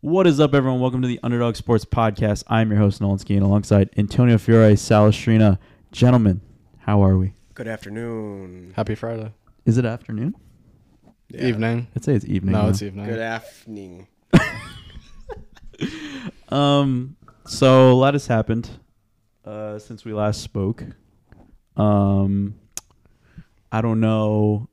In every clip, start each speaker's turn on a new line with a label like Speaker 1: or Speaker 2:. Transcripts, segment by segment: Speaker 1: What is up, everyone? Welcome to the Underdog Sports Podcast. I'm your host, Nolan Skeen, alongside Antonio Fiore, Salestrina. Gentlemen, how are we?
Speaker 2: Good afternoon.
Speaker 3: Happy Friday.
Speaker 1: Is it afternoon?
Speaker 2: Yeah.
Speaker 3: Evening.
Speaker 1: I'd say it's evening.
Speaker 3: No,
Speaker 1: now.
Speaker 3: it's e- evening.
Speaker 2: Good afternoon.
Speaker 1: Um, so a lot has happened uh, since we last spoke. Um, I don't know.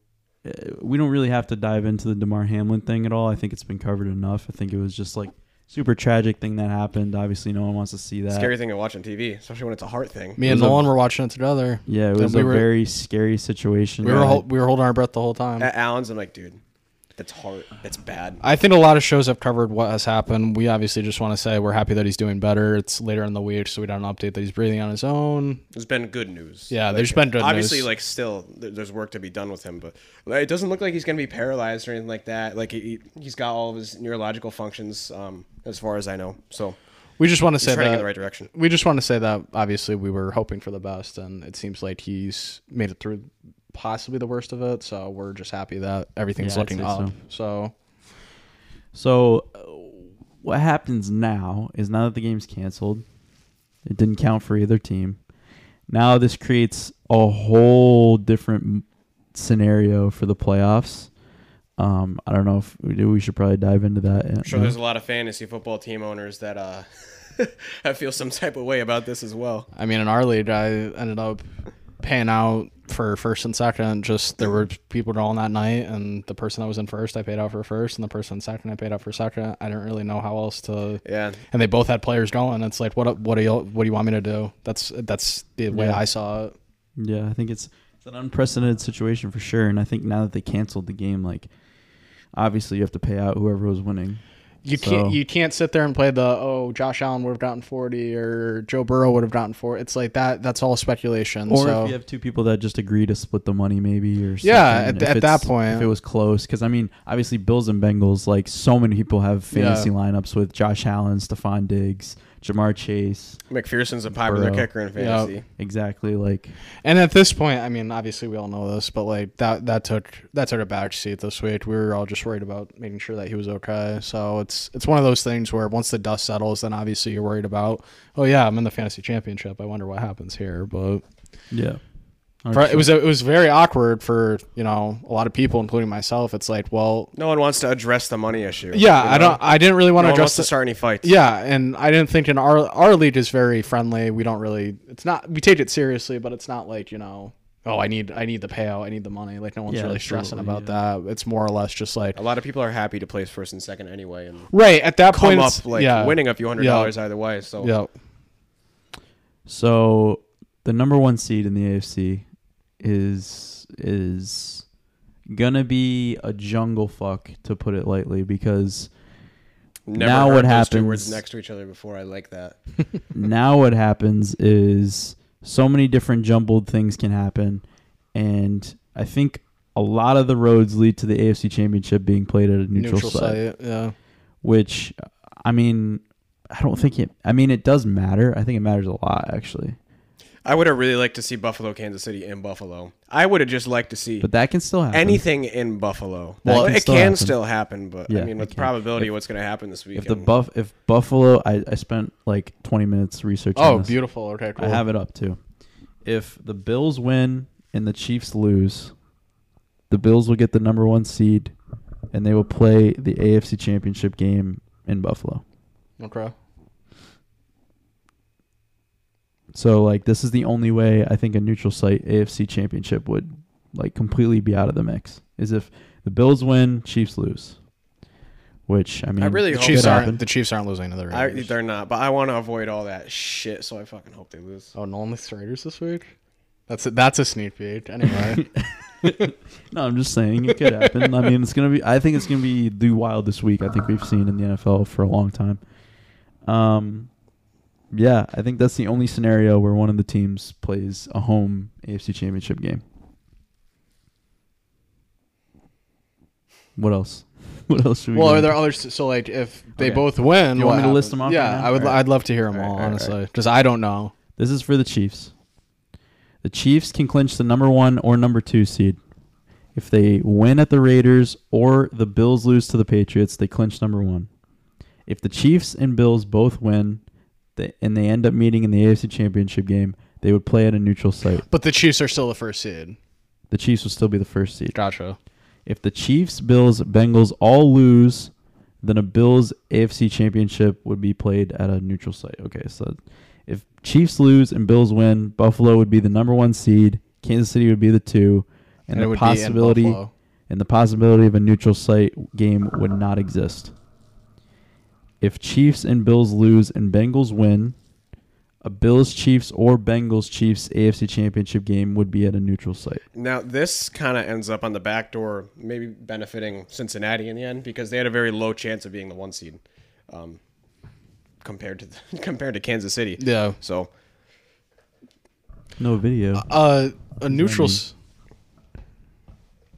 Speaker 1: Uh, We don't really have to dive into the Demar Hamlin thing at all. I think it's been covered enough. I think it was just like super tragic thing that happened. Obviously, no one wants to see that.
Speaker 2: Scary thing to watch on TV, especially when it's a heart thing.
Speaker 3: Me and
Speaker 1: It was a-
Speaker 3: Nolan were watching it together.
Speaker 1: Yeah, it was
Speaker 3: we
Speaker 1: a
Speaker 3: were,
Speaker 1: very scary situation.
Speaker 3: we were hol- we were holding our breath the whole time.
Speaker 2: At Allen's, I'm like, dude, that's heart. That's bad.
Speaker 3: I think a lot of shows have covered what has happened. We obviously just want to say we're happy that he's doing better. It's later in the week, so we got an update that he's breathing on his own.
Speaker 2: There's been good news.
Speaker 3: Yeah,
Speaker 2: Like,
Speaker 3: there's been good
Speaker 2: obviously,
Speaker 3: news.
Speaker 2: like, still, th- there's work to be done with him, but like, it doesn't look like he's going to be paralyzed or anything like that. Like, he, he's got all of his neurological functions, um, as far as I know. So,
Speaker 3: We just want to say
Speaker 2: he's trending
Speaker 3: that
Speaker 2: in the right direction.
Speaker 3: we just want to say that obviously we were hoping for the best, and it seems like he's made it through possibly the worst of it. So we're just happy that everything's
Speaker 1: Yeah, I'd
Speaker 3: looking
Speaker 1: say
Speaker 3: up.
Speaker 1: so.
Speaker 3: So.
Speaker 1: So, uh, what happens now is now that the game's canceled, it didn't count for either team. Now this creates a whole different m- scenario for the playoffs. Um, I don't know if we do. We should probably dive into that. uh,
Speaker 2: sure there's a lot of fantasy football team owners that, uh, I feel some type of way about this as well.
Speaker 3: I mean, in our league, I ended up paying out for first and second. Just there were people drawing that night, and the person that was in first, I paid out for first, and the person in second, I paid out for second. I didn't really know how else to.
Speaker 2: Yeah.
Speaker 3: And they both had players going. It's like, what? What do you? What do you want me to do? That's that's the way
Speaker 1: Yeah.
Speaker 3: I saw it.
Speaker 1: Yeah, I think it's it's an unprecedented situation for sure. And I think now that they canceled the game, like obviously you have to pay out whoever was winning.
Speaker 3: You
Speaker 1: So-
Speaker 3: can't you can't sit there and play the oh Josh Allen would have gotten forty or Joe Burrow would have gotten four. It's like that. That's all speculation.
Speaker 1: Or
Speaker 3: so
Speaker 1: if you have two people that just agree to split the money, maybe or
Speaker 3: Yeah,
Speaker 1: something,
Speaker 3: at-
Speaker 1: if
Speaker 3: at
Speaker 1: it's-
Speaker 3: that point.
Speaker 1: if it was close, because I mean, obviously Bills and Bengals, like so many people have fantasy
Speaker 3: Yeah.
Speaker 1: lineups with Josh Allen, Stephon Diggs, Jamar Chase,
Speaker 2: McPherson's a popular
Speaker 1: Burrow.
Speaker 2: kicker in fantasy.
Speaker 1: exactly like
Speaker 3: And at this point, I mean, obviously we all know this, but like that that took that took a back seat this week. We were all just worried about making sure that he was okay. So it's it's one of those things where once the dust settles, then obviously you're worried about, oh yeah, I'm in the fantasy championship. I wonder what happens here. But
Speaker 1: yeah.
Speaker 3: for- it was it was very awkward for you know a lot of people, including myself. It's like, well,
Speaker 2: No one wants to address the money issue.
Speaker 3: yeah,
Speaker 2: you
Speaker 3: I
Speaker 2: know?
Speaker 3: don't, I didn't really want
Speaker 2: No
Speaker 3: to
Speaker 2: one wants
Speaker 3: address
Speaker 2: to
Speaker 3: this.
Speaker 2: start any fights.
Speaker 3: Yeah, and I didn't think in our our league is very friendly. We don't really it's not we take it seriously, but it's not like, you know, oh I need I need the payout, I need the money. Like no one's
Speaker 1: Yeah,
Speaker 3: really stressing
Speaker 1: absolutely,
Speaker 3: about that. It's more or less just like
Speaker 2: A lot of people are happy to place first and second anyway, and
Speaker 3: Right, at that
Speaker 2: come
Speaker 3: point
Speaker 2: up
Speaker 3: it's-
Speaker 2: like
Speaker 3: yeah,
Speaker 2: winning a few hundred dollars either way. So
Speaker 3: Yeah.
Speaker 1: So the number one seed in the AFC is is gonna be a jungle fuck to put it lightly because
Speaker 2: never
Speaker 1: Now
Speaker 2: heard
Speaker 1: what
Speaker 2: those Two
Speaker 1: happens-
Speaker 2: words next to each other before. I like that.
Speaker 1: now what happens is so many different jumbled things can happen and i think a lot of the roads lead to the afc championship being played at a neutral,
Speaker 3: Neutral,
Speaker 1: site,
Speaker 3: site. Yeah.
Speaker 1: which i mean i don't think it i mean it does matter i think it matters a lot actually
Speaker 2: I would have really liked to see Buffalo, Kansas City in Buffalo. I would have just liked to see
Speaker 1: but that can still happen
Speaker 2: anything in Buffalo.
Speaker 1: That
Speaker 2: well,
Speaker 1: can
Speaker 2: it
Speaker 1: still
Speaker 2: can
Speaker 1: happen.
Speaker 2: still happen, but
Speaker 1: Yeah,
Speaker 2: I mean,
Speaker 1: it
Speaker 2: with
Speaker 1: can.
Speaker 2: probability, what's going to happen this weekend?
Speaker 1: if the buff if buffalo i, I spent like 20 minutes researching
Speaker 3: Oh,
Speaker 1: this.
Speaker 3: beautiful. Okay, cool.
Speaker 1: i have it up too if the bills win and the chiefs lose the bills will get the number one seed and they will play the afc championship game in buffalo Oh,
Speaker 3: Okay.
Speaker 1: so like this is the only way i think a neutral site afc championship would like completely be out of the mix is if the bills win chiefs lose which i mean
Speaker 2: really
Speaker 3: The
Speaker 2: hope
Speaker 3: Chiefs
Speaker 1: could
Speaker 3: aren't
Speaker 1: happen.
Speaker 3: the Chiefs aren't losing to the
Speaker 2: I,
Speaker 3: Raiders.
Speaker 2: they're not, but I want to avoid all that shit, so I fucking hope they lose.
Speaker 3: oh, Nolan leads the Raiders this week? That's a, that's a sneak peek. Anyway.
Speaker 1: No, I'm just saying it could happen. I mean, it's gonna be. I think it's gonna be the wildest week I think we've seen in the NFL for a long time. Um, yeah, I think that's the only scenario where one of the teams plays a home AFC Championship game. What else? What else should we?
Speaker 3: well,
Speaker 1: go
Speaker 3: are there
Speaker 1: into?
Speaker 3: others? So, like, if they
Speaker 1: Okay.
Speaker 3: both win,
Speaker 1: You
Speaker 3: what
Speaker 1: want me to list
Speaker 3: happens?
Speaker 1: them off right
Speaker 3: Yeah,
Speaker 1: now?
Speaker 3: I would.
Speaker 1: Alright.
Speaker 3: I'd love to hear them
Speaker 1: Alright,
Speaker 3: all,
Speaker 1: alright,
Speaker 3: honestly, because I don't know.
Speaker 1: This is for the Chiefs. The Chiefs can clinch the number one or number two seed. If they win at the Raiders or the Bills lose to the Patriots, they clinch number one. If the Chiefs and Bills both win they, and they end up meeting in the AFC Championship game, they would play at a neutral site.
Speaker 3: But the Chiefs are still the first seed.
Speaker 1: The Chiefs would still be the first seed.
Speaker 3: Gotcha.
Speaker 1: If the Chiefs, Bills, Bengals all lose, then a Bills AFC Championship would be played at a neutral site. Okay, so if Chiefs lose and Bills win, Buffalo would be the number one seed. Kansas City would be the two, and,
Speaker 3: And it
Speaker 1: the
Speaker 3: would be in
Speaker 1: possibility
Speaker 3: Buffalo.
Speaker 1: and the possibility of a neutral site game would not exist. If Chiefs and Bills lose and Bengals win, a Bills Chiefs or Bengals Chiefs AFC Championship game would be at a neutral site.
Speaker 2: Now this kind of ends up on the back door, maybe benefiting Cincinnati in the end because they had a very low chance of being the one seed, um, compared to compared to Kansas City.
Speaker 3: Yeah.
Speaker 2: So
Speaker 1: No video.
Speaker 3: Uh, a
Speaker 1: Mm-hmm.
Speaker 3: neutral. s-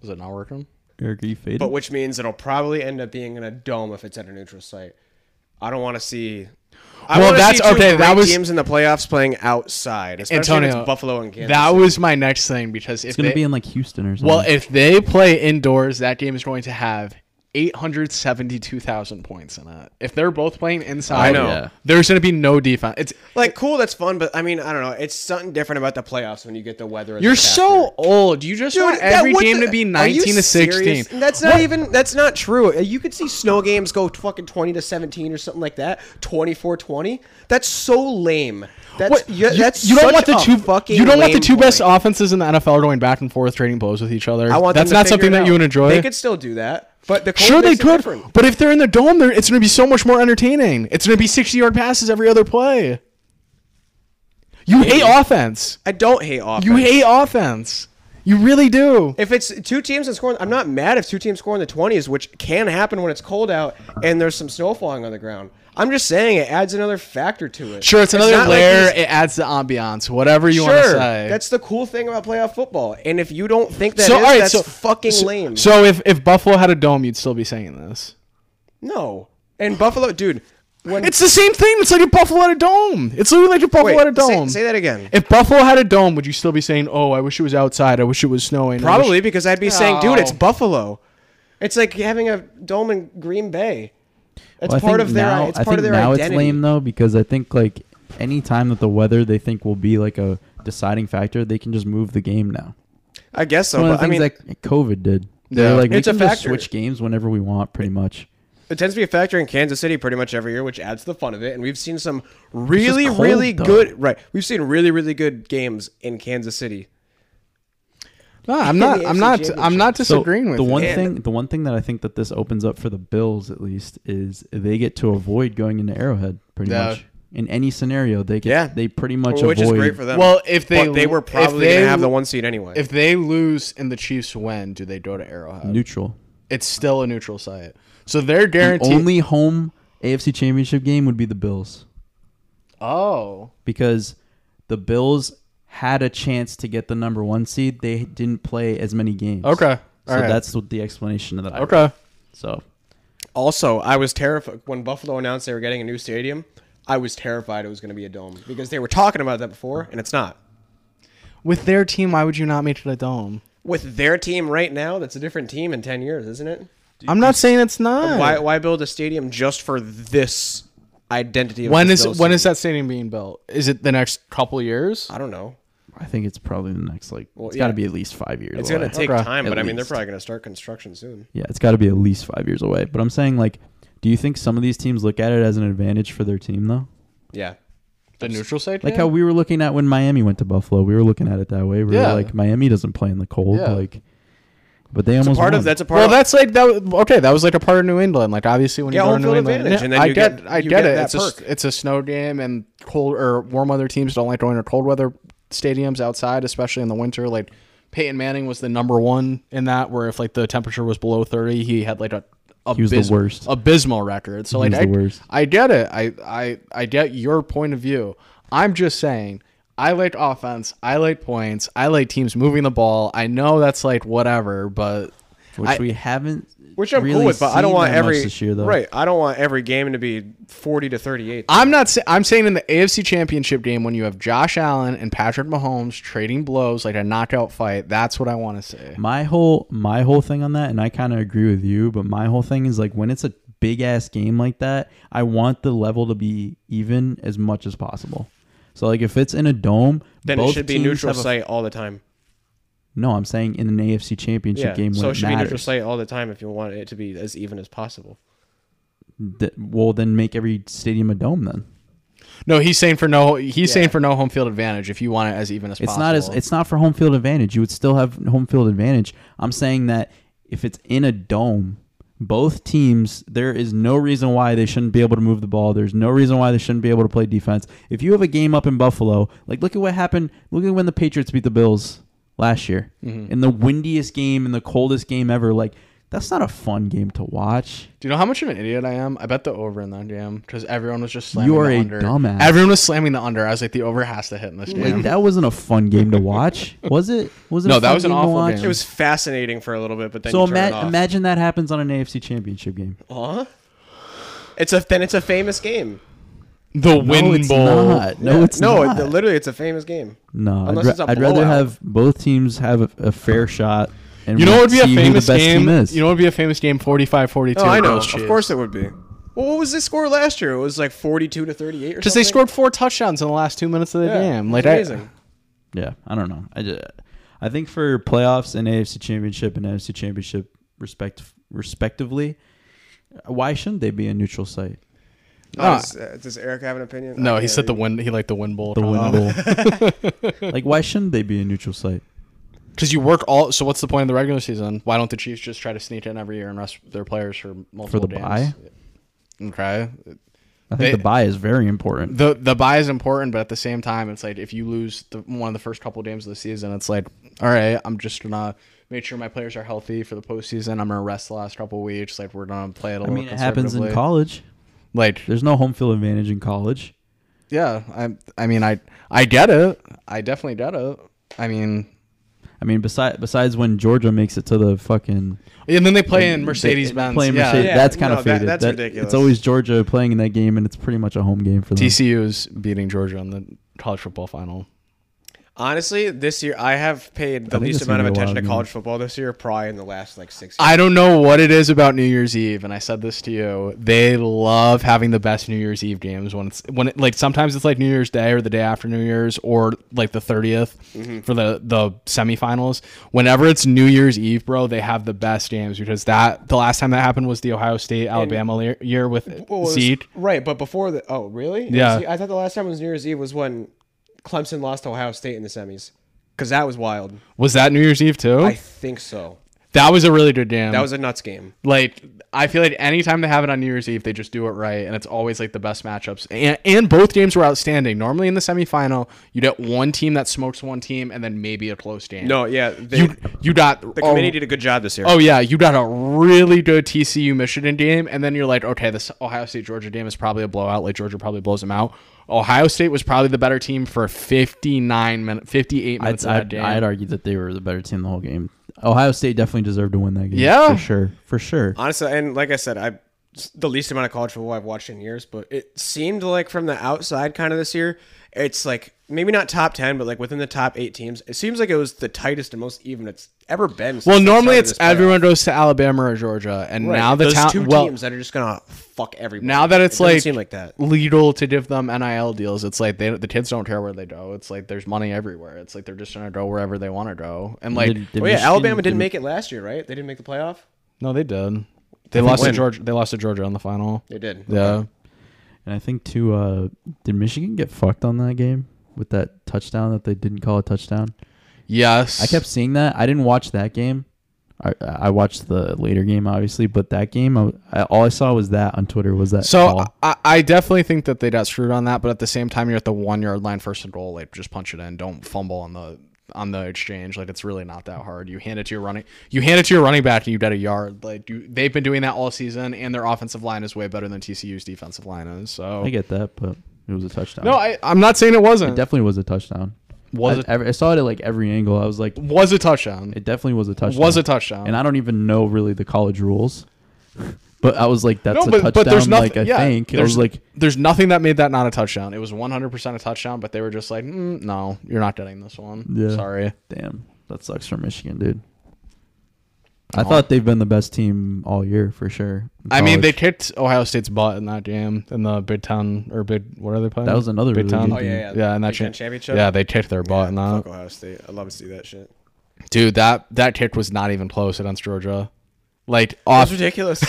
Speaker 3: Is it not working?
Speaker 1: Eric, are you faded?
Speaker 2: but which means it'll probably end up being in a dome if it's at a neutral site. I don't want to see. I
Speaker 3: Well,
Speaker 2: wanna
Speaker 3: that's-
Speaker 2: see two
Speaker 3: okay,
Speaker 2: great
Speaker 3: that was-
Speaker 2: teams in the playoffs playing outside, especially if
Speaker 3: Antonio,
Speaker 2: it's Buffalo and Kansas.
Speaker 3: That was my next thing because if
Speaker 1: it's gonna
Speaker 3: they,
Speaker 1: be in like Houston or something.
Speaker 3: well, if they play indoors, that game is going to have. 872,000 points in it. If they're both playing inside,
Speaker 2: I know.
Speaker 1: Yeah.
Speaker 3: there's going to be no defense. It's
Speaker 2: like cool, that's fun, but I mean, I don't know. It's something different about the playoffs when you get the weather.
Speaker 3: You're so old. You just want
Speaker 2: that-
Speaker 3: every
Speaker 2: what
Speaker 3: game
Speaker 2: the-
Speaker 3: to be
Speaker 2: are you
Speaker 3: 19 to 16.
Speaker 2: serious? That's not even that's not true. Uh, You could see snow games go fucking 20 to 17 or something like that. 24-20. That's so lame. That's
Speaker 3: What?
Speaker 2: yeah,
Speaker 3: you,
Speaker 2: that's
Speaker 3: you don't want the
Speaker 2: such
Speaker 3: two
Speaker 2: a fucking
Speaker 3: you don't want the
Speaker 2: lame
Speaker 3: two best
Speaker 2: play.
Speaker 3: offenses in the NFL going back and forth trading blows with each other.
Speaker 2: I want them
Speaker 3: That's
Speaker 2: to
Speaker 3: not
Speaker 2: figure
Speaker 3: something
Speaker 2: it
Speaker 3: that
Speaker 2: out.
Speaker 3: you would enjoy.
Speaker 2: They could still do that. But the
Speaker 3: sure
Speaker 2: cold
Speaker 3: they
Speaker 2: makes it
Speaker 3: could,
Speaker 2: different.
Speaker 3: but if they're in the dome, they're, it's going to be so much more entertaining. It's going to be 60-yard passes every other play. You hate offense.
Speaker 2: I don't hate offense.
Speaker 3: You hate offense. You really do.
Speaker 2: if it's two teams and scoring, I'm not mad if two teams score in the 20s, which can happen when it's cold out and there's some snow falling on the ground. I'm just saying it adds another factor to it.
Speaker 3: Sure, it's another
Speaker 2: not like
Speaker 3: layer.
Speaker 2: these-
Speaker 3: it adds the ambiance, whatever you want to
Speaker 2: Sure,
Speaker 3: say.
Speaker 2: that's the cool thing about playoff football. And if you don't think that
Speaker 3: so
Speaker 2: is,
Speaker 3: all right,
Speaker 2: that's
Speaker 3: so
Speaker 2: fucking
Speaker 3: so-
Speaker 2: lame.
Speaker 3: So if if Buffalo had a dome, you'd still be saying this.
Speaker 2: no, and Buffalo, dude, when
Speaker 3: It's the same thing. It's like if Buffalo had a dome. It's literally like if Buffalo
Speaker 2: wait,
Speaker 3: had a
Speaker 2: say-
Speaker 3: dome.
Speaker 2: Say, that again.
Speaker 3: If Buffalo had a dome, would you still be saying, "Oh, I wish it was outside. I wish it was snowing"? I wish-"
Speaker 2: Probably because I'd be saying, dude, it's
Speaker 3: No.
Speaker 2: Buffalo. It's like having a dome in Green Bay. It's
Speaker 1: Well, I
Speaker 2: part
Speaker 1: think
Speaker 2: of their.
Speaker 1: now-
Speaker 2: it's
Speaker 1: I
Speaker 2: part
Speaker 1: think
Speaker 2: of their
Speaker 1: now
Speaker 2: identity.
Speaker 1: it's lame though because I think like any time that the weather they think will be like a deciding factor, they can just move the game now.
Speaker 2: I guess so.
Speaker 1: One of
Speaker 2: But
Speaker 1: the
Speaker 2: I mean,
Speaker 1: things that COVID did.
Speaker 3: Yeah.
Speaker 1: They're like we
Speaker 2: It's a
Speaker 1: can just
Speaker 2: factor.
Speaker 1: switch games whenever we want, pretty much.
Speaker 2: It tends to be a factor in Kansas City pretty much every year, which adds to the fun of it. And we've seen some really,
Speaker 1: cold,
Speaker 2: really
Speaker 1: though.
Speaker 2: good. Right, we've seen really, really good games in Kansas City.
Speaker 3: No, I'm
Speaker 2: In
Speaker 3: not.
Speaker 2: the
Speaker 3: I'm
Speaker 2: AFC
Speaker 3: not. I'm
Speaker 2: Championship.
Speaker 3: not
Speaker 1: So
Speaker 3: disagreeing with
Speaker 1: the one
Speaker 3: you.
Speaker 2: And-
Speaker 1: thing, the one thing that I think that this opens up for the Bills at least is they get to avoid going into Arrowhead pretty
Speaker 3: Yeah.
Speaker 1: much in any scenario. They get
Speaker 2: Yeah.
Speaker 1: they pretty much
Speaker 2: which
Speaker 1: avoid.
Speaker 2: is great for them.
Speaker 3: Well, if they
Speaker 2: But they were
Speaker 3: if
Speaker 2: probably
Speaker 3: they-
Speaker 2: gonna have the one seed anyway.
Speaker 3: If they lose and the Chiefs win, do they go to Arrowhead?
Speaker 1: neutral.
Speaker 3: it's still a neutral site, so they're
Speaker 1: The
Speaker 3: guaranteed.
Speaker 1: only home AFC Championship game would be the Bills.
Speaker 3: oh,
Speaker 1: because the Bills had a chance to get the number one seed. They didn't play as many games.
Speaker 3: Okay.
Speaker 1: so
Speaker 3: All right.
Speaker 1: that's what the explanation of that. I read.
Speaker 3: okay.
Speaker 1: So
Speaker 2: also, I was terrified when Buffalo announced they were getting a new stadium. I was terrified it was going to be a dome because they were talking about that before, and it's not.
Speaker 3: With their team, why would you not make it a dome?
Speaker 2: With their team right now, that's a different team in ten years, isn't it?
Speaker 3: I'm not saying it's not.
Speaker 2: Why, why build a stadium just for this identity? Of
Speaker 3: when
Speaker 2: this
Speaker 3: is
Speaker 2: Bills
Speaker 3: when
Speaker 2: team?
Speaker 3: is that stadium being built? Is it the next couple years?
Speaker 2: I don't know.
Speaker 1: I think it's probably the next like it's
Speaker 2: yeah.
Speaker 1: got to be at least five years.
Speaker 2: It's
Speaker 1: away.
Speaker 2: going to take
Speaker 3: Okay.
Speaker 2: time,
Speaker 1: At
Speaker 2: but I mean, they're
Speaker 1: least.
Speaker 2: probably going to start construction soon.
Speaker 1: yeah, it's got to be at least five years away. But I'm saying like, do you think some of these teams look at it as an advantage for their team though?
Speaker 2: Yeah.
Speaker 3: The neutral site.
Speaker 1: Like how we were looking at when Miami went to Buffalo, we were looking at it that way. We
Speaker 3: Yeah.
Speaker 1: were like, Miami doesn't play in the cold,
Speaker 3: Yeah.
Speaker 1: like, but they
Speaker 2: It's
Speaker 1: almost
Speaker 2: a part
Speaker 1: won.
Speaker 2: of that's a part
Speaker 3: Well,
Speaker 2: of
Speaker 3: that's like that. was- Okay, that was like a part of New England. Like obviously, when
Speaker 2: Yeah,
Speaker 3: you go to
Speaker 2: home
Speaker 3: New
Speaker 2: field
Speaker 3: England,
Speaker 2: advantage,
Speaker 3: Yeah,
Speaker 2: and then
Speaker 3: I
Speaker 2: you
Speaker 3: get,
Speaker 2: get-
Speaker 3: I
Speaker 2: you
Speaker 3: get,
Speaker 2: get
Speaker 3: it.
Speaker 2: that
Speaker 3: It's a, s-
Speaker 2: perk.
Speaker 3: it's a snow game, and cold or warm weather teams don't like going to cold weather stadiums outside, especially in the winter. Like Peyton Manning was the number one in that. Where if like the temperature was below thirty, he had like a abysmal,
Speaker 1: was the worst.
Speaker 3: abysmal record. So like
Speaker 1: was
Speaker 3: I,
Speaker 1: the worst.
Speaker 3: I get it. I I I get your point of view. I'm just saying. I like offense. I like points. I like teams moving the ball. I know that's like whatever, but
Speaker 1: which
Speaker 3: I-
Speaker 1: we haven't
Speaker 2: Which I'm
Speaker 1: really
Speaker 2: cool with, but I don't
Speaker 1: seen
Speaker 2: want
Speaker 1: that much
Speaker 2: every
Speaker 1: this year, though.
Speaker 2: right. I don't want every game to be forty to thirty-eight.
Speaker 3: I'm not. Say- I'm saying in the AFC Championship game when you have Josh Allen and Patrick Mahomes trading blows like a knockout fight. That's what I want to say.
Speaker 1: My whole my whole thing on that, and I kind of agree with you, but my whole thing is like when it's a big ass game like that, I want the level to be even as much as possible. So like if it's in a dome,
Speaker 2: Then
Speaker 1: both
Speaker 2: it should be
Speaker 1: teams
Speaker 2: neutral
Speaker 1: have a-
Speaker 2: site all the time.
Speaker 1: no, I'm saying in an AFC Championship
Speaker 2: Yeah,
Speaker 1: game when
Speaker 2: so it
Speaker 1: it
Speaker 2: should be neutral
Speaker 1: matters.
Speaker 2: site all the time if you want it to be as even as possible.
Speaker 1: th- well, then make every stadium a dome. Then
Speaker 3: No, he's saying for no. He's saying for no home field advantage. If you want it as even as
Speaker 1: it's
Speaker 3: possible,
Speaker 1: not as it's not for home field advantage. You would still have home field advantage. I'm saying that if it's in a dome, both teams there is no reason why they shouldn't be able to move the ball. There's no reason why they shouldn't be able to play defense. If you have a game up in Buffalo, like look at what happened. Look at when the Patriots beat the Bills last year
Speaker 3: Mm-hmm.
Speaker 1: in the windiest game and the coldest game ever. Like that's not a fun game to watch.
Speaker 3: Do you know how much of an idiot I am? I bet the over in that game because everyone was just slamming
Speaker 1: You are
Speaker 3: the
Speaker 1: a
Speaker 3: under.
Speaker 1: dumbass.
Speaker 3: Everyone was slamming the under. I was like, the over has to hit in this game.
Speaker 1: Like that wasn't a fun game to watch, was it? Was it?
Speaker 3: No,
Speaker 1: a
Speaker 3: that
Speaker 1: fun
Speaker 3: was an
Speaker 1: game to
Speaker 3: awful
Speaker 1: watch?
Speaker 3: game.
Speaker 2: It was fascinating for a little bit, but then
Speaker 1: So
Speaker 2: you turn it
Speaker 1: ima-
Speaker 2: off.
Speaker 1: imagine that happens on an AFC Championship game.
Speaker 2: Huh? It's a then it's a famous game.
Speaker 3: the win
Speaker 1: no, it's
Speaker 3: bowl.
Speaker 1: Not. No, it's
Speaker 2: no,
Speaker 1: not.
Speaker 2: It, literally it's a famous game.
Speaker 1: no, I'd,
Speaker 2: unless
Speaker 1: ra-
Speaker 2: it's a
Speaker 1: I'd rather
Speaker 2: blowout.
Speaker 1: have both teams have a, a fair shot. And
Speaker 3: You know what would be a
Speaker 1: see who
Speaker 3: famous
Speaker 1: the best
Speaker 3: game?
Speaker 1: Team is.
Speaker 3: You know what would be a famous game? 45-42.
Speaker 2: Oh, I know.
Speaker 3: Bills
Speaker 2: Of
Speaker 3: Chiefs.
Speaker 2: course it would be. Well, what was the score last year? It was like forty-two to thirty-eight or
Speaker 3: Because
Speaker 2: something.
Speaker 3: they scored four touchdowns in the last two minutes of the
Speaker 2: Yeah,
Speaker 3: game.
Speaker 2: it's
Speaker 3: Like I-
Speaker 2: amazing.
Speaker 1: yeah, I don't know. I, ju- I think for playoffs and AFC Championship and NFC Championship respect respectively, why shouldn't they be a neutral site?
Speaker 2: Oh,
Speaker 3: Ah.
Speaker 2: does, uh, does Eric have an opinion?
Speaker 3: no,
Speaker 2: I
Speaker 3: he
Speaker 2: can't
Speaker 3: said the
Speaker 2: read.
Speaker 3: win. He liked the win bowl. Oh.
Speaker 1: The win bowl. like, why shouldn't they be a neutral site?
Speaker 3: Because you work all. So what's the point of the regular season? Why don't the Chiefs just try to sneak in every year and rest their players for multiple
Speaker 1: the
Speaker 3: games?
Speaker 1: bye?
Speaker 3: Okay.
Speaker 1: I think
Speaker 3: They-
Speaker 1: the buy is very important.
Speaker 3: The the buy is important, but at the same time, it's like if you lose the, one of the first couple games of the season, it's like, all right, I'm just gonna make sure my players are healthy for the postseason. I'm gonna rest the last couple weeks. Like we're gonna play it. I
Speaker 1: I mean, it happens in college.
Speaker 3: Like
Speaker 1: There's no home field advantage in college.
Speaker 3: yeah, I I mean I I get it. I definitely get it. I mean,
Speaker 1: I mean, besides besides when Georgia makes it to the fucking
Speaker 3: and then they play in
Speaker 1: They-
Speaker 3: Mercedes
Speaker 1: they
Speaker 3: Benz.
Speaker 1: play in
Speaker 3: yeah.
Speaker 1: Mercedes-
Speaker 2: Yeah,
Speaker 1: that's kind
Speaker 2: no,
Speaker 1: of
Speaker 2: that-
Speaker 1: faded.
Speaker 2: that's
Speaker 1: That-
Speaker 2: ridiculous.
Speaker 1: It's always Georgia playing in that game, and it's pretty much a home game for
Speaker 3: Mm-hmm.
Speaker 1: them.
Speaker 3: TCU's beating Georgia on the college football final.
Speaker 2: Honestly, this year I have paid the
Speaker 1: think
Speaker 2: least
Speaker 1: it's
Speaker 2: amount
Speaker 1: gonna
Speaker 2: of
Speaker 1: be a
Speaker 2: attention
Speaker 1: wild
Speaker 2: to
Speaker 1: game.
Speaker 2: college football this year, probably in the last like six. years.
Speaker 3: I don't know what it is about New Year's Eve, and I said this to you. They love having the best New Year's Eve games when it's when it, like sometimes it's like New Year's Day or the day after New Year's or like the 30th
Speaker 2: Mm-hmm.
Speaker 3: for the the semifinals. Whenever it's New Year's Eve, bro, they have the best games because that the last time that happened was the Ohio State Alabama le- year with
Speaker 2: Well, it was-
Speaker 3: Zeke.
Speaker 2: Right, but before the oh really?
Speaker 3: Yeah.
Speaker 2: See, I thought the last time was New Year's Eve was when Clemson lost to Ohio State in the semis. Cause that was wild.
Speaker 3: Was that New Year's Eve too?
Speaker 2: I think so.
Speaker 3: that was a really good game.
Speaker 2: That was a nuts game.
Speaker 3: like I feel like anytime they have it on New Year's Eve, they just do it right, and it's always like the best matchups. And, and both games were outstanding. Normally in the semifinal, you get one team that smokes one team, and then maybe a close game.
Speaker 2: No, yeah, they,
Speaker 3: you you got
Speaker 2: the
Speaker 3: oh,
Speaker 2: committee did a good job this year.
Speaker 3: oh yeah, you got a really good TCU Michigan game, and then you're like, okay, this Ohio State Georgia game is probably a blowout. Like Georgia probably blows them out. Ohio State was probably the better team for 59 minutes, 58 minutes
Speaker 1: I'd,
Speaker 3: of that
Speaker 1: I'd,
Speaker 3: game.
Speaker 1: I'd argue that they were the better team the whole game. Ohio State definitely deserved to win that game.
Speaker 3: Yeah.
Speaker 1: for sure, for sure.
Speaker 2: Honestly, and like I said, I the least amount of college football I've watched in years, but it seemed like from the outside, kind of this year, it's like maybe not top ten, but like within the top eight teams, it seems like it was the tightest and most even it's ever been. since
Speaker 3: well,
Speaker 2: the
Speaker 3: normally
Speaker 2: start of
Speaker 3: it's
Speaker 2: this playoff.
Speaker 3: everyone goes to Alabama or Georgia, and
Speaker 2: Right,
Speaker 3: now the
Speaker 2: those
Speaker 3: town.
Speaker 2: two
Speaker 3: well,
Speaker 2: teams that are just gonna fuck everybody.
Speaker 3: Now that it's
Speaker 2: it doesn't
Speaker 3: like,
Speaker 2: seem like that.
Speaker 3: legal to give them NIL deals, it's like they the kids don't care where they go. It's like there's money everywhere. It's like they're just gonna go wherever they want to go. And like oh,
Speaker 1: Did- did
Speaker 2: Well, yeah,
Speaker 1: Michigan-
Speaker 2: Alabama
Speaker 1: did-
Speaker 2: didn't make it last year, right? They didn't make the playoff.
Speaker 3: no, they did. They lost to
Speaker 2: win.
Speaker 3: Georgia. They lost to Georgia on the final.
Speaker 2: They did.
Speaker 3: Yeah.
Speaker 1: And I think too. Uh, did Michigan get fucked on that game with that touchdown that they didn't call a touchdown?
Speaker 3: Yes.
Speaker 1: I kept seeing that. I didn't watch that game. I, I watched the later game, obviously, but that game, I, I, all I saw was that on Twitter. Was that
Speaker 3: So
Speaker 1: call.
Speaker 3: I, I definitely think that they got screwed on that, but at the same time, you're at the one yard line, first and goal. Like just punch it in. Don't fumble on the on the exchange. Like it's really not that hard. You hand it to your running. You hand it to your running back, and you get a yard. Like you, they've been doing that all season, and their offensive line is way better than TCU's defensive line is. So
Speaker 1: I get that, but it was a touchdown.
Speaker 3: No, I, I'm not saying it wasn't.
Speaker 1: definitely was a touchdown.
Speaker 3: Was
Speaker 1: I,
Speaker 3: it
Speaker 1: every- I saw it at like every angle. I was like,
Speaker 3: was a touchdown?
Speaker 1: it definitely was a touchdown.
Speaker 3: was a touchdown.
Speaker 1: And I don't even know really the college rules, but I was like, that's
Speaker 3: no,
Speaker 1: a
Speaker 3: but,
Speaker 1: touchdown.
Speaker 3: but there's nothing.
Speaker 1: like I
Speaker 3: yeah,
Speaker 1: think it
Speaker 3: there's
Speaker 1: was like
Speaker 3: there's nothing that made that not a touchdown. It was 100% a touchdown, but they were just like, mm, no, you're not getting this one.
Speaker 1: Yeah.
Speaker 3: Sorry.
Speaker 1: Damn, that sucks for Michigan, dude. I
Speaker 3: Aw.
Speaker 1: thought they've been the best team all year for sure. in
Speaker 3: I mean, they
Speaker 1: college.
Speaker 3: kicked Ohio State's butt in that game in the Big Ten or Big. What are they playing?
Speaker 1: That was another
Speaker 3: Big
Speaker 1: really
Speaker 3: Ten.
Speaker 1: good
Speaker 2: Oh yeah, yeah,
Speaker 3: yeah, and that
Speaker 2: Big Ten
Speaker 3: shit-
Speaker 2: championship.
Speaker 3: Yeah, they kicked their butt in that.
Speaker 2: Fuck Ohio State. I love to see that shit.
Speaker 3: Dude, that that kick was not even close against Georgia. Like off
Speaker 2: That's ridiculous.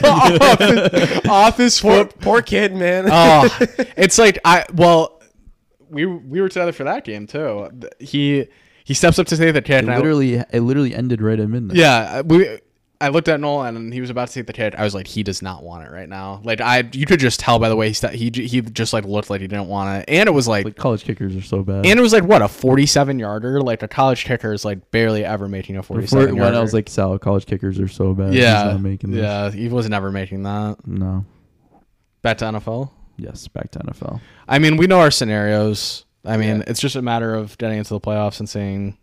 Speaker 3: off, off his
Speaker 2: poor,
Speaker 3: foot.
Speaker 2: poor kid, man.
Speaker 3: Oh, it's like I well, we we were together for that game too. He he steps up to take the kick.
Speaker 1: It
Speaker 3: and I-
Speaker 1: literally it literally ended right at midnight.
Speaker 3: Yeah, I- we. I looked at Nolan and he was about to take the kick. I was like, he does not want it right now. Like I, you could just tell by the way he st- he j- he just like looked like he didn't want it, and it was like,
Speaker 1: Like college kickers are so bad.
Speaker 3: and it was like what a forty-seven yarder. Like a college kicker is like barely ever making a
Speaker 1: Before,
Speaker 3: forty-seven
Speaker 1: when
Speaker 3: yarder.
Speaker 1: I was like, Sal, college kickers are so bad. He's
Speaker 3: yeah,
Speaker 1: not making this.
Speaker 3: yeah, he was never making that.
Speaker 1: No.
Speaker 3: Back to NFL.
Speaker 1: Yes, back to NFL.
Speaker 3: I mean, we know our scenarios. I mean, it's just a matter of getting into the playoffs and seeing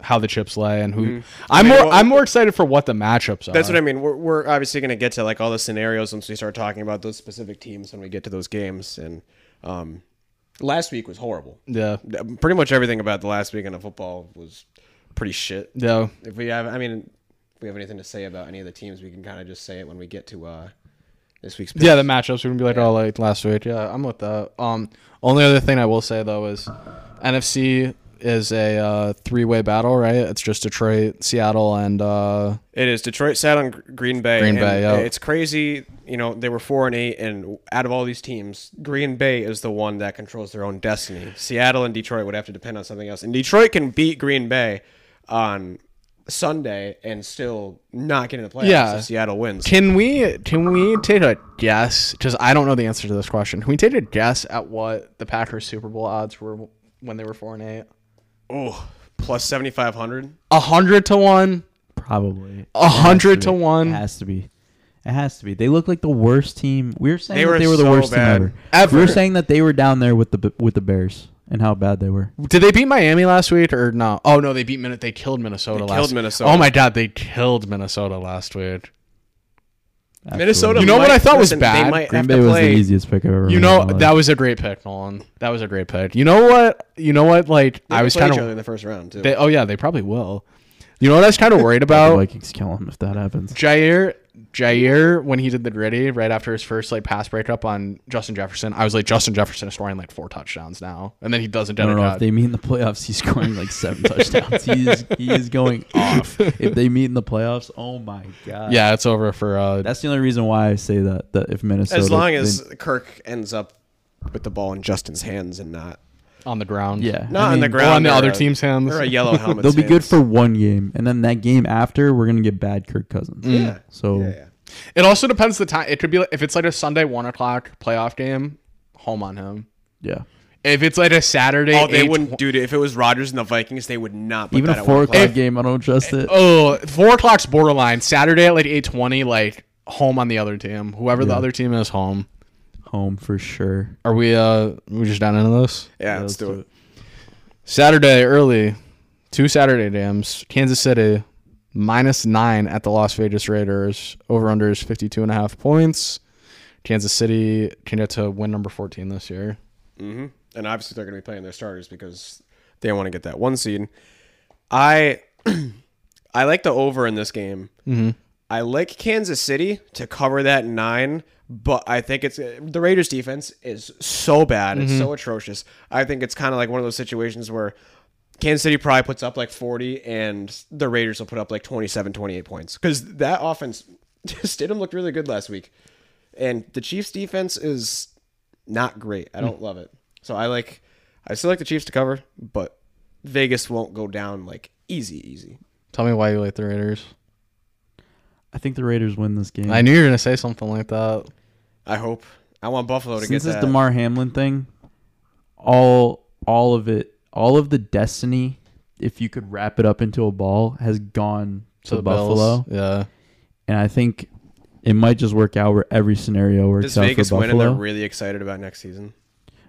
Speaker 3: how the chips lay and who. I'm
Speaker 2: Mm-hmm. mean,
Speaker 3: more.
Speaker 2: well-
Speaker 3: I'm more excited for what the matchups are.
Speaker 2: That's what I mean. We're, we're obviously going to get to like all the scenarios once we start talking about those specific teams when we get to those games. And um, last week was horrible.
Speaker 3: Yeah.
Speaker 2: Pretty much everything about the last weekend of football was pretty shit.
Speaker 3: Yeah.
Speaker 2: If we have, I mean, if we have anything to say about any of the teams, we can kind of just say it when we get to uh, this week's.
Speaker 3: Yeah, the matchups. We're gonna be like, oh, like last week. Yeah, I'm with that. Um, only other thing I will say though is, NFC is a uh, three-way battle, right? It's just Detroit, Seattle, and uh,
Speaker 2: It is Detroit sat on Gr- Green Bay.
Speaker 3: Green
Speaker 2: and
Speaker 3: Bay, yeah.
Speaker 2: It's crazy. You know, they were four and eight, and out of all these teams, Green Bay is the one that controls their own destiny. Seattle and Detroit would have to depend on something else, and Detroit can beat Green Bay on Sunday and still not get in the playoffs.
Speaker 3: Yeah.
Speaker 2: if Seattle wins.
Speaker 3: can we can we take a guess? Because I don't know the answer to this question. Can we take a guess at what the Packers Super Bowl odds were when they were four and eight?
Speaker 2: Oh, plus seventy five hundred.
Speaker 3: A hundred to one.
Speaker 1: Probably.
Speaker 3: A hundred
Speaker 1: It has
Speaker 3: to
Speaker 1: be.
Speaker 3: one.
Speaker 1: It has to be. It has to be. They look like the worst team. We were saying
Speaker 2: They
Speaker 1: that
Speaker 2: were
Speaker 1: they were the
Speaker 2: so
Speaker 1: worst
Speaker 2: bad.
Speaker 1: team ever.
Speaker 3: Ever.
Speaker 1: We were saying that they were down there with the B- with the Bears and how bad they were.
Speaker 3: Did they beat Miami last week or no? Oh no, they beat Minnesota. They killed Minnesota last.
Speaker 2: killed Minnesota.
Speaker 3: Oh my god, they killed Minnesota last week.
Speaker 1: Absolutely.
Speaker 2: Minnesota.
Speaker 3: You know what
Speaker 2: might-
Speaker 3: I thought was
Speaker 2: listen,
Speaker 3: bad?
Speaker 2: They might
Speaker 1: Green
Speaker 2: have
Speaker 1: Bay
Speaker 2: to
Speaker 1: was the
Speaker 2: play.
Speaker 1: easiest pick I've ever.
Speaker 3: You
Speaker 1: made
Speaker 3: know
Speaker 1: in my life.
Speaker 3: that was a great pick, Nolan. That was a great pick. You know what? You know what? Like
Speaker 2: they
Speaker 3: I
Speaker 2: could
Speaker 3: was
Speaker 2: play
Speaker 3: kind
Speaker 2: each other in
Speaker 3: of.
Speaker 2: the first round too.
Speaker 3: They, oh yeah, they probably will. You know what I was kind of worried
Speaker 1: the
Speaker 3: about?
Speaker 1: Vikings kill him if that happens.
Speaker 2: Oh
Speaker 3: Jair Jair when he did the gritty right after his first like pass breakup on Justin Jefferson. I was like Justin Jefferson is scoring like four touchdowns now, and then he doesn't.
Speaker 1: I
Speaker 3: get
Speaker 1: don't
Speaker 3: a
Speaker 1: know
Speaker 3: touchdown.
Speaker 1: if they meet in the playoffs. He's scoring like seven touchdowns. He is he is going off. If they meet in the playoffs, oh my god.
Speaker 3: yeah, it's over for uh,
Speaker 1: That's the only reason why I say that. That if Minnesota,
Speaker 2: as long as
Speaker 1: they-
Speaker 2: Kirk ends up with the ball in Justin's hands and not
Speaker 3: on the ground.
Speaker 1: yeah,
Speaker 2: not on the
Speaker 1: mean,
Speaker 2: ground
Speaker 3: on the
Speaker 2: or
Speaker 3: other
Speaker 2: a-
Speaker 3: team's hands.
Speaker 2: or a yellow helmet.
Speaker 1: they'll be good for one game, and then that game after, we're gonna get bad Kirk Cousins.
Speaker 2: yeah.
Speaker 1: So
Speaker 2: Yeah, yeah.
Speaker 3: It also depends the time. It could be like, if it's like a Sunday one o'clock playoff game, home on him.
Speaker 1: yeah.
Speaker 3: If it's like a Saturday,
Speaker 2: Oh, they
Speaker 3: eight-
Speaker 2: wouldn't do it if it was Rodgers and the Vikings. They would not. Put
Speaker 1: Even
Speaker 2: that
Speaker 1: a
Speaker 2: at
Speaker 1: four
Speaker 2: one
Speaker 1: o'clock
Speaker 2: o'clock.
Speaker 1: game, I don't trust it.
Speaker 3: Oh, four o'clock's borderline. Saturday at like eight twenty, like home on the other team. Whoever the other team is, home.
Speaker 2: oh.
Speaker 1: Home for sure.
Speaker 3: Are we? Uh, we just down into this
Speaker 2: Yeah, let's do it.
Speaker 3: Saturday early. Two Saturday games. Kansas City minus nine at the Las Vegas Raiders. Over under is fifty two and a half points. Kansas City can get to win number fourteen this year.
Speaker 2: hmm And obviously, they're going to be playing their starters because they want to get that one seed. I I like the over in this game. I like Kansas City to cover that nine, but I think it's the Raiders' defense is so bad, it's so atrocious. I think it's kind of like one of those situations where Kansas City probably puts up like 40 and the Raiders will put up like 27, 28 points because that offense, Stidham looked really good last week. And the Chiefs' defense is not great.
Speaker 1: Hmm.
Speaker 2: I don't love it. So I like, I still like the Chiefs to cover, but Vegas won't go down like easy, easy.
Speaker 3: Tell me why you like the Raiders.
Speaker 1: I think the Raiders win this game.
Speaker 3: I knew you were gonna say something like that.
Speaker 2: I hope. I want Buffalo to
Speaker 1: Since
Speaker 2: get
Speaker 1: this
Speaker 2: that.
Speaker 1: Demar Hamlin thing, all all of it, all of the destiny, if you could wrap it up into a ball, has gone to,
Speaker 3: the
Speaker 1: Buffalo,
Speaker 3: Bills. Yeah.
Speaker 1: and I think it might just work out where every scenario works
Speaker 2: Does
Speaker 1: out
Speaker 2: Vegas
Speaker 1: for
Speaker 2: win and
Speaker 1: Buffalo.
Speaker 2: they're really excited about next season?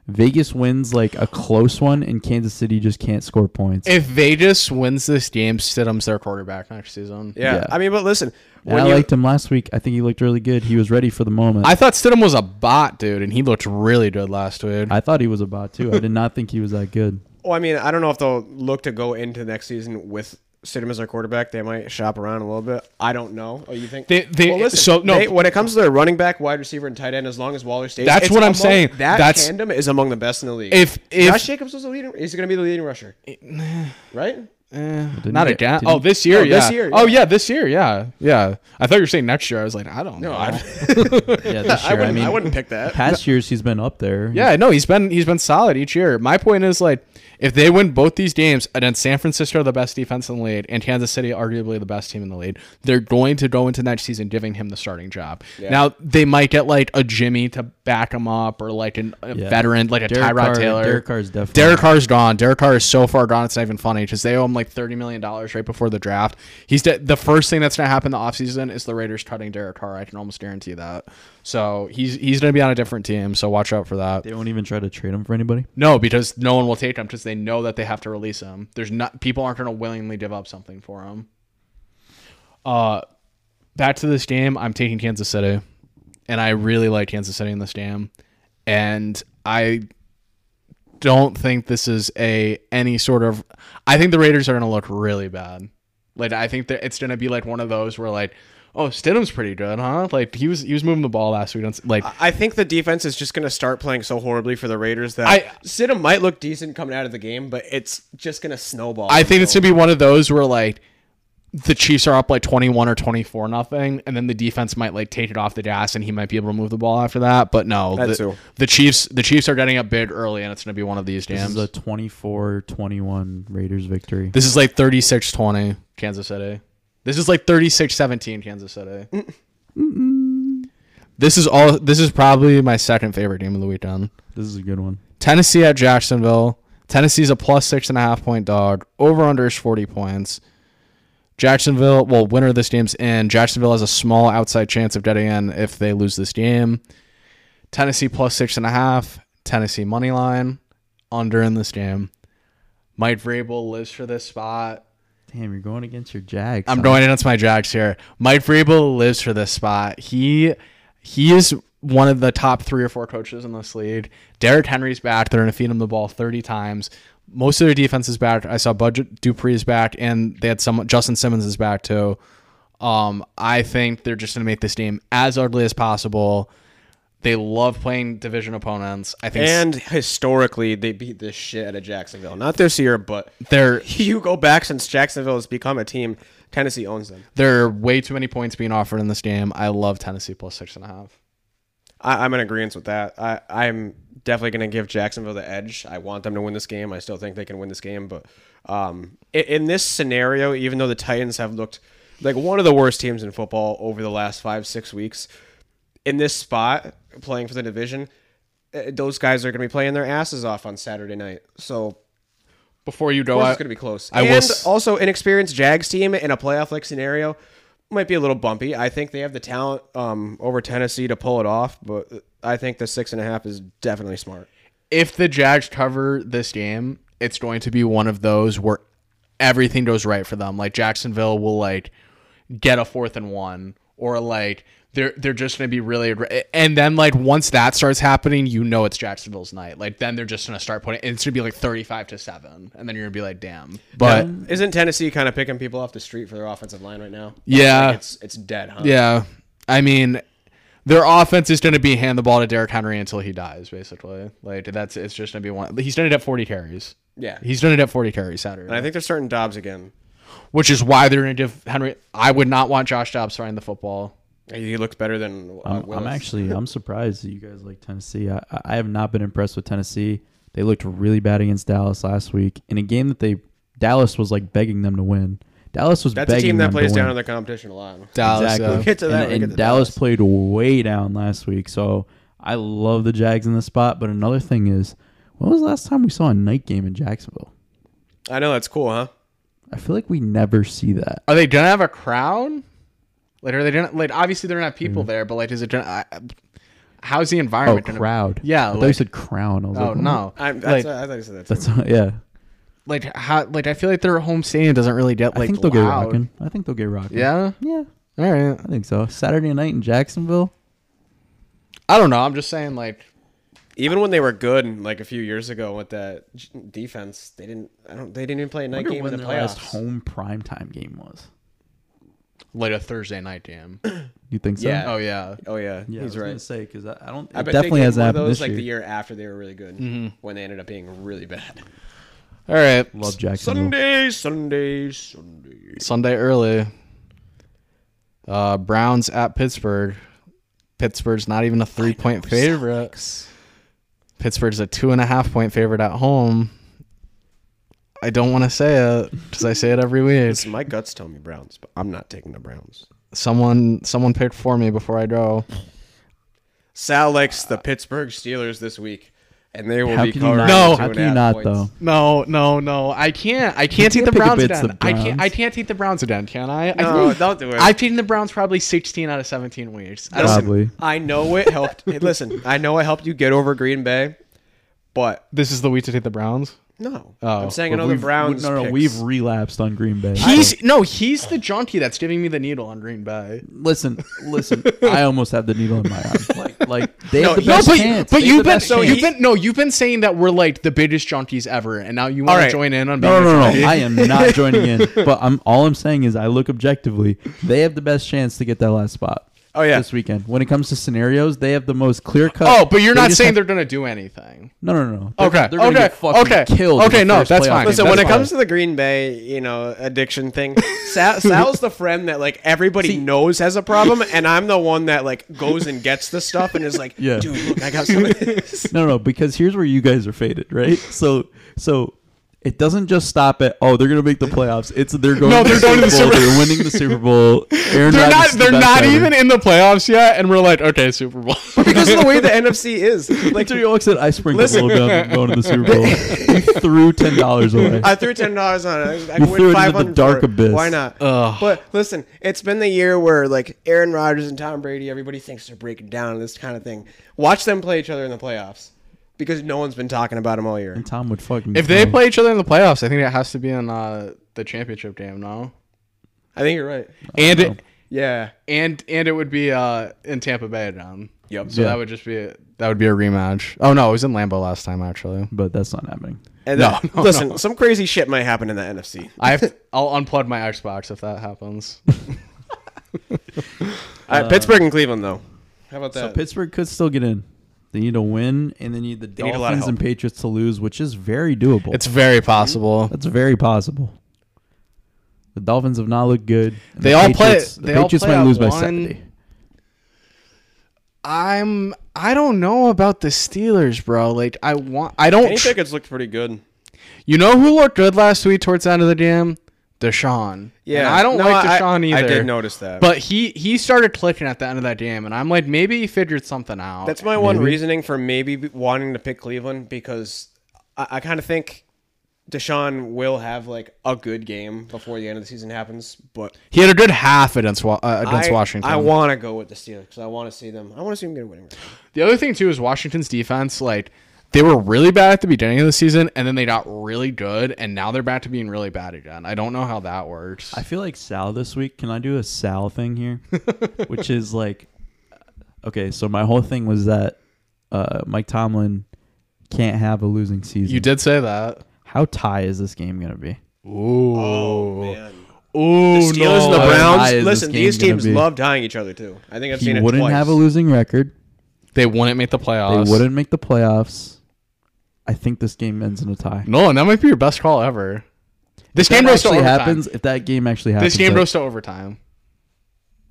Speaker 1: Vegas wins like a close one, and Kansas City just can't score points.
Speaker 3: If Vegas wins this game, Stidham's their quarterback next season.
Speaker 2: Yeah.
Speaker 1: Yeah.
Speaker 2: I mean, but listen,
Speaker 1: And
Speaker 2: when
Speaker 1: I
Speaker 2: you,
Speaker 1: liked him last week. I think he looked really good. He was ready for the moment.
Speaker 3: I thought Stidham was a bot, dude, and he looked really good last week.
Speaker 1: I thought he was a bot too. I did not think he was that good.
Speaker 2: well, I mean, I don't know if they'll look to go into next season with Stidham as their quarterback. They might shop around a little bit. I don't know. Oh, you think?
Speaker 3: They- they-
Speaker 2: well, listen,
Speaker 3: so, no.
Speaker 2: they- when it comes to their running back, wide receiver, and tight end, as long as Waller stays,
Speaker 3: That's
Speaker 2: it's
Speaker 3: what I'm
Speaker 2: among-
Speaker 3: saying.
Speaker 2: That
Speaker 3: That's-
Speaker 2: tandem is among the best in the league.
Speaker 3: If- if-
Speaker 2: Josh Jacobs was the leading, he's going to be the leading rusher, right?
Speaker 3: Not
Speaker 1: he get-
Speaker 3: again.
Speaker 1: didn't
Speaker 3: Oh,
Speaker 1: he-
Speaker 3: this year,
Speaker 2: No,
Speaker 3: yeah.
Speaker 2: this year,
Speaker 3: Oh,
Speaker 2: yeah.
Speaker 3: yeah, this year, yeah, yeah. I thought you were saying next year. I was like, I don't know.
Speaker 2: I-
Speaker 1: Yeah, this
Speaker 2: oh, I
Speaker 1: year. I,
Speaker 2: wouldn't.
Speaker 1: mean,
Speaker 2: I wouldn't pick that.
Speaker 1: past years he's been up there.
Speaker 3: Yeah, no, he's been he's been solid each year. My point is like if they win both these games and then San Francisco are the best defense in the league and Kansas City arguably the best team in the league, they're going to go into next season giving him the starting job. Now they might get like a Jimmy to back him up or like an, a
Speaker 1: Yeah.
Speaker 3: veteran like a
Speaker 1: Derek
Speaker 3: Tyrod
Speaker 1: Carr-
Speaker 3: Taylor.
Speaker 1: Derek Carr's definitely-
Speaker 3: Derek Carr's gone. Derek Carr is so far gone it's not even funny because they owe him like thirty million dollars right before the draft. He's de- the first thing that's gonna happen in the offseason is the Raiders cutting Derek Carr. I can almost guarantee that. So he's he's gonna be on a different team. So watch out for that.
Speaker 1: They won't even try to trade him for anybody.
Speaker 3: No, because no one will take him because they know that they have to release him. There's not people aren't going to willingly give up something for him. Uh, back to this game, I'm taking Kansas City, and I really like Kansas City in this game, and I don't think this is a any sort of. I think the Raiders are going to look really bad. Like I think that it's going to be like one of those where like, oh Stidham's pretty good, huh? Like he was he was moving the ball last week. On, s- like
Speaker 2: I think the defense is just going to start playing so horribly for the Raiders that
Speaker 3: I-
Speaker 2: Sidham might look decent coming out of the game, but it's just going to snowball.
Speaker 3: I think it's
Speaker 2: So-
Speaker 3: gonna be one of those where like the Chiefs are up like twenty one or twenty four nothing, and then the defense might like take it off the gas, and he might be able to move the ball after that. But no,
Speaker 2: That
Speaker 3: the,
Speaker 2: too.
Speaker 3: the Chiefs the Chiefs are getting up big early, and it's gonna be one of these
Speaker 1: This
Speaker 3: games.
Speaker 1: is a 24-21 Raiders victory.
Speaker 3: this is like 36-20 Kansas City. This is like 36-17 Kansas City. this is all. This is probably my second favorite game of the weekend.
Speaker 1: This is a good one.
Speaker 3: Tennessee at Jacksonville. Tennessee's a plus six and a half point dog. Over under is 40 points. Jacksonville, well, winner of this game's in. Jacksonville has a small outside chance of getting in if they lose this game. Tennessee plus six and a half. Tennessee money line. Under in this game. Mike Vrabel lives for this spot.
Speaker 1: Damn, you're going against your Jags.
Speaker 3: I'm
Speaker 1: huh?
Speaker 3: going against my Jags here. Mike Vrabel lives for this spot. He he is one of the top three or four coaches in this league. Derrick Henry's back. They're going to feed him the ball 30 times. Most of their defense is back. I saw Budget Dupree's back, and they had some Justin Simmons is back too. Um, I think they're just going to make this game as ugly as possible. They love playing division opponents. I think
Speaker 2: And historically, they beat the shit out of Jacksonville. Not this year, but
Speaker 3: they're
Speaker 2: you go back since Jacksonville has become a team. Tennessee owns them.
Speaker 3: there are way too many points being offered in this game. I love Tennessee plus six and a half.
Speaker 2: I, I'm in agreement with that. I, I'm definitely going to give Jacksonville the edge. I want them to win this game. I still think they can win this game, but um, i- in this scenario, even though the Titans have looked like one of the worst teams in football over the last five six weeks, in this spot playing for the division, uh, those guys are going to be playing their asses off on Saturday night. So
Speaker 3: Before you go,
Speaker 2: course
Speaker 3: I,
Speaker 2: it's going to be close.
Speaker 3: I
Speaker 2: and
Speaker 3: will s-
Speaker 2: also an experienced Jags team in a playoff like scenario might be a little bumpy. I think they have the talent um, over Tennessee to pull it off, but I think the six and a half is definitely smart.
Speaker 3: if the Jags cover this game, it's going to be one of those where everything goes right for them. Like Jacksonville will like get a fourth and one, or like they're they're just going to be really. aggr- And then like once that starts happening, you know it's Jacksonville's night. Like then they're just going to start putting. and It's going to be like thirty five to seven, and then you're going to be like, damn. But
Speaker 2: Isn't Tennessee kind of picking people off the street for their offensive line right now?
Speaker 3: Yeah.
Speaker 2: Like, it's it's dead, huh?
Speaker 3: yeah, I mean. Their offense is going to be hand the ball to Derrick Henry until he dies, basically. Like that's it's just going to be one. He's going to get forty carries.
Speaker 2: yeah.
Speaker 3: He's going to get forty carries Saturday.
Speaker 2: And I think they're starting Dobbs again.
Speaker 3: which is why they're going to give Henry. I would not want Josh Dobbs throwing the football.
Speaker 2: He looked better than uh,
Speaker 1: I'm,
Speaker 2: Willis.
Speaker 1: I'm actually I'm surprised that you guys like Tennessee. I, I- I have not been impressed with Tennessee. They looked really bad against Dallas last week in a game that they Dallas was like begging them to win. Dallas was
Speaker 2: That's a
Speaker 1: begging
Speaker 2: team that
Speaker 1: them to
Speaker 2: plays
Speaker 1: win.
Speaker 2: down in their competition a lot.
Speaker 3: Dallas,
Speaker 1: Exactly.
Speaker 2: We'll get to that when
Speaker 1: And,
Speaker 2: we get
Speaker 1: and
Speaker 2: to
Speaker 1: Dallas played way down last week, so I love the Jags in this spot. But another thing is, when was the last time we saw a night game in Jacksonville?
Speaker 2: I know that's cool, huh?
Speaker 1: I feel like we never see that.
Speaker 3: are they going to have a crowd? Like, are they going to, like, obviously they're not people there, but like, is it going to, I, how's the
Speaker 1: Mm. Oh,
Speaker 3: environment? gonna-
Speaker 1: crowd.
Speaker 3: Yeah,
Speaker 1: I thought you
Speaker 3: like-
Speaker 1: said crown. I was
Speaker 3: Oh
Speaker 1: like,
Speaker 3: no!
Speaker 2: I'm,
Speaker 3: like,
Speaker 2: that's, I thought you said that. Too.
Speaker 1: That's yeah.
Speaker 3: like how? Like I feel like their home stadium doesn't really get like
Speaker 1: I think they'll get
Speaker 3: loud.
Speaker 1: rocking. I think they'll get rocking.
Speaker 3: Yeah.
Speaker 1: Yeah.
Speaker 3: All right.
Speaker 1: I think so. Saturday night in Jacksonville.
Speaker 3: I don't know. I'm just saying like
Speaker 2: Even when they were good, like a few years ago with that j- defense, they didn't. I don't. They didn't even play a night
Speaker 1: wonder
Speaker 2: game in
Speaker 1: when
Speaker 2: the
Speaker 1: their last
Speaker 2: playoffs.
Speaker 1: home primetime game was.
Speaker 3: like a Thursday night game.
Speaker 1: You think so?
Speaker 2: Yeah.
Speaker 3: oh yeah.
Speaker 2: Oh yeah,
Speaker 1: Yeah,
Speaker 2: he's
Speaker 1: I was gonna
Speaker 2: right.
Speaker 1: say because I, I don't. It
Speaker 2: I bet
Speaker 1: definitely
Speaker 2: they
Speaker 1: has
Speaker 2: did one of
Speaker 1: happened
Speaker 2: those
Speaker 1: this
Speaker 2: like
Speaker 1: year.
Speaker 2: the year after they were really good, when they ended up being really bad.
Speaker 3: All right.
Speaker 1: Love Jacksonville.
Speaker 2: Sunday, Sunday, Sunday.
Speaker 3: Sunday early. Uh, Browns at Pittsburgh. Pittsburgh's not even a three point favorite. Pittsburgh's a two and a half point favorite at home. I don't want to say it because I say it every week.
Speaker 2: It's my guts tell me Browns, but I'm not taking the Browns.
Speaker 3: Someone, someone picked for me before I go.
Speaker 2: Sal likes the Pittsburgh Steelers this week, and they will
Speaker 1: Uh, How
Speaker 2: be
Speaker 1: can you
Speaker 2: covering
Speaker 1: not?
Speaker 3: No.
Speaker 2: two
Speaker 1: how
Speaker 2: and a
Speaker 1: can you
Speaker 2: half
Speaker 1: not
Speaker 2: points.
Speaker 1: though?
Speaker 3: No, no, no! I can't. I can't take
Speaker 1: can't
Speaker 3: the
Speaker 1: pick a
Speaker 3: Browns
Speaker 1: bid, it's
Speaker 3: again.
Speaker 1: the
Speaker 3: I can't. I
Speaker 1: Browns.
Speaker 3: can't take the Browns again. Can I? I
Speaker 2: No,
Speaker 3: think-
Speaker 2: don't do it.
Speaker 3: I've taken the Browns probably 16 out of 17 weeks. I don't,
Speaker 1: Probably.
Speaker 2: I know it helped. hey, listen, I know it helped you get over Green Bay, but
Speaker 3: this is the week to take the Browns.
Speaker 2: no.
Speaker 3: Oh,
Speaker 2: I'm saying
Speaker 1: But
Speaker 2: another
Speaker 1: we've-
Speaker 2: Browns.
Speaker 1: No, no,
Speaker 2: picks.
Speaker 1: we've relapsed on Green Bay.
Speaker 3: He's no, he's the jaunty that's giving me the needle on Green Bay.
Speaker 1: listen, listen. I almost have the needle in my arm. Like, like they have
Speaker 2: No,
Speaker 1: the
Speaker 2: no,
Speaker 1: best
Speaker 3: but,
Speaker 1: chance.
Speaker 3: but
Speaker 1: They have
Speaker 3: you've
Speaker 1: the
Speaker 3: been
Speaker 1: best
Speaker 3: so you've
Speaker 1: chance.
Speaker 3: been no, you've been saying that we're like the biggest jaunties ever, and now you
Speaker 2: All
Speaker 3: want
Speaker 2: right.
Speaker 3: to join in on being
Speaker 1: No,
Speaker 3: a
Speaker 1: no, no,
Speaker 3: jaunty.
Speaker 1: no. I am not joining in. But I'm all I'm saying is I look objectively. They have the best chance to get that last spot.
Speaker 2: Oh, yeah.
Speaker 1: this weekend. When it comes to scenarios, they have the most clear cut.
Speaker 3: Oh, but you're not saying they're gonna do anything.
Speaker 1: No, no, no, no. They're,
Speaker 3: Okay,
Speaker 1: they're gonna
Speaker 3: okay,
Speaker 1: get fucking
Speaker 3: okay,
Speaker 1: killed. in
Speaker 3: okay,
Speaker 1: the
Speaker 3: no,
Speaker 1: first
Speaker 3: that's
Speaker 1: playoff
Speaker 3: fine.
Speaker 1: game.
Speaker 2: Listen,
Speaker 3: That's
Speaker 2: when it
Speaker 3: fine.
Speaker 2: comes to the Green Bay, you know, addiction thing, Sal, Sal's the friend that like everybody knows has a problem, and I'm the one that like goes and gets the stuff and is like,
Speaker 1: Yeah.
Speaker 2: dude, look, I got some of this.
Speaker 1: No, no, because here's where you guys are faded, right? So, so it doesn't just stop at oh they're gonna make the playoffs. It's they're going.
Speaker 3: No,
Speaker 1: to
Speaker 3: they're
Speaker 1: the
Speaker 3: going to the
Speaker 1: Super Bowl.
Speaker 3: Super-
Speaker 1: They're winning the Super Bowl. Aaron Rodgers
Speaker 3: They're not.
Speaker 1: is the
Speaker 3: They're
Speaker 1: best
Speaker 3: not
Speaker 1: ever.
Speaker 3: even in the playoffs yet, and we're like, okay, Super Bowl.
Speaker 2: because of the way the NFC is. Like,
Speaker 1: So you always said I sprinkled
Speaker 2: Listen.
Speaker 1: a little bit on going to the Super Bowl. you threw ten dollars away.
Speaker 2: I threw ten dollars on it. I, I
Speaker 1: You threw
Speaker 2: could
Speaker 1: it into
Speaker 2: win
Speaker 1: the
Speaker 2: five hundred.
Speaker 1: dark abyss.
Speaker 2: Why not?
Speaker 3: Ugh.
Speaker 2: But listen, it's been the year where like Aaron Rodgers and Tom Brady, everybody thinks they're breaking down and this kind of thing. Watch them play each other in the playoffs because no one's been talking about them all year.
Speaker 1: and Tom would fucking.
Speaker 3: if they
Speaker 1: go.
Speaker 3: play each other in the playoffs, I think it has to be in uh, the championship game. No,
Speaker 2: I think you're right.
Speaker 3: and it,
Speaker 2: Yeah.
Speaker 3: and and it would be uh, in Tampa Bay down.
Speaker 2: Yep.
Speaker 3: So
Speaker 1: Yeah.
Speaker 3: that would just be that would be a rematch. Oh no, it was in Lambeau last time actually.
Speaker 1: but that's not happening.
Speaker 2: And
Speaker 3: No,
Speaker 2: then-
Speaker 3: no,
Speaker 2: listen, some crazy shit might happen in the NFC.
Speaker 3: I have to, I'll unplug my Xbox if that happens.
Speaker 2: All
Speaker 3: Uh,
Speaker 2: right, Pittsburgh and Cleveland though. How about
Speaker 1: So
Speaker 2: that?
Speaker 1: Pittsburgh could still get in. They need a win, and they need the
Speaker 2: need a lot of
Speaker 1: Dolphins and Patriots to lose, which is very doable.
Speaker 3: It's very possible.
Speaker 1: That's very possible. The Dolphins have not looked good. and
Speaker 3: They
Speaker 1: the
Speaker 3: all play-
Speaker 1: Patriots, The
Speaker 3: they all
Speaker 1: Patriots
Speaker 3: play
Speaker 1: might
Speaker 3: at
Speaker 1: lose by
Speaker 3: one.
Speaker 1: seventy.
Speaker 3: I'm I don't know about the Steelers, bro. Like I want I don't
Speaker 2: Any
Speaker 3: tr-
Speaker 2: tickets looked pretty good.
Speaker 3: You know who looked good last week towards the end of the game? Deshaun.
Speaker 2: Yeah,
Speaker 3: And I don't
Speaker 2: No,
Speaker 3: like
Speaker 2: I-
Speaker 3: Deshaun either.
Speaker 2: I did notice that.
Speaker 3: But he he started clicking at the end of that game and I'm like maybe he figured something out.
Speaker 2: That's my one reasoning for maybe b- wanting to pick Cleveland because I, I kind of think Deshaun will have like a good game before the end of the season happens. But
Speaker 3: he had a good half against Wa- uh, against
Speaker 2: I,
Speaker 3: Washington.
Speaker 2: I want to go with the Steelers because I want to see them. I want to see them get a winning record.
Speaker 3: The other thing too is Washington's defense. Like they were really bad at the beginning of the season, and then they got really good, and now they're back to being really bad again. I don't know how that works.
Speaker 1: I feel like Sal this week. Can I do a Sal thing here? Which is like, okay, so my whole thing was that uh, Mike Tomlin can't have a losing season.
Speaker 3: you did say that.
Speaker 1: How tie is this game going to be?
Speaker 3: Ooh.
Speaker 1: Oh.
Speaker 2: man.
Speaker 3: Ooh.
Speaker 2: Steelers and the
Speaker 1: How high is
Speaker 2: Browns.
Speaker 1: this
Speaker 2: Listen,
Speaker 1: game
Speaker 2: these
Speaker 1: gonna
Speaker 2: teams
Speaker 1: be?
Speaker 2: love tying each other too. I think I've seen
Speaker 1: He
Speaker 2: it
Speaker 1: wouldn't
Speaker 2: twice.
Speaker 1: have a losing record.
Speaker 3: They wouldn't make the
Speaker 1: They
Speaker 3: playoffs.
Speaker 1: wouldn't make the playoffs. I think this game ends in a tie.
Speaker 3: Nolan, that might be your best call ever. This
Speaker 1: If
Speaker 3: game
Speaker 1: that
Speaker 3: goes to
Speaker 1: actually
Speaker 3: overtime.
Speaker 1: happens, if that game actually happens,
Speaker 3: This game
Speaker 1: that-
Speaker 3: goes to overtime.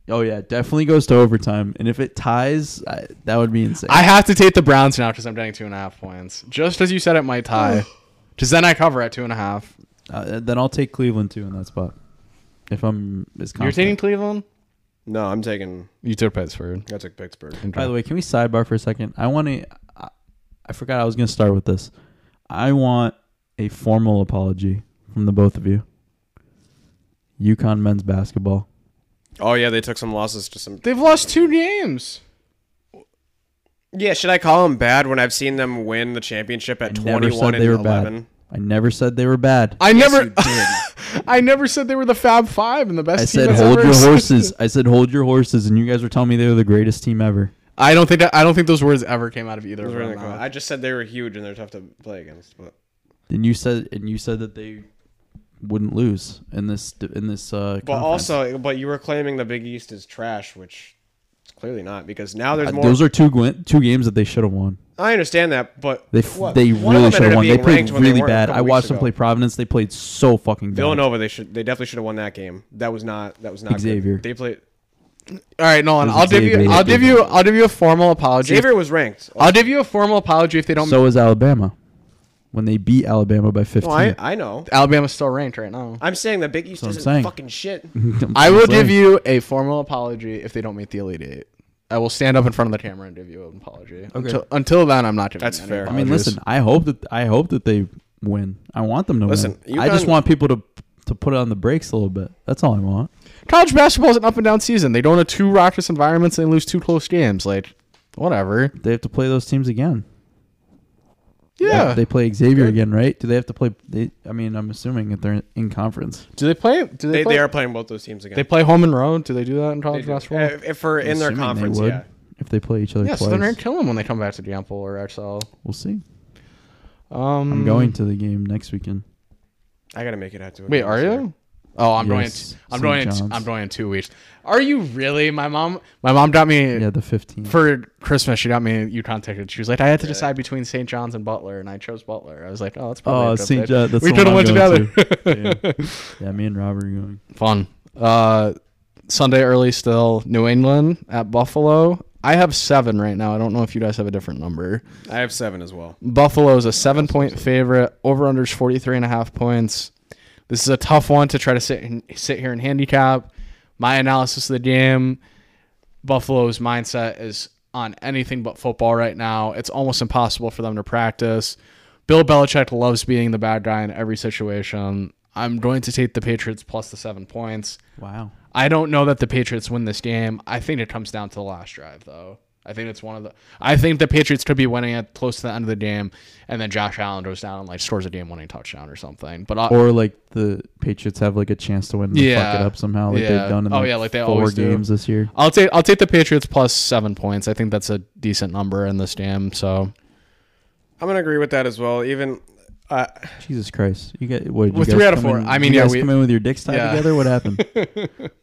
Speaker 1: Oh yeah, it definitely goes to overtime. And if it ties, I, that would be insane.
Speaker 3: I have to take the Browns now because I'm getting two and a half points. Just as you said, it might tie. Because then I cover at two and a half.
Speaker 1: Uh, then I'll take Cleveland too in that spot. If I'm as
Speaker 3: You're
Speaker 1: confident.
Speaker 3: taking Cleveland.
Speaker 2: No, I'm taking.
Speaker 3: You took Pittsburgh.
Speaker 2: I took Pittsburgh.
Speaker 1: By the way, can we sidebar for a second? I want to. I, I forgot I was going to start with this. I want a formal apology from the both of you. UConn men's basketball.
Speaker 2: Oh yeah, they took some losses to some.
Speaker 3: They've lost two games.
Speaker 2: Yeah, should I call them bad when I've seen them win the championship at
Speaker 1: I never
Speaker 2: 21
Speaker 1: said
Speaker 2: and
Speaker 1: they were
Speaker 2: 11?
Speaker 1: bad. I never said they were bad.
Speaker 3: I never,
Speaker 2: Yes,
Speaker 3: I never said they were the Fab Five and the best.
Speaker 1: I
Speaker 3: team
Speaker 1: said
Speaker 3: that's
Speaker 1: hold
Speaker 3: ever
Speaker 1: your
Speaker 3: existed."
Speaker 1: horses. I said hold your horses, and you guys were telling me they were the greatest team ever.
Speaker 3: I don't think that, I don't think those words ever came out of either of
Speaker 2: Those were in the call.
Speaker 3: them.
Speaker 2: I just said they were huge and they're tough to play against. But
Speaker 1: And you said and you said that they wouldn't lose in this in this. Uh,
Speaker 2: but
Speaker 1: conference.
Speaker 2: also, but you were claiming the Big East is trash, which it's clearly not because now there's
Speaker 1: Uh,
Speaker 2: more.
Speaker 1: those are two gwen- two games that they should have won.
Speaker 2: I understand that, but
Speaker 1: They f-
Speaker 2: what?
Speaker 1: they
Speaker 2: One of
Speaker 1: really
Speaker 2: them
Speaker 1: should
Speaker 2: ended
Speaker 1: have
Speaker 2: up
Speaker 1: won. They
Speaker 2: being
Speaker 1: played
Speaker 2: ranked when they
Speaker 1: really
Speaker 2: weren't a
Speaker 1: bad.
Speaker 2: couple
Speaker 1: I
Speaker 2: weeks
Speaker 1: watched them
Speaker 2: ago.
Speaker 1: play Providence. They played so fucking bad.
Speaker 2: Villanova. They should. They definitely should have won that game. That was not. That was not good.
Speaker 1: Xavier.
Speaker 2: They played.
Speaker 3: All right, Nolan,
Speaker 1: Those are
Speaker 3: I'll give you,
Speaker 1: Xavier.
Speaker 3: I'll give you, I'll give you a formal apology. if-
Speaker 2: Xavier was ranked.
Speaker 3: I'll give you a formal apology if they don't.
Speaker 1: So was Alabama when they beat Alabama by
Speaker 2: No,
Speaker 1: fifteen.
Speaker 2: Oh, I I know.
Speaker 3: Alabama's still ranked right now.
Speaker 2: I'm saying the Big East
Speaker 1: what I'm
Speaker 2: isn't
Speaker 1: saying. Mm-hmm.
Speaker 2: fucking shit.
Speaker 1: I'm
Speaker 3: I will
Speaker 1: sorry.
Speaker 3: give you a formal apology if they don't make the Elite Eight. I will stand up in front of the camera and give you an apology. Until, until then, I'm not giving.
Speaker 2: That's
Speaker 3: any
Speaker 2: fair.
Speaker 1: I mean,
Speaker 3: apologies.
Speaker 1: listen. I hope that I hope that they win. I want them to
Speaker 2: Listen,
Speaker 1: win.
Speaker 2: you
Speaker 1: I just
Speaker 2: can-
Speaker 1: want people to to put it on the brakes a little bit. That's all I want.
Speaker 3: college basketball is an up and down season. They don't have two raucous environments and they lose two close games. Like, whatever.
Speaker 1: They have to play those teams again.
Speaker 3: Yeah.
Speaker 1: They play Xavier again, right? Do they have to play? They, I mean, I'm assuming that they're in conference.
Speaker 3: do they play? Do they?
Speaker 2: They,
Speaker 3: play,
Speaker 2: they are playing both those teams again.
Speaker 3: they play home and road. Do they do Uh, that in college basketball?
Speaker 2: If, if we're in
Speaker 1: I'm
Speaker 2: their
Speaker 1: assuming they
Speaker 2: conference,
Speaker 1: would,
Speaker 2: yeah.
Speaker 1: If they play each other
Speaker 3: yeah, so
Speaker 1: twice,
Speaker 3: then they're killing when they come back to Gamble or XL.
Speaker 1: we'll see.
Speaker 3: Um,
Speaker 1: I'm going to the game next weekend.
Speaker 2: I gotta make it out to. a
Speaker 3: Wait,
Speaker 2: game
Speaker 3: are
Speaker 2: this year.
Speaker 3: you? Oh, I'm
Speaker 1: Yes,
Speaker 3: going. I'm
Speaker 1: St.
Speaker 3: going.
Speaker 1: John's.
Speaker 3: I'm going in two weeks. Are you really? My mom. My mom got me
Speaker 1: Yeah, the 15th.
Speaker 3: for Christmas. She got me UConn ticket. She was like, I had to decide between St. John's and Butler, and I chose Butler. I was like, oh, that's probably.
Speaker 1: oh,
Speaker 3: a good
Speaker 1: St.
Speaker 3: pick.
Speaker 1: John. That's
Speaker 3: We
Speaker 1: the
Speaker 3: could have
Speaker 1: one
Speaker 3: went
Speaker 1: I'm going
Speaker 3: together.
Speaker 1: to. yeah. yeah, me and Robert are going.
Speaker 3: Fun. Uh, Sunday early still. New England at Buffalo. I have seven right now. I don't know if you guys have a different number.
Speaker 2: I have seven as well.
Speaker 3: Buffalo is a seven point favorite. Over unders 43 and a half points. This is a tough one to try to sit and sit here and handicap. My analysis of the game, Buffalo's mindset is on anything but football right now. It's almost impossible for them to practice. Bill Belichick loves being the bad guy in every situation. I'm going to take the Patriots plus the seven points.
Speaker 1: Wow.
Speaker 3: I don't know that the Patriots win this game. I think it comes down to the last drive, though. I think it's one of the. I think the Patriots could be winning at close to the end of the game, and then Josh Allen goes down and like scores a game-winning touchdown or something. But uh, I,
Speaker 1: Or like the Patriots have like a chance to win and they fuck
Speaker 3: Yeah.
Speaker 1: it up somehow, like
Speaker 3: Yeah.
Speaker 1: they've done in
Speaker 3: Oh,
Speaker 1: like,
Speaker 3: yeah, like they
Speaker 1: four
Speaker 3: always do.
Speaker 1: games this year.
Speaker 3: I'll take I'll take the Patriots plus seven points. I think that's a decent number in this game. So
Speaker 2: I'm gonna agree with that as well. Even uh,
Speaker 1: Jesus Christ! You get what? did you
Speaker 3: With
Speaker 1: guys
Speaker 3: three out of
Speaker 1: come
Speaker 3: four.
Speaker 1: in-
Speaker 3: I mean,
Speaker 1: you
Speaker 3: yeah,
Speaker 1: guys
Speaker 3: we-
Speaker 1: come in with your dicks tied
Speaker 3: Yeah.
Speaker 1: together. What happened?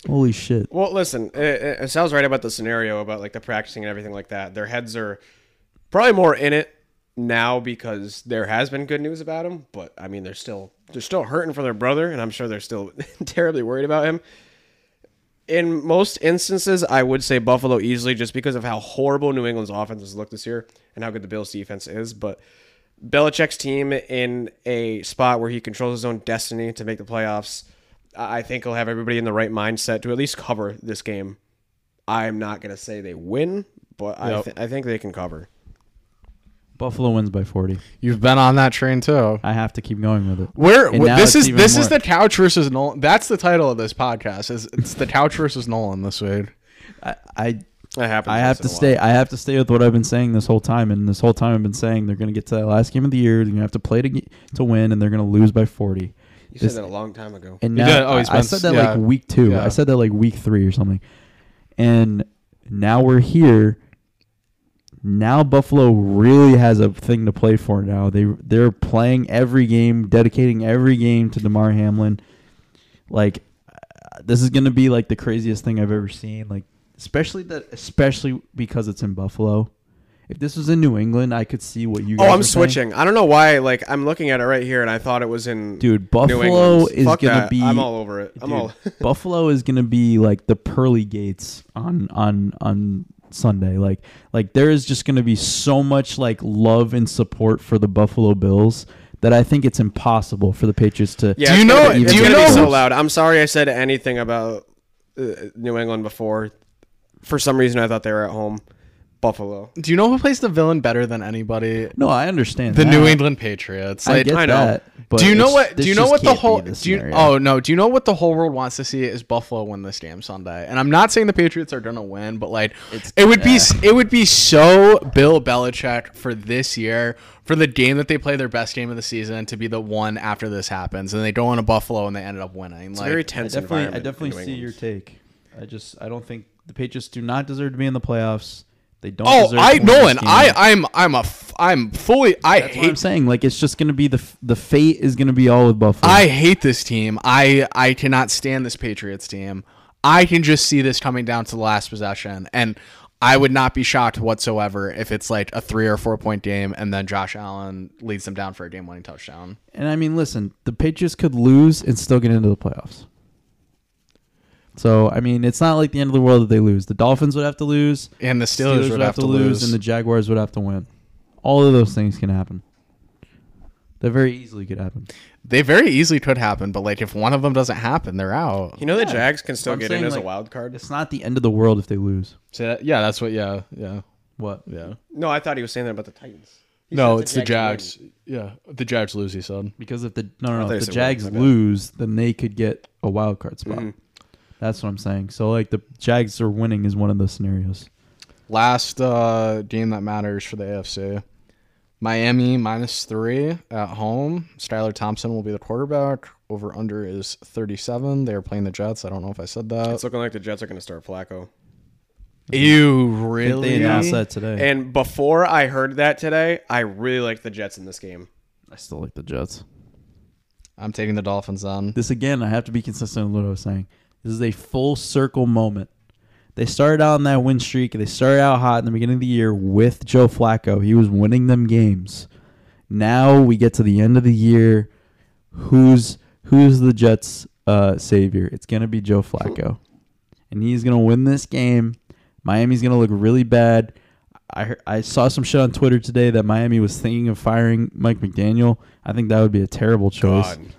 Speaker 1: Holy shit!
Speaker 2: well, listen, it, it, it sounds right about the scenario about like the practicing and everything like that. Their heads are probably more in it now because there has been good news about him. But I mean, they're still they're still hurting for their brother, and I'm sure they're still terribly worried about him. in most instances, I would say Buffalo easily just because of how horrible New England's offense has looked this year and how good the Bills' defense is. But Belichick's team in a spot where he controls his own destiny to make the playoffs, I I think he'll have everybody in the right mindset to at least cover this game. I'm not going to say they win, but I,
Speaker 3: Yep.
Speaker 2: th- I think they can cover.
Speaker 1: Buffalo wins by forty.
Speaker 3: you've been on that train too.
Speaker 1: I have to keep going with it.
Speaker 3: We're
Speaker 1: And now
Speaker 3: this
Speaker 1: it's
Speaker 3: is
Speaker 1: even
Speaker 3: this is
Speaker 1: more-
Speaker 3: the couch versus Nolan. That's the title of this podcast. Is it's the couch versus Nolan this week.
Speaker 1: I I,
Speaker 2: That happens.
Speaker 1: I
Speaker 2: once
Speaker 1: have
Speaker 2: in
Speaker 1: to
Speaker 2: a while.
Speaker 1: stay. I have to stay with what I've been saying this whole time, and this whole time I've been saying they're going to get to that last game of the year. They're going to have to play to, ge- to win, and they're going to lose by forty.
Speaker 2: You
Speaker 1: This-
Speaker 2: said that a long time ago.
Speaker 1: And
Speaker 3: You
Speaker 1: now
Speaker 3: did. Oh, he's
Speaker 1: I, I
Speaker 3: been-
Speaker 1: said that
Speaker 3: yeah.
Speaker 1: like week two.
Speaker 3: Yeah.
Speaker 1: I said that like week three or something. And now we're here. Now Buffalo really has a thing to play for. Now they they're playing every game, dedicating every game to Demar Hamlin. Like uh, this is gonna be like the craziest thing I've ever seen. Like especially that, especially because it's in Buffalo. If this was in New England, I could see what you.
Speaker 2: Oh,
Speaker 1: Guys
Speaker 2: I'm
Speaker 1: are saying.
Speaker 2: switching. I don't know why. Like I'm looking at it right here, and I thought it was in
Speaker 1: Dude,
Speaker 2: New
Speaker 1: Buffalo
Speaker 2: England.
Speaker 1: is
Speaker 2: Fuck
Speaker 1: gonna
Speaker 2: that.
Speaker 1: be-
Speaker 2: I'm all over it. I'm
Speaker 1: Dude,
Speaker 2: all.
Speaker 1: Buffalo is gonna be like the pearly gates on on on Sunday. Like like there is just gonna be so much like love and support for the Buffalo Bills that I think it's impossible for the Patriots to.
Speaker 2: Yeah,
Speaker 3: Do
Speaker 2: it's gonna
Speaker 3: you know-
Speaker 2: Be,
Speaker 1: do
Speaker 2: it's
Speaker 1: you
Speaker 2: gonna be
Speaker 1: know-
Speaker 2: so loud. I'm sorry I said anything about uh, New England before. For some reason, I thought they were at home. Buffalo.
Speaker 3: Do you know who plays the villain better than anybody?
Speaker 1: No, I understand.
Speaker 3: The
Speaker 1: that.
Speaker 3: New England Patriots.
Speaker 1: I
Speaker 3: Like,
Speaker 1: get
Speaker 2: I know.
Speaker 1: that. But
Speaker 3: do you know
Speaker 1: it's-
Speaker 3: what?
Speaker 1: this
Speaker 3: Do you know
Speaker 1: just
Speaker 3: what the
Speaker 1: can't be
Speaker 3: whole?
Speaker 1: this
Speaker 3: Do you,
Speaker 1: scenario.
Speaker 3: oh no! Do you know what the whole world wants to see is Buffalo win this game Sunday? And I'm not saying the Patriots are gonna win, but like
Speaker 1: It's-
Speaker 3: it would be
Speaker 1: yeah.
Speaker 3: s- it would be so Bill Belichick for this year for the game that they play their best game of the season to be the one after this happens, and they go into Buffalo and they ended up winning.
Speaker 2: It's
Speaker 3: like
Speaker 2: a
Speaker 1: I
Speaker 2: very tense
Speaker 1: definitely, I
Speaker 2: environment. in
Speaker 1: definitely
Speaker 2: New
Speaker 1: see your
Speaker 2: England.
Speaker 1: take. I just, I don't think the Patriots do not deserve to be in the playoffs. They don't.
Speaker 3: oh,
Speaker 1: deserve
Speaker 3: I
Speaker 1: to win this
Speaker 3: Nolan,
Speaker 1: game.
Speaker 3: I I'm I'm a f- I'm fully I
Speaker 1: That's what I'm
Speaker 3: hate
Speaker 1: saying. Like, it's just gonna be the f- the fate is gonna be all with Buffalo.
Speaker 3: I hate this team. I I cannot stand this Patriots team. I can just see this coming down to the last possession, and I would not be shocked whatsoever if it's like a three or four point game, and then Josh Allen leads them down for a game winning touchdown.
Speaker 1: and I mean, listen, the Patriots could lose and still get into the playoffs. So I mean, it's not like the end of the world that they lose. The Dolphins would have to lose,
Speaker 3: And the Steelers, would have, to lose.
Speaker 1: and the Jaguars would have to win. All of those things can happen. That very easily could happen.
Speaker 3: they very easily could happen, but like if one of them doesn't happen, they're out.
Speaker 2: You know the Jags can still
Speaker 1: I'm
Speaker 2: get in
Speaker 1: saying,
Speaker 2: as a
Speaker 1: like,
Speaker 2: wild card.
Speaker 1: It's not the end of the world if they lose.
Speaker 3: So that- yeah, that's what. Yeah, yeah,
Speaker 1: What?
Speaker 3: yeah.
Speaker 2: No, I thought he was saying that about the Titans. He
Speaker 3: no,
Speaker 2: said
Speaker 3: it's the Jags.
Speaker 2: win.
Speaker 3: Yeah, the Jags lose. He said.
Speaker 1: Because if the no
Speaker 2: I
Speaker 1: no,
Speaker 2: thought
Speaker 1: no
Speaker 2: you
Speaker 1: if the
Speaker 2: said Williams,
Speaker 1: Jags
Speaker 2: my bad.
Speaker 1: lose, then they could get a wild card spot.
Speaker 3: Mm-hmm.
Speaker 1: That's what I'm saying. So like the Jags are winning is one of those scenarios.
Speaker 3: Last uh, game that matters for the AFC. Miami minus three at home. Skylar Thompson will be the quarterback. Over under is 37. They are playing the Jets. I don't know if I said that.
Speaker 2: It's looking like the Jets are going to start Flacco.
Speaker 3: Ew,
Speaker 1: I
Speaker 3: really?
Speaker 1: think They announced that today.
Speaker 2: And before I heard that today, I really liked the Jets in this game.
Speaker 1: I still like the Jets.
Speaker 3: I'm taking the Dolphins on.
Speaker 1: This again, I have to be consistent with what I was saying. This is a full circle moment. They started out on that win streak. They started out hot in the beginning of the year with Joe Flacco. He was winning them games. Now we get to the end of the year. Who's who's the Jets' uh, savior? It's gonna be Joe Flacco, and he's gonna win this game. Miami's gonna look really bad. I heard, I saw some shit on Twitter today that Miami was thinking of firing Mike McDaniel. I think that would be a terrible choice.
Speaker 2: God.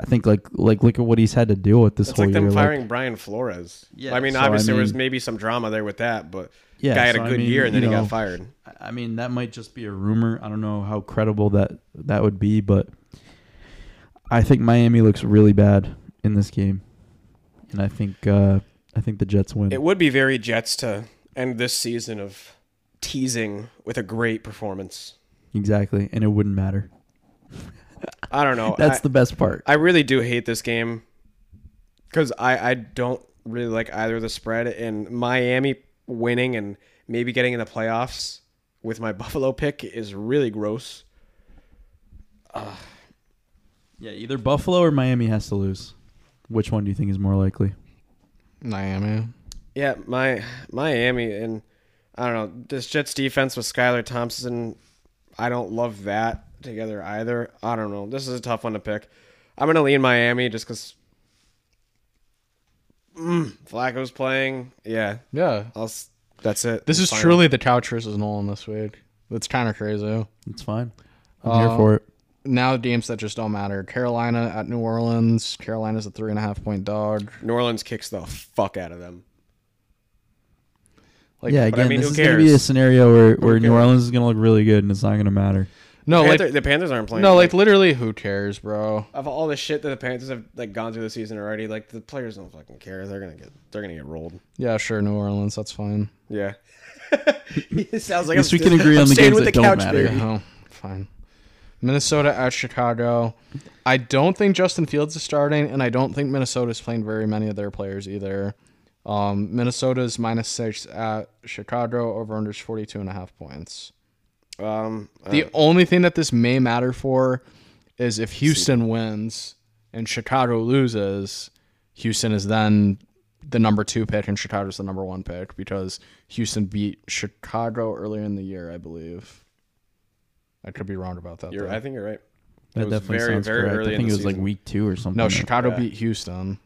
Speaker 1: I think like like look at what he's had to deal with this
Speaker 2: It's
Speaker 1: whole
Speaker 2: like them
Speaker 1: year. like-
Speaker 2: firing Brian Flores.
Speaker 1: Yeah,
Speaker 2: I mean,
Speaker 1: so I
Speaker 2: obviously there was
Speaker 1: mean-
Speaker 2: maybe some drama there with that, but
Speaker 1: Yeah,
Speaker 2: guy had a
Speaker 1: so I
Speaker 2: good
Speaker 1: mean,
Speaker 2: year and then
Speaker 1: you
Speaker 2: he
Speaker 1: know,
Speaker 2: got fired.
Speaker 1: I mean, that might just be a rumor. I don't know how credible that that would be, but I think Miami looks really bad in this game, and I think uh, I think the Jets win.
Speaker 2: It would be very Jets to end this season of teasing with a great performance.
Speaker 1: exactly, and it wouldn't matter.
Speaker 2: I don't know.
Speaker 1: That's
Speaker 2: I,
Speaker 1: the best part.
Speaker 2: I really do hate this game because I, I don't really like either of the spread and Miami winning and maybe getting in the playoffs with my Buffalo pick is really gross.
Speaker 1: yeah, either Buffalo or Miami has to lose. Which one do you think is more likely?
Speaker 3: Miami.
Speaker 2: Yeah, my Miami and I don't know this Jets defense with Skylar Thompson. I don't love that together either. I don't know. This is a tough one to pick. I'm gonna lean Miami just because mm, Flacco's playing. Yeah,
Speaker 3: Yeah.
Speaker 2: I'll. s- That's it.
Speaker 3: This is
Speaker 2: Final.
Speaker 3: truly the couch versus Nolan this week. It's kind of crazy.
Speaker 1: It's fine. I'm
Speaker 3: Uh,
Speaker 1: here for it.
Speaker 3: Now games that just don't matter. Carolina at New Orleans. Carolina's a three and a half point dog.
Speaker 2: New Orleans kicks the fuck out of them.
Speaker 3: Like,
Speaker 1: yeah,
Speaker 2: but I
Speaker 1: again,
Speaker 2: mean,
Speaker 1: this
Speaker 2: who
Speaker 1: is gonna be a
Speaker 2: cares?
Speaker 1: scenario where, where New
Speaker 2: cares?
Speaker 1: Orleans is gonna look really good, and it's not gonna matter.
Speaker 3: No,
Speaker 2: Panther-
Speaker 3: like
Speaker 2: the Panthers aren't playing.
Speaker 3: no, like literally, who cares, bro?
Speaker 2: of all the shit that the Panthers have like gone through the season already, like the players don't fucking care. They're gonna get. They're gonna get rolled.
Speaker 3: Yeah, sure, New Orleans, that's fine.
Speaker 2: Yeah. it sounds like
Speaker 1: At least
Speaker 2: I'm
Speaker 1: we can
Speaker 2: st-
Speaker 1: agree
Speaker 2: I'm
Speaker 1: on the
Speaker 2: staying
Speaker 1: games
Speaker 2: with
Speaker 1: that
Speaker 2: the
Speaker 1: don't
Speaker 2: couch,
Speaker 1: matter.
Speaker 2: baby.
Speaker 3: Oh, fine. Minnesota at Chicago. I don't think Justin Fields is starting, and I don't think Minnesota's playing very many of their players either. Um, Minnesota's minus six at Chicago. Over under is 42 and a half points.
Speaker 2: Um, I
Speaker 3: The only thing that this may matter for is if Houston wins and Chicago loses, Houston is then the number two pick and Chicago's the number one pick because Houston beat Chicago earlier in the year, I believe. I could be wrong about that.
Speaker 2: You're,
Speaker 3: though.
Speaker 2: I think you're right.
Speaker 1: That
Speaker 2: was
Speaker 1: definitely
Speaker 2: very,
Speaker 1: sounds
Speaker 2: very
Speaker 1: correct.
Speaker 2: early
Speaker 1: I
Speaker 2: in
Speaker 1: think
Speaker 2: the
Speaker 1: it was like
Speaker 2: season.
Speaker 1: week two or something.
Speaker 3: No,
Speaker 1: like-
Speaker 3: Chicago
Speaker 2: Yeah.
Speaker 3: beat Houston.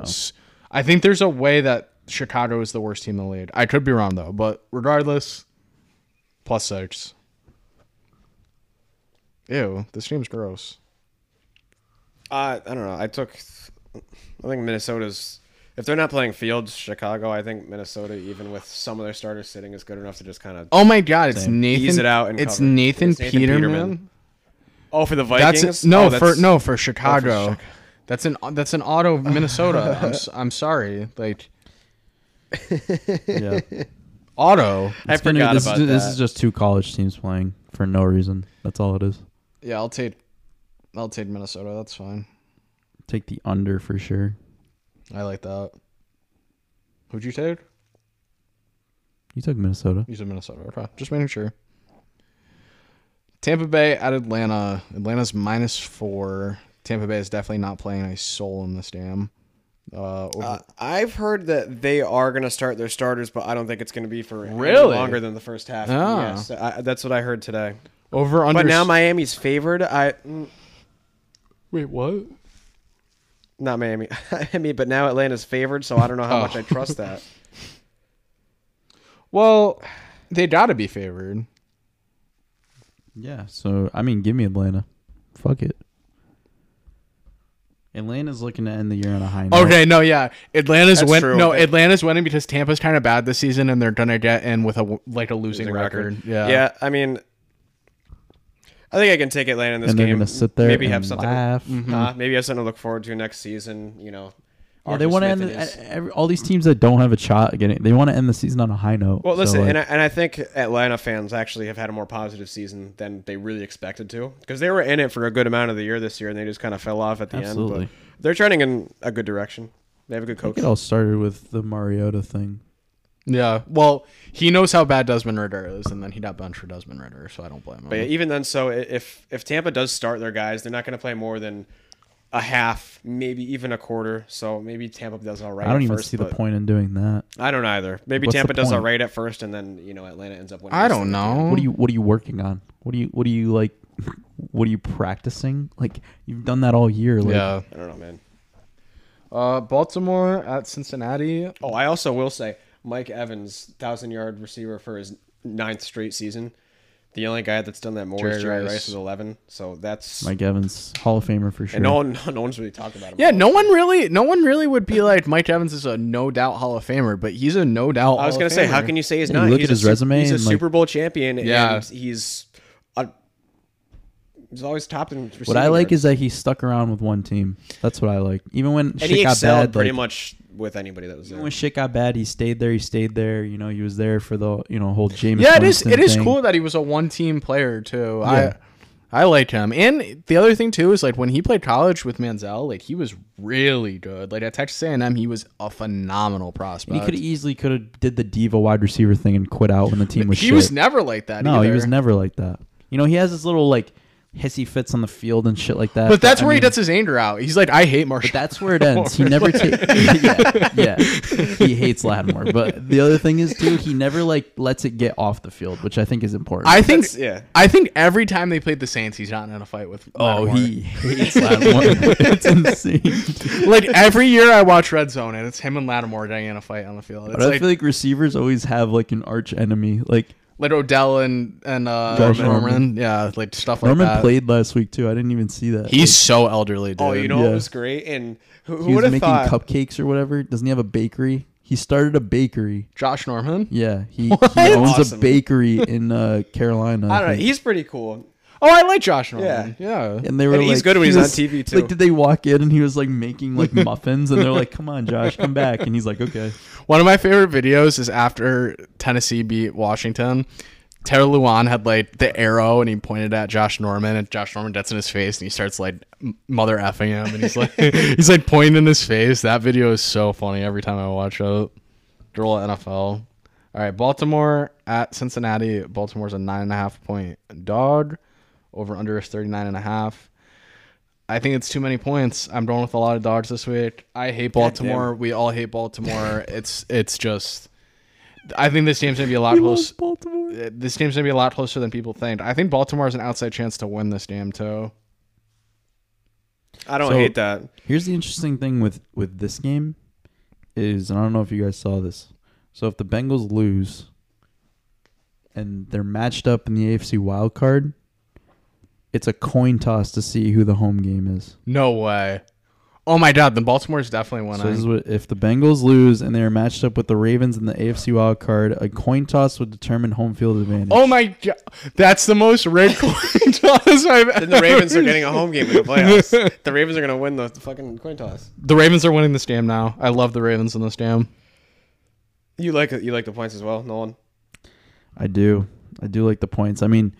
Speaker 3: S- I think there's a way that Chicago is the worst team in the league. I could be wrong though, but regardless, plus six. Ew, this game's gross.
Speaker 2: Uh, I don't know. I took. I think Minnesota's. If they're not playing Fields, Chicago, I think Minnesota, even with some of their starters sitting, is good enough to just kind of
Speaker 3: Oh my God! It's Nathan.
Speaker 2: Ease it out and
Speaker 3: it's
Speaker 2: cover.
Speaker 3: Nathan,
Speaker 2: It's Nathan
Speaker 3: Peterman.
Speaker 2: Peterman. oh for the Vikings.
Speaker 3: That's no
Speaker 2: Oh,
Speaker 3: for
Speaker 2: that's- Oh,
Speaker 3: no for Chicago.
Speaker 2: Chicago.
Speaker 3: That's an that's an auto of Minnesota. I'm, s- I'm sorry, like
Speaker 1: Yeah.
Speaker 3: auto.
Speaker 2: I
Speaker 1: It's been a-
Speaker 2: forgot
Speaker 1: this
Speaker 2: about
Speaker 1: is, ju-
Speaker 2: that.
Speaker 1: This is just two college teams playing for no reason. That's all it is.
Speaker 3: Yeah, I'll take I'll take Minnesota. That's fine.
Speaker 1: Take the under for sure.
Speaker 3: I like that. Who'd you take?
Speaker 1: You took Minnesota.
Speaker 3: You said Minnesota. Okay, just making sure. Tampa Bay at Atlanta. Atlanta's minus four. Tampa Bay is definitely not playing a soul in this game. Uh, over-
Speaker 2: Uh, I've heard that they are going to start their starters, but I don't think it's going to be for any
Speaker 3: Really?
Speaker 2: longer than the first half.
Speaker 3: Ah.
Speaker 2: Yes, I, that's what I heard today.
Speaker 3: over under.
Speaker 2: But now Miami's favored. I mm,
Speaker 3: wait, what?
Speaker 2: not Miami. I mean, but now Atlanta's favored, so I don't know how
Speaker 3: Oh.
Speaker 2: much I trust that.
Speaker 3: Well, they gotta be favored.
Speaker 1: Yeah. So I mean, give me Atlanta. Fuck it. Atlanta's looking to end the year on a high note.
Speaker 3: Okay, no, yeah, Atlanta's
Speaker 2: That's
Speaker 3: win.
Speaker 2: true.
Speaker 3: No,
Speaker 2: They-
Speaker 3: Atlanta's winning because Tampa's kind of bad this season, and they're gonna get in with a w- like a losing, record. Yeah,
Speaker 2: Yeah. I mean, I think I can take Atlanta in this
Speaker 1: And they're
Speaker 2: game.
Speaker 1: gonna sit there
Speaker 2: Maybe
Speaker 1: and
Speaker 2: have something.
Speaker 1: laugh. Mm-hmm.
Speaker 2: Uh, maybe have something to look forward to next season. You know.
Speaker 1: Yeah, they
Speaker 2: Arthur
Speaker 1: want to
Speaker 2: Smith
Speaker 1: end
Speaker 2: and his-
Speaker 1: the, every, all these teams that don't have a shot at getting. They want to end the season on a high note.
Speaker 2: Well,
Speaker 1: So,
Speaker 2: listen,
Speaker 1: like,
Speaker 2: and, I, and I think Atlanta fans actually have had a more positive season than they really expected to because they were in it for a good amount of the year this year and they just kind of fell off at the
Speaker 1: Absolutely.
Speaker 2: end. But they're turning in a good direction. They have a good
Speaker 1: I think
Speaker 2: coach.
Speaker 1: it all started with the Mariota thing.
Speaker 3: yeah. Well, he knows how bad Desmond Ritter is, and then he got benched for Desmond Ritter, so I don't blame him.
Speaker 2: But yeah, even then, so i- if if Tampa does start their guys, they're not going to play more than a half, maybe even a quarter. So maybe Tampa does all right.
Speaker 1: I don't
Speaker 2: at
Speaker 1: even
Speaker 2: first,
Speaker 1: see the
Speaker 2: but-
Speaker 1: point in doing that.
Speaker 2: I don't either. Maybe
Speaker 1: What's the
Speaker 2: Tampa does all
Speaker 1: point?
Speaker 2: right at first, and then you know Atlanta ends up winning.
Speaker 3: I
Speaker 2: this
Speaker 3: don't
Speaker 2: thing.
Speaker 3: know.
Speaker 1: What are you What are you working on? What do you What do you like? What are you practicing? Like you've done that all year. Like,
Speaker 3: Yeah.
Speaker 2: I don't know, man.
Speaker 3: Uh, Baltimore at Cincinnati.
Speaker 2: Oh, I also will say Mike Evans, thousand yard receiver for his ninth straight season. The only guy that's done that more is
Speaker 3: Jerry
Speaker 2: Jerry
Speaker 3: Rice.
Speaker 2: Rice is eleven. So that's
Speaker 1: Mike Evans, Hall of Famer for sure.
Speaker 2: and no one, no one's really talked about him.
Speaker 3: Yeah, no one really, no one really would be like Mike Evans is a no doubt Hall of Famer, but he's a no doubt.
Speaker 2: I was gonna say, how can you say he's
Speaker 1: Yeah, you
Speaker 2: not?
Speaker 1: look
Speaker 2: he's
Speaker 1: at
Speaker 2: a
Speaker 1: his
Speaker 2: su-
Speaker 1: resume
Speaker 2: He's a
Speaker 1: and, like-
Speaker 2: Super Bowl champion.
Speaker 3: Yeah.
Speaker 2: and he's a, he's always topped in.
Speaker 1: What I like is that he stuck around with one team. That's what I like. Even when
Speaker 2: and
Speaker 1: shit
Speaker 2: he
Speaker 1: got
Speaker 2: excelled
Speaker 1: bad,
Speaker 2: pretty
Speaker 1: like,
Speaker 2: much with anybody that was there.
Speaker 1: even when shit got bad, he stayed there. He stayed there. You know, he was there for the you know whole James.
Speaker 3: Yeah, it is.
Speaker 1: Winston
Speaker 3: It is
Speaker 1: thing.
Speaker 3: cool that he was a one team player too.
Speaker 1: Yeah.
Speaker 3: I I like him. And the other thing too is like when he played college with Manziel, like he was really good. Like at Texas A&M, he was a phenomenal prospect.
Speaker 1: He could easily could have did the diva wide receiver thing and quit out when the team was.
Speaker 3: he
Speaker 1: shit.
Speaker 3: was never like that.
Speaker 1: no, he
Speaker 3: either.
Speaker 1: was never like that. You know, he has his little like hissy fits on the field and shit like that.
Speaker 3: But that's
Speaker 1: I
Speaker 3: where he
Speaker 1: mean,
Speaker 3: gets his anger out. He's like, I hate Marshall.
Speaker 1: That's where it ends. He never takes. yeah, yeah. He hates Lattimore. But the other thing is too, he never like lets it get off the field, which I think is important.
Speaker 3: I think.
Speaker 2: That's- yeah.
Speaker 3: I think every time they played the Saints, he's gotten in a fight with.
Speaker 1: oh,
Speaker 3: Lattimore.
Speaker 1: he hates Lattimore. it's insane.
Speaker 3: like every year I watch Red Zone and it's him and Lattimore getting in a fight on the field. It's
Speaker 1: But I
Speaker 3: like,
Speaker 1: feel like receivers always have like an arch enemy. Like
Speaker 3: like Odell and and uh,
Speaker 1: Josh
Speaker 3: Norman.
Speaker 1: Norman.
Speaker 3: Yeah, like stuff like
Speaker 1: Norman
Speaker 3: that.
Speaker 1: played last week too. I didn't even see that.
Speaker 3: He's so elderly, dude.
Speaker 2: oh, you know
Speaker 1: yeah.
Speaker 2: it was great, and who,
Speaker 1: Like,
Speaker 2: who
Speaker 1: he
Speaker 2: would
Speaker 1: was
Speaker 2: have
Speaker 1: making
Speaker 2: thought?
Speaker 1: cupcakes or whatever. Doesn't he have a bakery? He started a bakery.
Speaker 3: Josh Norman.
Speaker 1: Yeah, he, he owns
Speaker 2: Awesome.
Speaker 1: a bakery in uh, Carolina.
Speaker 2: I don't know.
Speaker 1: think.
Speaker 2: He's pretty cool.
Speaker 3: Oh, I like Josh Norman. Yeah,
Speaker 1: and they were
Speaker 2: And
Speaker 1: like,
Speaker 2: he's good when
Speaker 1: he
Speaker 2: he's on
Speaker 1: was-
Speaker 2: TV, too.
Speaker 1: Like, did they walk in and he was like making like muffins, and they're like, "Come on, Josh, come back," and he's like, "Okay."
Speaker 3: One of my favorite videos is after Tennessee beat Washington. Terry Luan had like the arrow and he pointed at Josh Norman and Josh Norman gets in his face and he starts like m- mother effing him and he's like he's like pointing in his face. That video is so funny every time I watch it. Girl NFL. All right, Baltimore at Cincinnati. Baltimore's a nine and a half point dog. Over under is thirty nine and a half. I think it's too many points. I'm going with a lot of dogs this week. I hate Baltimore. We all hate Baltimore. it's it's just. I think this game's gonna be a lot closer.
Speaker 1: Baltimore.
Speaker 3: This game's gonna be a lot closer than people think. I think Baltimore has an outside chance to win this game too.
Speaker 2: I don't
Speaker 1: So-
Speaker 2: hate that.
Speaker 1: Here's the interesting thing with with this game is, and I don't know if you guys saw this. So if the Bengals lose and they're matched up in the AFC wild card, it's a coin toss to see who the home game is.
Speaker 3: No way. Oh my God, then Baltimore's definitely
Speaker 1: So this is
Speaker 3: winning.
Speaker 1: what, if the Bengals lose and they are matched up with the Ravens in the AFC wild card, a coin toss would determine home field advantage.
Speaker 3: Oh my God, that's the most red coin toss I've
Speaker 2: Then the Ravens are getting a home game in the playoffs. the Ravens are going to win the, the fucking coin toss.
Speaker 3: The Ravens are winning this game now. I love the Ravens in this game.
Speaker 2: You like you like the points as well, Nolan.
Speaker 1: I do, I do like the points. I mean,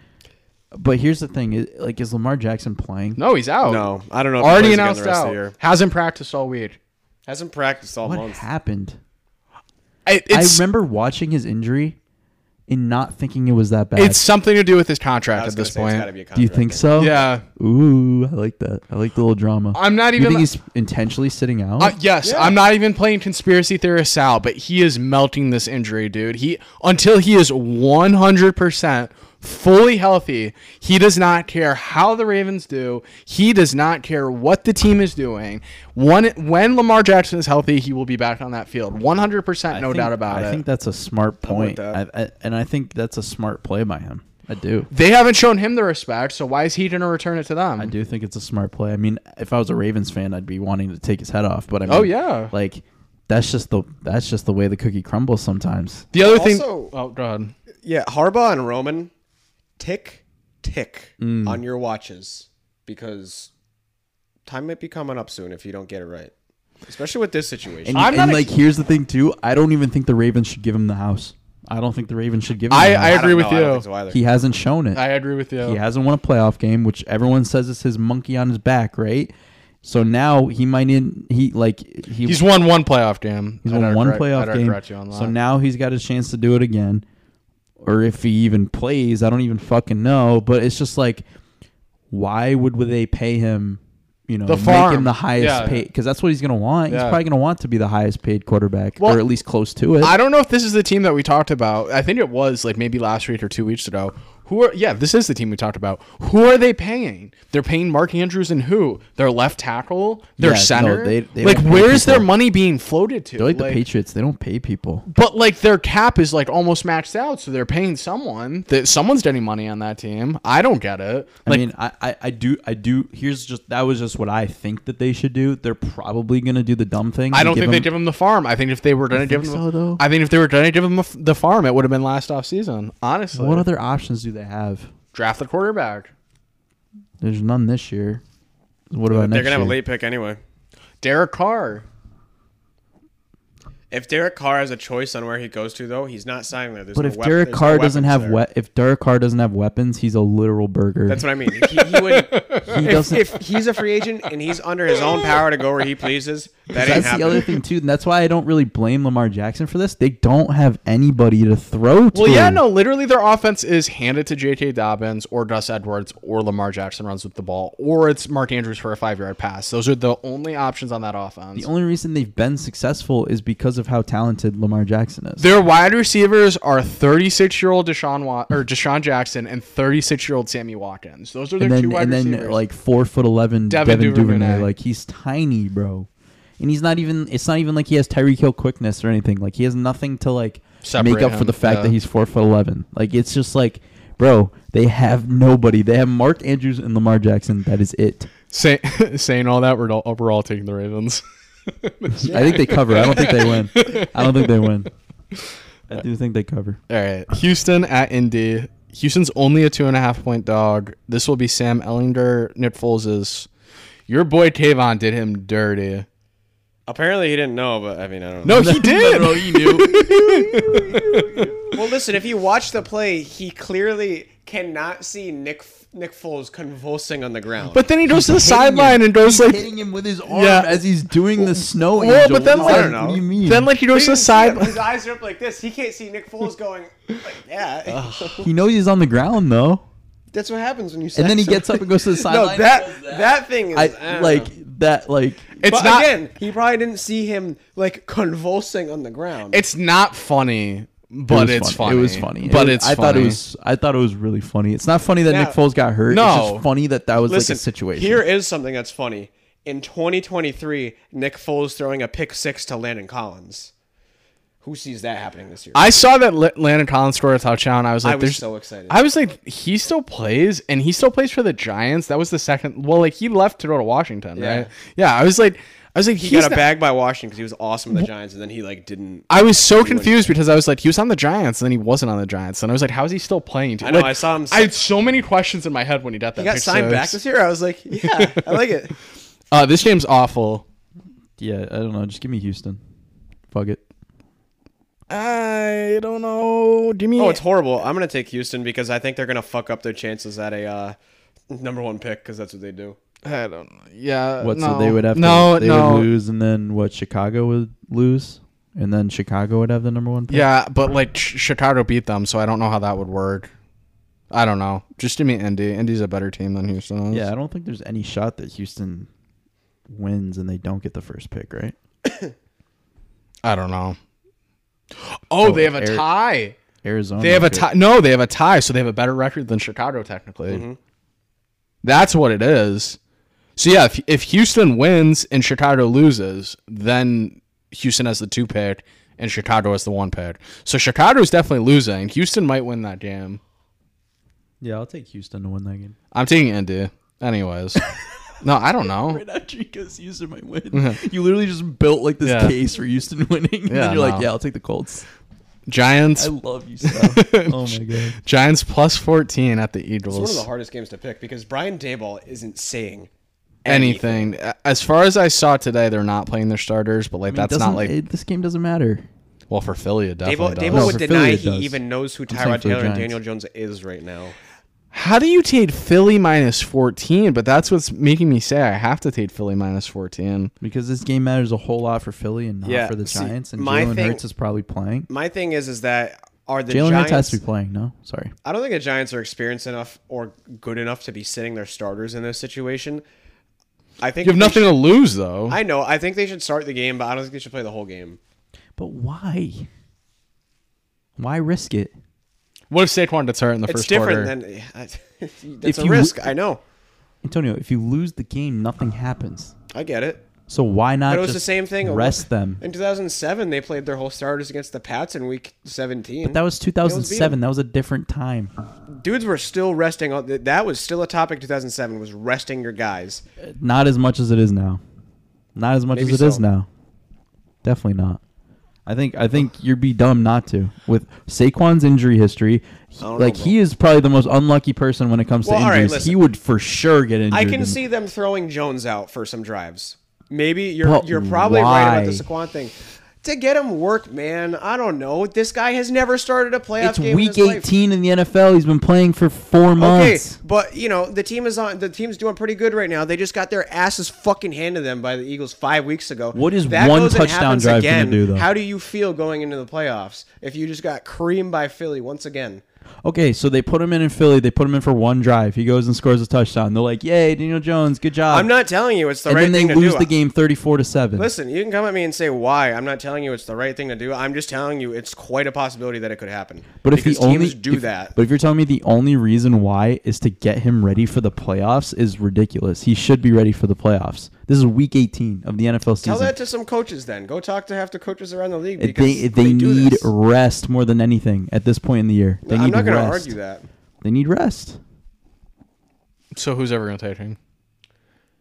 Speaker 1: but here's the thing: it, like, is Lamar Jackson playing?
Speaker 3: No, he's out.
Speaker 2: No, I don't know. If he
Speaker 3: Oh, already
Speaker 2: plays again
Speaker 3: announced
Speaker 2: the rest Of
Speaker 3: out.
Speaker 2: the year.
Speaker 3: Hasn't practiced all week.
Speaker 2: Hasn't practiced all
Speaker 1: what
Speaker 2: month.
Speaker 1: happened?
Speaker 3: I, it's
Speaker 1: I remember watching his injury and not thinking it was that bad.
Speaker 3: it's something to do with his
Speaker 2: I
Speaker 3: contract
Speaker 2: was
Speaker 3: at
Speaker 2: gonna
Speaker 3: this
Speaker 2: say it's gotta
Speaker 3: point.
Speaker 2: be a
Speaker 1: do you
Speaker 2: contract
Speaker 1: think
Speaker 2: thing.
Speaker 1: so?
Speaker 3: Yeah,
Speaker 1: Ooh, I like that. I like the little drama.
Speaker 3: I'm not
Speaker 1: you
Speaker 3: even.
Speaker 1: think he's intentionally sitting out?
Speaker 3: Uh, yes,
Speaker 2: Yeah.
Speaker 3: I'm not even playing conspiracy theorist out, but he is melting this injury, dude. He until he is 100% fully healthy, he does not care how the Ravens do. He does not care what the team is doing. One when Lamar Jackson is healthy, he will be back on that field. 100%
Speaker 1: I
Speaker 3: no
Speaker 1: think-
Speaker 3: doubt about
Speaker 1: I
Speaker 3: it.
Speaker 1: think that's a smart point,
Speaker 2: that.
Speaker 1: I, I, and I think that's a smart play by him. I do.
Speaker 3: they haven't shown him the respect, so why is he going to return it to them?
Speaker 1: I do think it's a smart play. I mean, if I was a Ravens fan, I'd be wanting to take his head off. But I mean,
Speaker 3: Oh, yeah.
Speaker 1: like that's just the that's just the way the cookie crumbles sometimes.
Speaker 3: The other thing
Speaker 2: Also-
Speaker 3: Oh god.
Speaker 2: Yeah, Harbaugh and Roman, tick, tick
Speaker 1: Mm.
Speaker 2: on your watches because time might be coming up soon if you don't get it right, especially with this situation.
Speaker 1: And,
Speaker 3: I'm not
Speaker 1: and
Speaker 3: ex-
Speaker 1: like, here's the thing too. I don't even think the Ravens should give him the house. I don't think the Ravens should give him.
Speaker 3: I-
Speaker 1: the
Speaker 3: I
Speaker 1: house.
Speaker 3: agree with
Speaker 2: I don't
Speaker 3: you.
Speaker 2: think so either.
Speaker 1: he hasn't shown it.
Speaker 3: I agree with you.
Speaker 1: he hasn't won a playoff game, which everyone says is his monkey on his back, right? So now he might in he like he
Speaker 3: He's won one playoff game.
Speaker 1: He's
Speaker 3: I
Speaker 1: won
Speaker 3: gotta
Speaker 1: one
Speaker 3: correct- I
Speaker 1: playoff
Speaker 3: gotta correct you on
Speaker 1: game. So
Speaker 3: that.
Speaker 1: now he's got a chance to do it again. Or if he even plays, I don't even fucking know. But it's just like, why would they pay him? You know,
Speaker 3: The
Speaker 1: make
Speaker 3: farm.
Speaker 1: him the highest
Speaker 3: Yeah.
Speaker 1: paid because that's what he's gonna want. He's
Speaker 3: Yeah.
Speaker 1: probably gonna want to be the highest paid quarterback,
Speaker 3: Well,
Speaker 1: or at least close to it.
Speaker 3: I don't know if this is the team that we talked about. I think it was like maybe last week or two weeks ago. Who are yeah, this is the team we talked about. Who are they paying? They're paying Mark Andrews and who? Their left tackle, their
Speaker 1: Yeah, no,
Speaker 3: center.
Speaker 1: they- they
Speaker 3: like
Speaker 1: don't pay
Speaker 3: where's their
Speaker 1: people.
Speaker 3: money being floated to?
Speaker 1: They're like, the Patriots; they don't pay people.
Speaker 3: But like their cap is like almost maxed out, so they're paying someone. That someone's getting money on that team. I don't get it.
Speaker 1: I
Speaker 3: Like
Speaker 1: mean, I, I, I do, I do. Here's just that was just what I think that they should do. They're probably gonna do the dumb thing.
Speaker 3: I
Speaker 1: and
Speaker 3: don't think
Speaker 1: give
Speaker 3: they
Speaker 1: him-
Speaker 3: give him the farm. I think if they were gonna give him,
Speaker 1: think so, though?
Speaker 3: I think if they were gonna give him a f- the farm, it would have been last off season. Honestly,
Speaker 1: What other options do they have?
Speaker 3: draft the quarterback.
Speaker 1: There's none this year. What about
Speaker 2: They're
Speaker 1: next
Speaker 2: gonna have a
Speaker 1: year?
Speaker 2: late pick anyway.
Speaker 3: Derek Carr.
Speaker 2: If Derek Carr has a choice on where he goes to, though, he's not signing there. There's
Speaker 1: But
Speaker 2: no
Speaker 1: if
Speaker 2: wep-
Speaker 1: Derek
Speaker 2: there's no
Speaker 1: Carr doesn't
Speaker 2: weapons
Speaker 1: have
Speaker 2: there.
Speaker 1: we- if Derek Carr doesn't have weapons, he's a literal burger.
Speaker 2: that's what I mean. He, he would.
Speaker 1: he
Speaker 2: if,
Speaker 1: doesn't.
Speaker 2: if he's a free agent and he's under his own power to go where he pleases, that ain't
Speaker 1: that's the
Speaker 2: happening.
Speaker 1: other thing too, and that's why I don't really blame Lamar Jackson for this. They don't have anybody to throw to.
Speaker 3: Well, yeah, no, literally their offense is handed to J.K. Dobbins or Gus Edwards or Lamar Jackson runs with the ball or it's Mark Andrews for a five yard pass. Those are the only options on that offense.
Speaker 1: The only reason they've been successful is because of how talented Lamar Jackson is.
Speaker 3: their wide receivers are 36 year old Deshaun Wa- or Deshaun Jackson and 36 year old Sammy Watkins. Those are their
Speaker 1: and
Speaker 3: two
Speaker 1: then
Speaker 3: wide
Speaker 1: and then
Speaker 3: receivers.
Speaker 1: like four foot eleven
Speaker 3: Devin
Speaker 1: Devin,
Speaker 3: Duvernay.
Speaker 1: Duvernay. like he's tiny, bro. And he's not even. It's not even like he has Tyreek Hill quickness or anything. Like he has nothing to like
Speaker 3: Separate
Speaker 1: make up for
Speaker 3: him,
Speaker 1: the fact
Speaker 3: yeah.
Speaker 1: that he's four foot eleven. Like it's just like, bro, they have nobody. They have Mark Andrews and Lamar Jackson. That is it.
Speaker 3: Say, saying all that, we're all, we're all taking the Ravens.
Speaker 1: I think they cover. I don't think they win. I don't think they win. I do think they cover.
Speaker 3: All right, Houston at Indy. Houston's only a two and a half point dog. This will be Sam Ellinger, Nick Foles's. Your boy Kayvon did him dirty.
Speaker 2: Apparently, he didn't know, but I mean, I don't know.
Speaker 3: No, he did.
Speaker 1: no, he knew.
Speaker 2: Well, listen, if you watch the play, he clearly cannot see Nick Nick Foles convulsing on the ground.
Speaker 3: But then he goes to the sideline and goes like,
Speaker 1: hitting him with his arm
Speaker 3: Yeah.
Speaker 1: as he's doing the snow.
Speaker 3: Well,
Speaker 1: angel.
Speaker 3: but then,
Speaker 1: What
Speaker 2: like-
Speaker 1: does that- what do you mean?
Speaker 3: then like he goes to the sideline.
Speaker 2: his eyes are up like this. He can't see Nick Foles going like that.
Speaker 1: He knows he's on the ground though,
Speaker 2: That's what happens when you. Say
Speaker 1: and then he gets up and goes to the
Speaker 2: No,
Speaker 1: sideline.
Speaker 2: that, that thing is
Speaker 1: I,
Speaker 2: don't
Speaker 1: like
Speaker 2: know.
Speaker 1: that. Like
Speaker 3: It's
Speaker 2: But
Speaker 3: not.
Speaker 2: again, he probably didn't see him like convulsing on the ground.
Speaker 3: It's not funny, but
Speaker 1: it was
Speaker 3: it's funny.
Speaker 1: It was funny.
Speaker 3: but
Speaker 1: It-
Speaker 3: it's.
Speaker 1: I thought it
Speaker 3: funny.
Speaker 1: was. I thought it was really funny. It's not funny that
Speaker 2: Now-
Speaker 1: Nick Foles got hurt.
Speaker 3: No.
Speaker 1: it's just funny that that was
Speaker 2: Listen,
Speaker 1: like a situation.
Speaker 2: Here is something that's funny. In 2023, Nick Foles throwing a pick six to Landon Collins, Who sees that happening this year?
Speaker 3: I saw that Le- Landon Collins scored a touchdown. I was like,
Speaker 2: I was
Speaker 3: "There's."
Speaker 2: so excited.
Speaker 3: I was like, he still plays, and he still plays for the Giants. That was the second. Well, like he left to go to Washington,
Speaker 2: Yeah.
Speaker 3: right? Yeah, I was like, I was like,
Speaker 2: he
Speaker 3: he's
Speaker 2: got a
Speaker 3: not-
Speaker 2: bag by Washington because he was awesome with the Giants, and then he like didn't.
Speaker 3: I was so confused because I was like, he was on the Giants, and then he wasn't on the Giants, and I was like, how is he still playing?
Speaker 2: I know,
Speaker 3: Like,
Speaker 2: I saw him-
Speaker 3: I had so many questions in my head when he got that.
Speaker 2: He got
Speaker 3: pick
Speaker 2: signed back
Speaker 3: six.
Speaker 2: this year. I was like, yeah, I like it.
Speaker 3: Uh, this game's awful.
Speaker 1: Yeah, I don't know. Just give me Houston. Fuck it.
Speaker 3: I don't know. Do you mean?
Speaker 2: Oh, it's horrible. I'm gonna take Houston because I think they're gonna fuck up their chances at a uh, number one pick because that's what they do.
Speaker 3: I don't. know. Yeah.
Speaker 1: What?
Speaker 3: no.
Speaker 1: So they would have
Speaker 3: no,
Speaker 1: to, they
Speaker 3: no.
Speaker 1: would lose, and then what? Chicago would lose, and then Chicago would have the number one. Pick?
Speaker 3: Yeah, but like Ch- Chicago beat them, so I don't know how that would work. I don't know. Just give me Indy. Indy's a better team than Houston. Is.
Speaker 1: Yeah, I don't think there's any shot that Houston wins and they don't get the first pick, right?
Speaker 3: I don't know. Oh, they have a
Speaker 1: Eric-
Speaker 3: tie.
Speaker 1: Arizona.
Speaker 3: They have a
Speaker 1: could-
Speaker 3: tie. Oh, No, they have a tie, so they have a better record than Chicago technically. That's what it is. So yeah, if, if Houston wins and Chicago loses, then Houston has the two pick and Chicago has the one pick. So Chicago's definitely losing. Houston might win that game.
Speaker 1: Yeah, I'll take Houston to win that game.
Speaker 3: I'm taking Indy. Anyways. no, I don't know.
Speaker 1: Right after you goes, Houston might win. you literally just built like this
Speaker 3: Yeah.
Speaker 1: case for Houston winning, and
Speaker 3: Yeah,
Speaker 1: then you're
Speaker 3: no.
Speaker 1: like, Mm-hmm. "Yeah, I'll take the Colts." I
Speaker 3: Giants
Speaker 1: love Houston. oh my god.
Speaker 3: Giants plus 14 at the Eagles.
Speaker 2: It's one of the hardest games to pick because Brian Dayball isn't saying
Speaker 3: anything. As far as I saw today, they're not playing their starters, but like
Speaker 1: It
Speaker 3: that's not
Speaker 1: doesn't-
Speaker 3: like
Speaker 1: it- this game doesn't matter.
Speaker 3: well for Philly it definitely
Speaker 2: Dable,
Speaker 3: does.
Speaker 2: Dable
Speaker 1: No,
Speaker 2: would
Speaker 1: for
Speaker 2: deny
Speaker 1: Philly it
Speaker 2: he
Speaker 1: does.
Speaker 2: even knows who
Speaker 1: saying
Speaker 2: Tyrod
Speaker 1: for the
Speaker 2: Taylor and
Speaker 1: Giants.
Speaker 2: Daniel Jones is right now.
Speaker 3: How do you take Philly minus 14? But that's what's making me say I have to take Philly minus 14.
Speaker 1: Because this game matters a whole lot for Philly and not
Speaker 2: Yeah,
Speaker 1: for the
Speaker 2: see,
Speaker 1: Giants. and
Speaker 2: my
Speaker 1: Jalen
Speaker 2: thing-
Speaker 1: Hurts is probably playing.
Speaker 2: My thing is, is that are the
Speaker 1: Jalen Hurts has
Speaker 2: Giants?
Speaker 1: to be playing. No, sorry.
Speaker 2: I don't think the Giants are experienced enough or good enough to be sitting their starters in this situation. I think
Speaker 3: You have
Speaker 2: they
Speaker 3: nothing to lose though.
Speaker 2: should- I know. I think they should start the game, but I don't think they should play the whole game.
Speaker 1: But why? Why risk it?
Speaker 3: what if Saquon gets hurt in the
Speaker 2: It's
Speaker 3: first
Speaker 2: different
Speaker 3: quarter?
Speaker 2: than that's
Speaker 1: If
Speaker 2: a
Speaker 1: you-
Speaker 2: risk. I know.
Speaker 1: Antonio, if you lose the game, nothing happens.
Speaker 2: I get it.
Speaker 1: So why not?
Speaker 2: But it was
Speaker 1: just
Speaker 2: the same thing.
Speaker 1: Rest them.
Speaker 2: In 2007, they played their whole starters against the Pats in Week 17.
Speaker 1: That was
Speaker 2: They always beat 'em.
Speaker 1: 2007. That was a different time.
Speaker 2: dudes were still resting on th- that was still a topic 2007 was resting your guys
Speaker 1: Not as much as it is now. Not as much
Speaker 2: Maybe
Speaker 1: as it is
Speaker 2: so.
Speaker 1: now. Definitely not. I think I think you'd be dumb not to with Saquon's injury history. he-
Speaker 2: don't know,
Speaker 1: like
Speaker 2: bro.
Speaker 1: he is probably the most unlucky person when it comes
Speaker 2: Well,
Speaker 1: to
Speaker 2: all right,
Speaker 1: injuries.
Speaker 2: listen.
Speaker 1: he would for sure get injured.
Speaker 2: i can
Speaker 1: in-
Speaker 2: see them throwing jones out for some drives maybe you're
Speaker 1: But
Speaker 2: you're probably right about the
Speaker 1: why?
Speaker 2: Saquon thing to get him work man i don't know this guy has never started a playoff
Speaker 1: It's
Speaker 2: game in
Speaker 1: week
Speaker 2: his life.
Speaker 1: 18 in the NFL. He's been playing for four
Speaker 2: Okay,
Speaker 1: months.
Speaker 2: but you know the team is on. The team's doing pretty good right now. They just got their asses fucking handed them by the Eagles five weeks ago.
Speaker 1: What is
Speaker 2: That
Speaker 1: one
Speaker 2: goes and
Speaker 1: touchdown
Speaker 2: happens
Speaker 1: drive gonna
Speaker 2: again.
Speaker 1: do, though?
Speaker 2: How do you feel going into the playoffs if you just got creamed by Philly once again?
Speaker 1: Okay, so they put him in in Philly. They put him in for one drive. He goes and scores a touchdown. They're like, "Yay, Daniel Jones, good job!"
Speaker 2: I'm not telling you it's the
Speaker 1: and
Speaker 2: right
Speaker 1: then they
Speaker 2: thing to
Speaker 1: lose
Speaker 2: do.
Speaker 1: the game 34 to seven.
Speaker 2: Listen, you can come at me and say why. I'm not telling you it's the right thing to do. I'm just telling you it's quite a possibility that it could happen.
Speaker 1: But if the
Speaker 2: Because
Speaker 1: only
Speaker 2: teams do
Speaker 1: if-
Speaker 2: that,
Speaker 1: but if you're telling me the only reason why is to get him ready for the playoffs is ridiculous. He should be ready for the playoffs. This is week 18 of the NFL season.
Speaker 2: tell that to some coaches. Then go talk to half the coaches around the league
Speaker 1: If
Speaker 2: because
Speaker 1: they if they,
Speaker 2: do
Speaker 1: need
Speaker 2: this.
Speaker 1: rest more than anything at this point in the year. They
Speaker 2: I'm
Speaker 1: need
Speaker 2: not going to
Speaker 1: rest.
Speaker 2: argue that.
Speaker 1: They need rest.
Speaker 3: So who's ever gonna take him?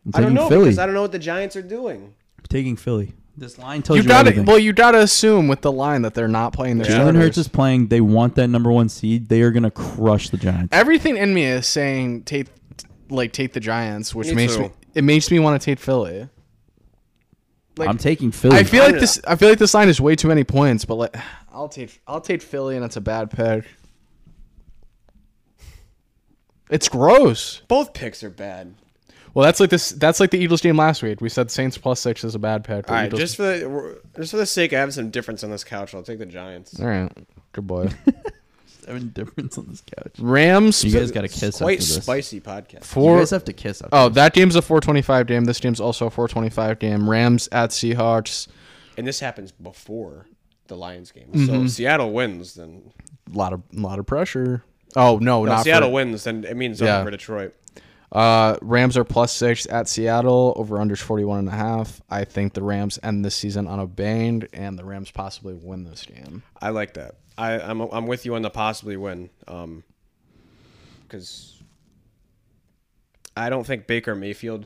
Speaker 1: I'm
Speaker 2: I
Speaker 1: taking
Speaker 2: don't know
Speaker 1: Philly.
Speaker 2: because I don't know what the Giants are doing.
Speaker 1: I'm taking Philly. This line tells
Speaker 3: You
Speaker 1: you,
Speaker 3: gotta
Speaker 1: everything.
Speaker 3: well, you gotta assume with the line that they're not playing their
Speaker 1: Jalen
Speaker 3: starters.
Speaker 1: Hurts is playing. They want that number one seed. They are gonna crush the Giants.
Speaker 3: Everything in me is saying take like take the Giants, which
Speaker 2: Me
Speaker 3: makes
Speaker 2: too.
Speaker 3: me it makes me want to take Philly. Like,
Speaker 1: I'm taking Philly.
Speaker 3: I feel
Speaker 2: I'm
Speaker 3: like
Speaker 2: not-
Speaker 3: this. I feel like this line is way too many points. But like, I'll take I'll take Philly, and it's a bad pick. It's gross.
Speaker 2: Both picks are bad.
Speaker 3: Well, that's like this. That's like the Eagles game last week. We said Saints plus six is a bad pick. but
Speaker 2: All right,
Speaker 3: Eagles-
Speaker 2: just for the just for the sake of having some difference on this couch, I'll take the Giants.
Speaker 3: all right. Good boy.
Speaker 1: seven difference on this couch.
Speaker 3: Rams.
Speaker 1: You guys got to kiss.
Speaker 2: Quite
Speaker 1: after this.
Speaker 2: spicy podcast.
Speaker 1: You
Speaker 3: four.
Speaker 1: guys have to kiss. After
Speaker 3: Oh, that game's a 425 game. This game's also a 425 game. Rams at Seahawks.
Speaker 2: And this happens before the Lions game.
Speaker 1: Mm-hmm.
Speaker 2: So if Seattle wins, then
Speaker 3: A lot of lot of pressure. Oh no,
Speaker 2: no,
Speaker 3: not
Speaker 2: Seattle
Speaker 3: for,
Speaker 2: wins, then it means
Speaker 3: Yeah.
Speaker 2: over for Detroit.
Speaker 3: Uh, Rams are plus six at Seattle. Over under 41 and a half. I think the Rams end this season unobtained, and the Rams possibly win this game.
Speaker 2: I like that. I, I'm I'm with you on the possibly win. Um, because I don't think Baker Mayfield,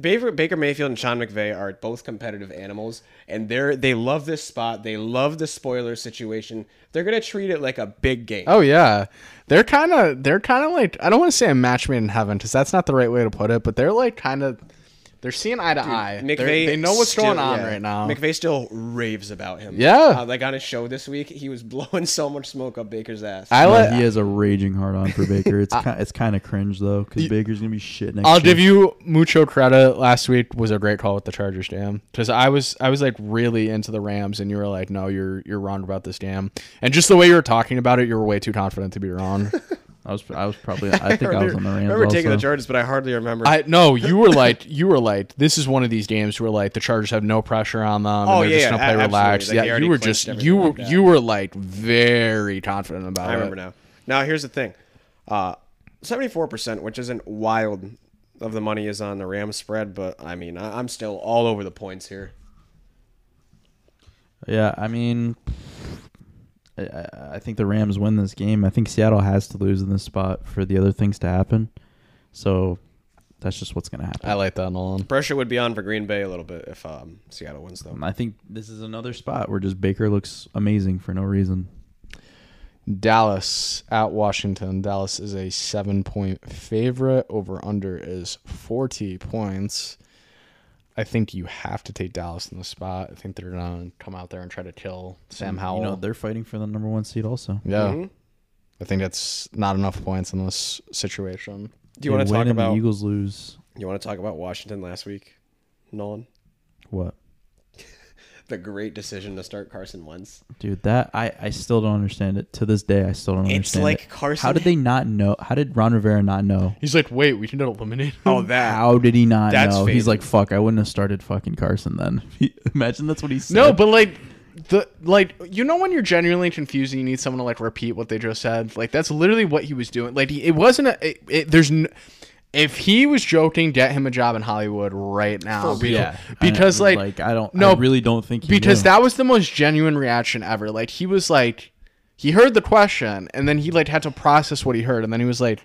Speaker 2: Baker, Baker Mayfield and Sean McVay are both competitive animals, and they're they love this spot. They love the spoiler situation. They're gonna treat it like a big game.
Speaker 3: Oh yeah, they're kind of they're kind of like I don't want to say a match made in heaven because that's not the right way to put it, but they're like kind of they're seeing eye to eye. They're-
Speaker 2: McVay
Speaker 3: they know what's
Speaker 2: still-
Speaker 3: going on
Speaker 2: yeah.
Speaker 3: right now.
Speaker 2: McVay still raves about him.
Speaker 3: Yeah.
Speaker 2: Uh, like on his show this week, he was blowing so much smoke up Baker's ass.
Speaker 3: I
Speaker 1: Yeah,
Speaker 3: let,
Speaker 1: he has a raging hard on for Baker. It's kind, it's kind of cringe though, because Baker's gonna be shit next.
Speaker 3: I'll
Speaker 1: year.
Speaker 3: give you mucho credit. Last week was a great call with the Chargers, damn. Because I was I was like really into the Rams, and you were like, no, you're you're wrong about this, damn. And just the way you were talking about it, you were way too confident to be wrong.
Speaker 1: I was I was probably I think I was on the Rams.
Speaker 2: remember taking the
Speaker 1: also.
Speaker 2: Chargers, but I hardly remember.
Speaker 3: I no, you were like you were like this is one of these games where like the Chargers have no pressure on them. and
Speaker 2: Oh,
Speaker 3: they're
Speaker 2: yeah,
Speaker 3: just gonna
Speaker 2: yeah,
Speaker 3: play
Speaker 2: a- absolutely.
Speaker 3: relaxed.
Speaker 2: Like, they
Speaker 3: yeah,
Speaker 2: already
Speaker 3: you were
Speaker 2: clinched
Speaker 3: just
Speaker 2: everything
Speaker 3: you were
Speaker 2: like that.
Speaker 3: you were like very confident
Speaker 2: I
Speaker 3: about
Speaker 1: Uh,
Speaker 3: it.
Speaker 2: remember now. Now here's the thing, seventy four percent, which isn't wild, of the money is on the Rams spread, but I mean I, I'm still all over the points here.
Speaker 1: Yeah, I mean, I- I, I think the Rams win this game. I think Seattle has to lose in this spot for the other things to happen. So that's just what's gonna happen.
Speaker 3: I like that, Nolan.
Speaker 2: Pressure would be on for Green Bay a little bit if um, Seattle wins though.
Speaker 1: I think this is another spot where just Baker looks amazing for no reason.
Speaker 3: Dallas at Washington. Dallas is a seven point favorite. Over under is 40 points. I think you have to take Dallas in the spot. I think they're going to come out there and try to kill Sam Howell.
Speaker 1: You know, Mm-hmm. they're fighting for the number one seed also.
Speaker 3: yeah. I think that's not enough points in this situation.
Speaker 2: Do you want
Speaker 1: They
Speaker 2: to
Speaker 1: win and
Speaker 2: talk about
Speaker 1: the Eagles lose
Speaker 2: you want to talk about Washington last week, Nolan?
Speaker 1: what?
Speaker 2: The great decision to start Carson Wentz.
Speaker 1: Dude, that I, I still don't understand it. To this day I still don't
Speaker 2: It's
Speaker 1: understand
Speaker 2: like
Speaker 1: it. How
Speaker 2: Carson-
Speaker 1: did they not know how did Ron Rivera not know?
Speaker 3: He's like, wait, we can eliminate him.
Speaker 2: Oh, that
Speaker 1: How did he not
Speaker 2: That's
Speaker 1: know? He's
Speaker 2: favored.
Speaker 1: like, fuck, I wouldn't have started fucking Carson then. Imagine that's what he said.
Speaker 3: No, but like the like you know when you're genuinely confused and you need someone to like repeat what they just said. Like that's literally what he was doing. Like he, it wasn't a. It, it, there's n- if he was joking, get him a job in Hollywood right now.
Speaker 2: For real.
Speaker 3: Because-
Speaker 1: Yeah,
Speaker 3: because
Speaker 1: I,
Speaker 3: like,
Speaker 1: I don't,
Speaker 3: no,
Speaker 1: I really don't think he
Speaker 3: because
Speaker 1: knew.
Speaker 3: that was the most genuine reaction ever. Like he was like he heard the question and then he like had to process what he heard and then he was like.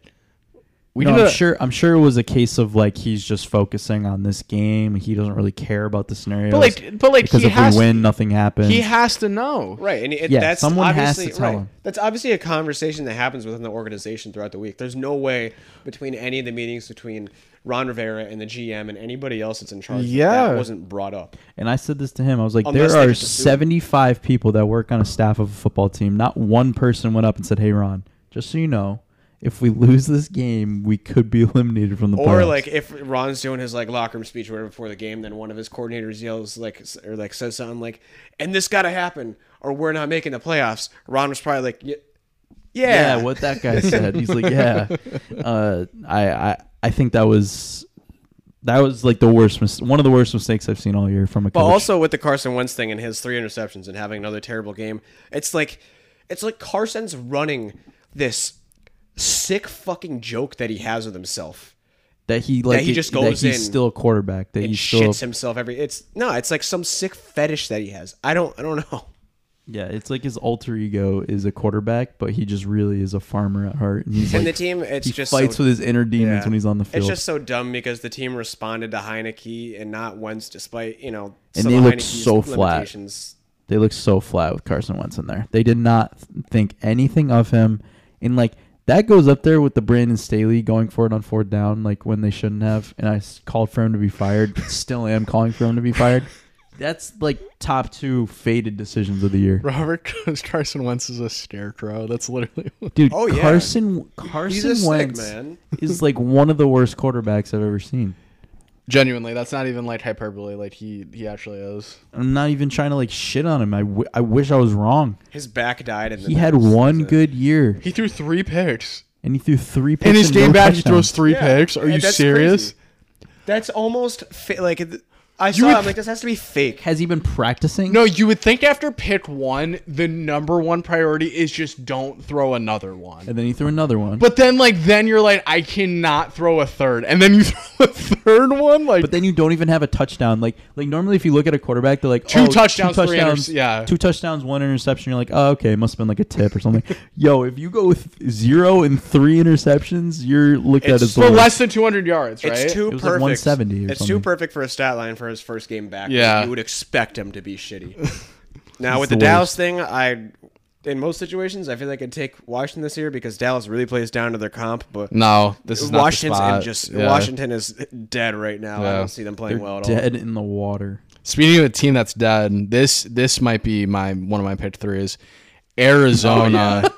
Speaker 3: We
Speaker 1: No,
Speaker 3: did
Speaker 1: I'm
Speaker 3: a-
Speaker 1: sure. I'm sure it was a case of like he's just focusing on this game. He doesn't really care about the scenario.
Speaker 3: but like, but like
Speaker 1: because
Speaker 3: he
Speaker 1: if
Speaker 3: has
Speaker 1: we win, nothing happens.
Speaker 3: he has to know.
Speaker 2: Right, and it,
Speaker 1: Yeah,
Speaker 2: that's
Speaker 1: someone has to
Speaker 2: obviously
Speaker 1: tell
Speaker 2: right.
Speaker 1: him.
Speaker 2: That's obviously a conversation that happens within the organization throughout the week. There's no way between any of the meetings between Ron Rivera and the GM and anybody else that's in charge. that
Speaker 3: Yeah.
Speaker 2: that wasn't brought up.
Speaker 1: and I said this to him. I was like,
Speaker 2: Unless
Speaker 1: there
Speaker 2: they
Speaker 1: are
Speaker 2: just assume-
Speaker 1: 75 people that work on a staff of a football team. Not one person went up and said, "Hey, Ron, just so you know, if we lose this game, we could be eliminated from the
Speaker 2: Or
Speaker 1: playoffs."
Speaker 2: like if Ron's doing his like locker room speech or whatever before the game, then one of his coordinators yells like s- or like says something like, "And this got to happen, or we're not making the playoffs." Ron was probably like, "Yeah,
Speaker 1: yeah,
Speaker 2: yeah,
Speaker 1: what that guy said. He's like, yeah. Uh, I, I, I think that was, that was like the worst, mis- one of the worst mistakes I've seen all year from a
Speaker 2: But
Speaker 1: coach.
Speaker 2: also with the Carson Wentz thing and his three interceptions and having another terrible game, it's like it's like Carson's running this sick fucking joke that he has with himself.
Speaker 1: that he like
Speaker 2: he
Speaker 1: it-
Speaker 2: just
Speaker 1: that
Speaker 2: goes
Speaker 1: he's
Speaker 2: in
Speaker 1: still a quarterback. That
Speaker 2: He
Speaker 1: he's still
Speaker 2: shits himself every it's no, it's like some sick fetish that he has. I don't I don't know.
Speaker 1: yeah. It's like his alter ego is a quarterback, but he just really is a farmer at heart. And he's
Speaker 2: And
Speaker 1: like,
Speaker 2: the team it's
Speaker 1: he
Speaker 2: just
Speaker 1: fights
Speaker 2: so,
Speaker 1: with his inner demons
Speaker 2: yeah.
Speaker 1: when he's on the
Speaker 2: It's
Speaker 1: field,
Speaker 2: just so dumb because the team responded to Heineke and not Wentz despite, you know,
Speaker 1: And
Speaker 2: some
Speaker 1: they
Speaker 2: of
Speaker 1: looked
Speaker 2: Heineke's
Speaker 1: so flat.
Speaker 2: limitations.
Speaker 1: they look so flat with Carson Wentz in there. They did not th- think anything of him, and like. That goes up there with the Brandon Staley going for it on fourth down, like when they shouldn't have. And I s- called for him to be fired. Still am calling for him to be fired. That's like top two faded decisions of the year,
Speaker 3: Robert Carson Wentz is a scarecrow. That's literally what
Speaker 1: dude.
Speaker 2: Oh, yeah.
Speaker 1: Carson Carson
Speaker 2: He's a sick
Speaker 1: Wentz
Speaker 2: man.
Speaker 1: is like one of the worst quarterbacks I've ever seen.
Speaker 3: Genuinely, that's not even like hyperbole. Like he he actually is.
Speaker 1: I'm not even trying to like shit on him. I, w- I wish I was wrong.
Speaker 2: His back died and
Speaker 1: He had one good year
Speaker 3: He threw three picks
Speaker 1: and he threw three picks
Speaker 3: in his
Speaker 1: and no
Speaker 3: game back. He
Speaker 1: touchdowns.
Speaker 3: throws three picks. Are you serious?
Speaker 2: That's almost fa- like it- I
Speaker 3: You
Speaker 2: saw.
Speaker 3: would-
Speaker 2: it, I'm like, this has to be fake.
Speaker 1: Has he been practicing?
Speaker 3: No, you would think after pick one, the number one priority is just don't throw another one.
Speaker 1: And then he threw another one.
Speaker 3: But then, like, then you're like, I cannot throw a third, and then you throw a third one, like,
Speaker 1: but then you don't even have a touchdown. Like like normally, if you look at a quarterback, they're like
Speaker 3: Two
Speaker 1: oh,
Speaker 3: touchdowns,
Speaker 1: two
Speaker 3: three
Speaker 1: touchdowns,
Speaker 3: interce- yeah.
Speaker 1: two touchdowns, one interception. You're like, oh, okay, must have been like a tip or something. Yo, if you go with zero and three interceptions, you're looked at
Speaker 2: It's
Speaker 1: as the
Speaker 3: for
Speaker 1: worst.
Speaker 3: less than 200 yards, right?
Speaker 2: It's too
Speaker 1: was like
Speaker 2: perfect.
Speaker 1: 170 or
Speaker 2: it's
Speaker 1: something.
Speaker 2: too perfect for a stat line for his first game back.
Speaker 3: Yeah.
Speaker 2: you would expect him to be shitty. now with
Speaker 1: the
Speaker 2: the, Dallas thing, I in most situations I feel like I'd take Washington this year because Dallas really plays down to their comp, but.
Speaker 3: no, this is
Speaker 2: Washington's
Speaker 3: not the
Speaker 2: and
Speaker 3: spot.
Speaker 2: just
Speaker 3: Yeah.
Speaker 2: Washington is dead right now. I
Speaker 3: Yeah.
Speaker 2: don't see them playing
Speaker 1: They're
Speaker 2: well at all.
Speaker 1: dead in the water.
Speaker 3: Speaking of a team that's dead, this this might be my one of my pick threes. Arizona.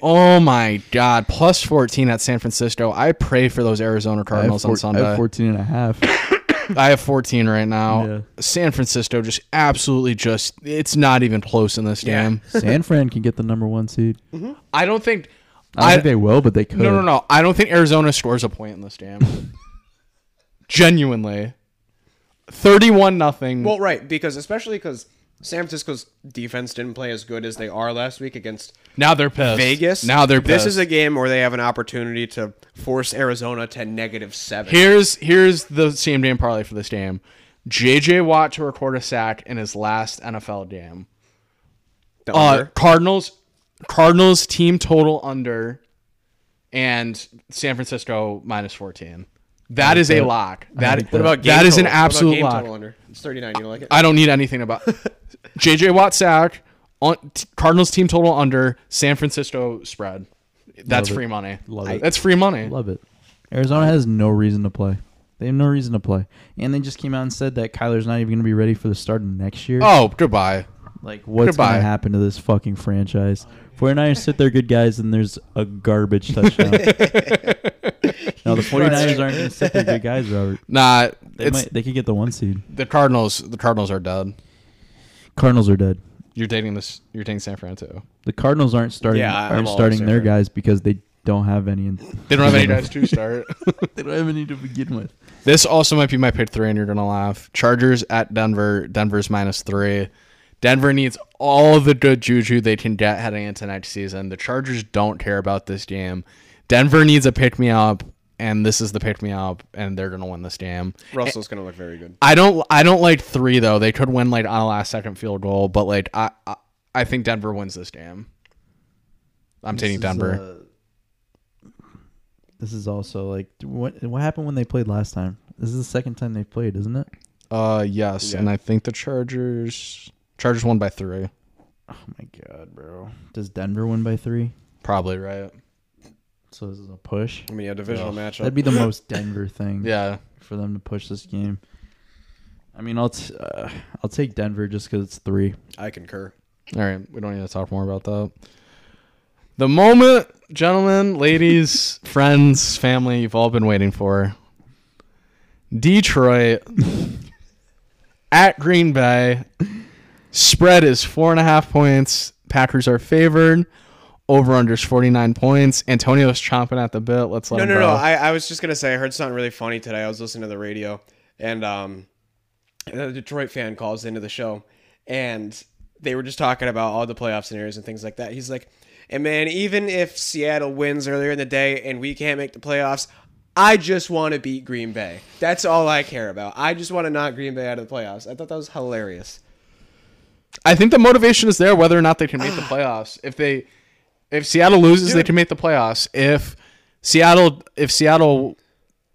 Speaker 3: Oh, my God! Plus fourteen at San Francisco. I pray for those
Speaker 1: I
Speaker 3: Arizona
Speaker 1: have,
Speaker 3: Cardinals
Speaker 1: four-
Speaker 3: on Sunday.
Speaker 1: I have 14 and a half.
Speaker 3: I have 14 right now.
Speaker 1: Yeah.
Speaker 3: San Francisco just absolutely just it's not even close in this
Speaker 2: Yeah.
Speaker 3: game.
Speaker 1: San Fran can get the number one seed. I don't
Speaker 3: I don't think I,
Speaker 1: think they will, but they could.
Speaker 3: No, no, no. I don't think Arizona scores a point in this game. Genuinely. 31 nothing.
Speaker 2: Well, right, because especially because San Francisco's defense didn't play as good as they are last week against
Speaker 3: now they're pissed.
Speaker 2: Vegas.
Speaker 3: Now they're pissed.
Speaker 2: This is a game where they have an opportunity to force Arizona to negative seven.
Speaker 3: Here's here's the same game parlay for this game. JJ Watt to record a sack in his last NFL game.
Speaker 2: The
Speaker 3: Uh,
Speaker 2: under.
Speaker 3: Cardinals, Cardinals team total under, and San Francisco minus fourteen. That is a lock. That
Speaker 1: like What about
Speaker 3: that is an
Speaker 2: total? What about
Speaker 3: absolute
Speaker 2: game
Speaker 3: lock.
Speaker 2: total under? It's thirty nine. You don't like it?
Speaker 3: I don't need anything about JJ Watt sack on t- Cardinals team total under San Francisco spread.
Speaker 1: Love
Speaker 3: That's
Speaker 1: it.
Speaker 3: free money.
Speaker 1: Love it.
Speaker 3: That's free money.
Speaker 1: Love it. Arizona has no reason to play. They have no reason to play. And they just came out and said that Kyler's not even going to be ready for the start of next year.
Speaker 3: Oh, goodbye.
Speaker 1: Like, what's going
Speaker 3: Goodbye.
Speaker 1: to happen to this fucking franchise? 49ers sit there good guys, and there's a garbage touchdown. no, the 49ers aren't going to sit there good guys, Robert.
Speaker 3: Nah,
Speaker 1: They,
Speaker 3: it's
Speaker 1: might, they could get the one seed.
Speaker 3: the Cardinals. The Cardinals are dead.
Speaker 1: Cardinals are dead.
Speaker 3: You're dating this. You're dating San Fran too.
Speaker 1: The Cardinals aren't starting
Speaker 2: Yeah, I'm
Speaker 1: aren't
Speaker 2: all
Speaker 1: starting their
Speaker 2: upset.
Speaker 1: guys because they don't have any.
Speaker 3: They don't have any guys to start.
Speaker 1: they don't have any to begin with.
Speaker 3: This also might be my pick three, and you're gonna laugh. Chargers at Denver. Denver's minus three. Denver needs all the good juju they can get heading into next season. The Chargers don't care about this game. Denver needs a pick me up, and this is the pick me up, and they're gonna win this game.
Speaker 2: Russell's going to look very good.
Speaker 3: I don't. I don't like three though. They could win like on a last second field goal, but like I, I, I think Denver wins this game. I'm taking Denver.
Speaker 1: uh, this is also like what what happened when they played last time. This is the second time they played, isn't it?
Speaker 3: Uh, yes,
Speaker 2: Yeah.
Speaker 3: and I think the Chargers. Chargers won by three.
Speaker 1: Oh my god, bro! Does Denver win by three?
Speaker 3: Probably right.
Speaker 2: Mm-hmm.
Speaker 1: So this is a push.
Speaker 2: I mean, yeah, divisional matchup.
Speaker 1: That'd be the most Denver thing
Speaker 3: Yeah.
Speaker 1: for them to push this game. I mean, I'll t- uh, I'll take Denver just because it's three.
Speaker 2: I concur.
Speaker 3: All right, we don't need to talk more about that. The moment, gentlemen, ladies, friends, family, you've all been waiting for. Detroit at Green Bay. Spread is four and a half points. Packers are favored. Over under is 49 points. Antonio's chomping at the bit. Let's let
Speaker 2: No,
Speaker 3: him
Speaker 2: no,
Speaker 3: go.
Speaker 2: no. I, I was just gonna say I heard something really funny today. I was listening to the radio, and um, a Detroit fan calls into the show, and they were just talking about all the playoff scenarios and things like that. He's like, "And man, even if Seattle wins earlier in the day and we can't make the playoffs." I just want to beat Green Bay. That's all I care about. I just want to knock Green Bay out of the playoffs. I thought that was hilarious.
Speaker 3: I think the motivation is there whether or not they can make the playoffs. If they if Seattle loses, they can make the playoffs. If Seattle if Seattle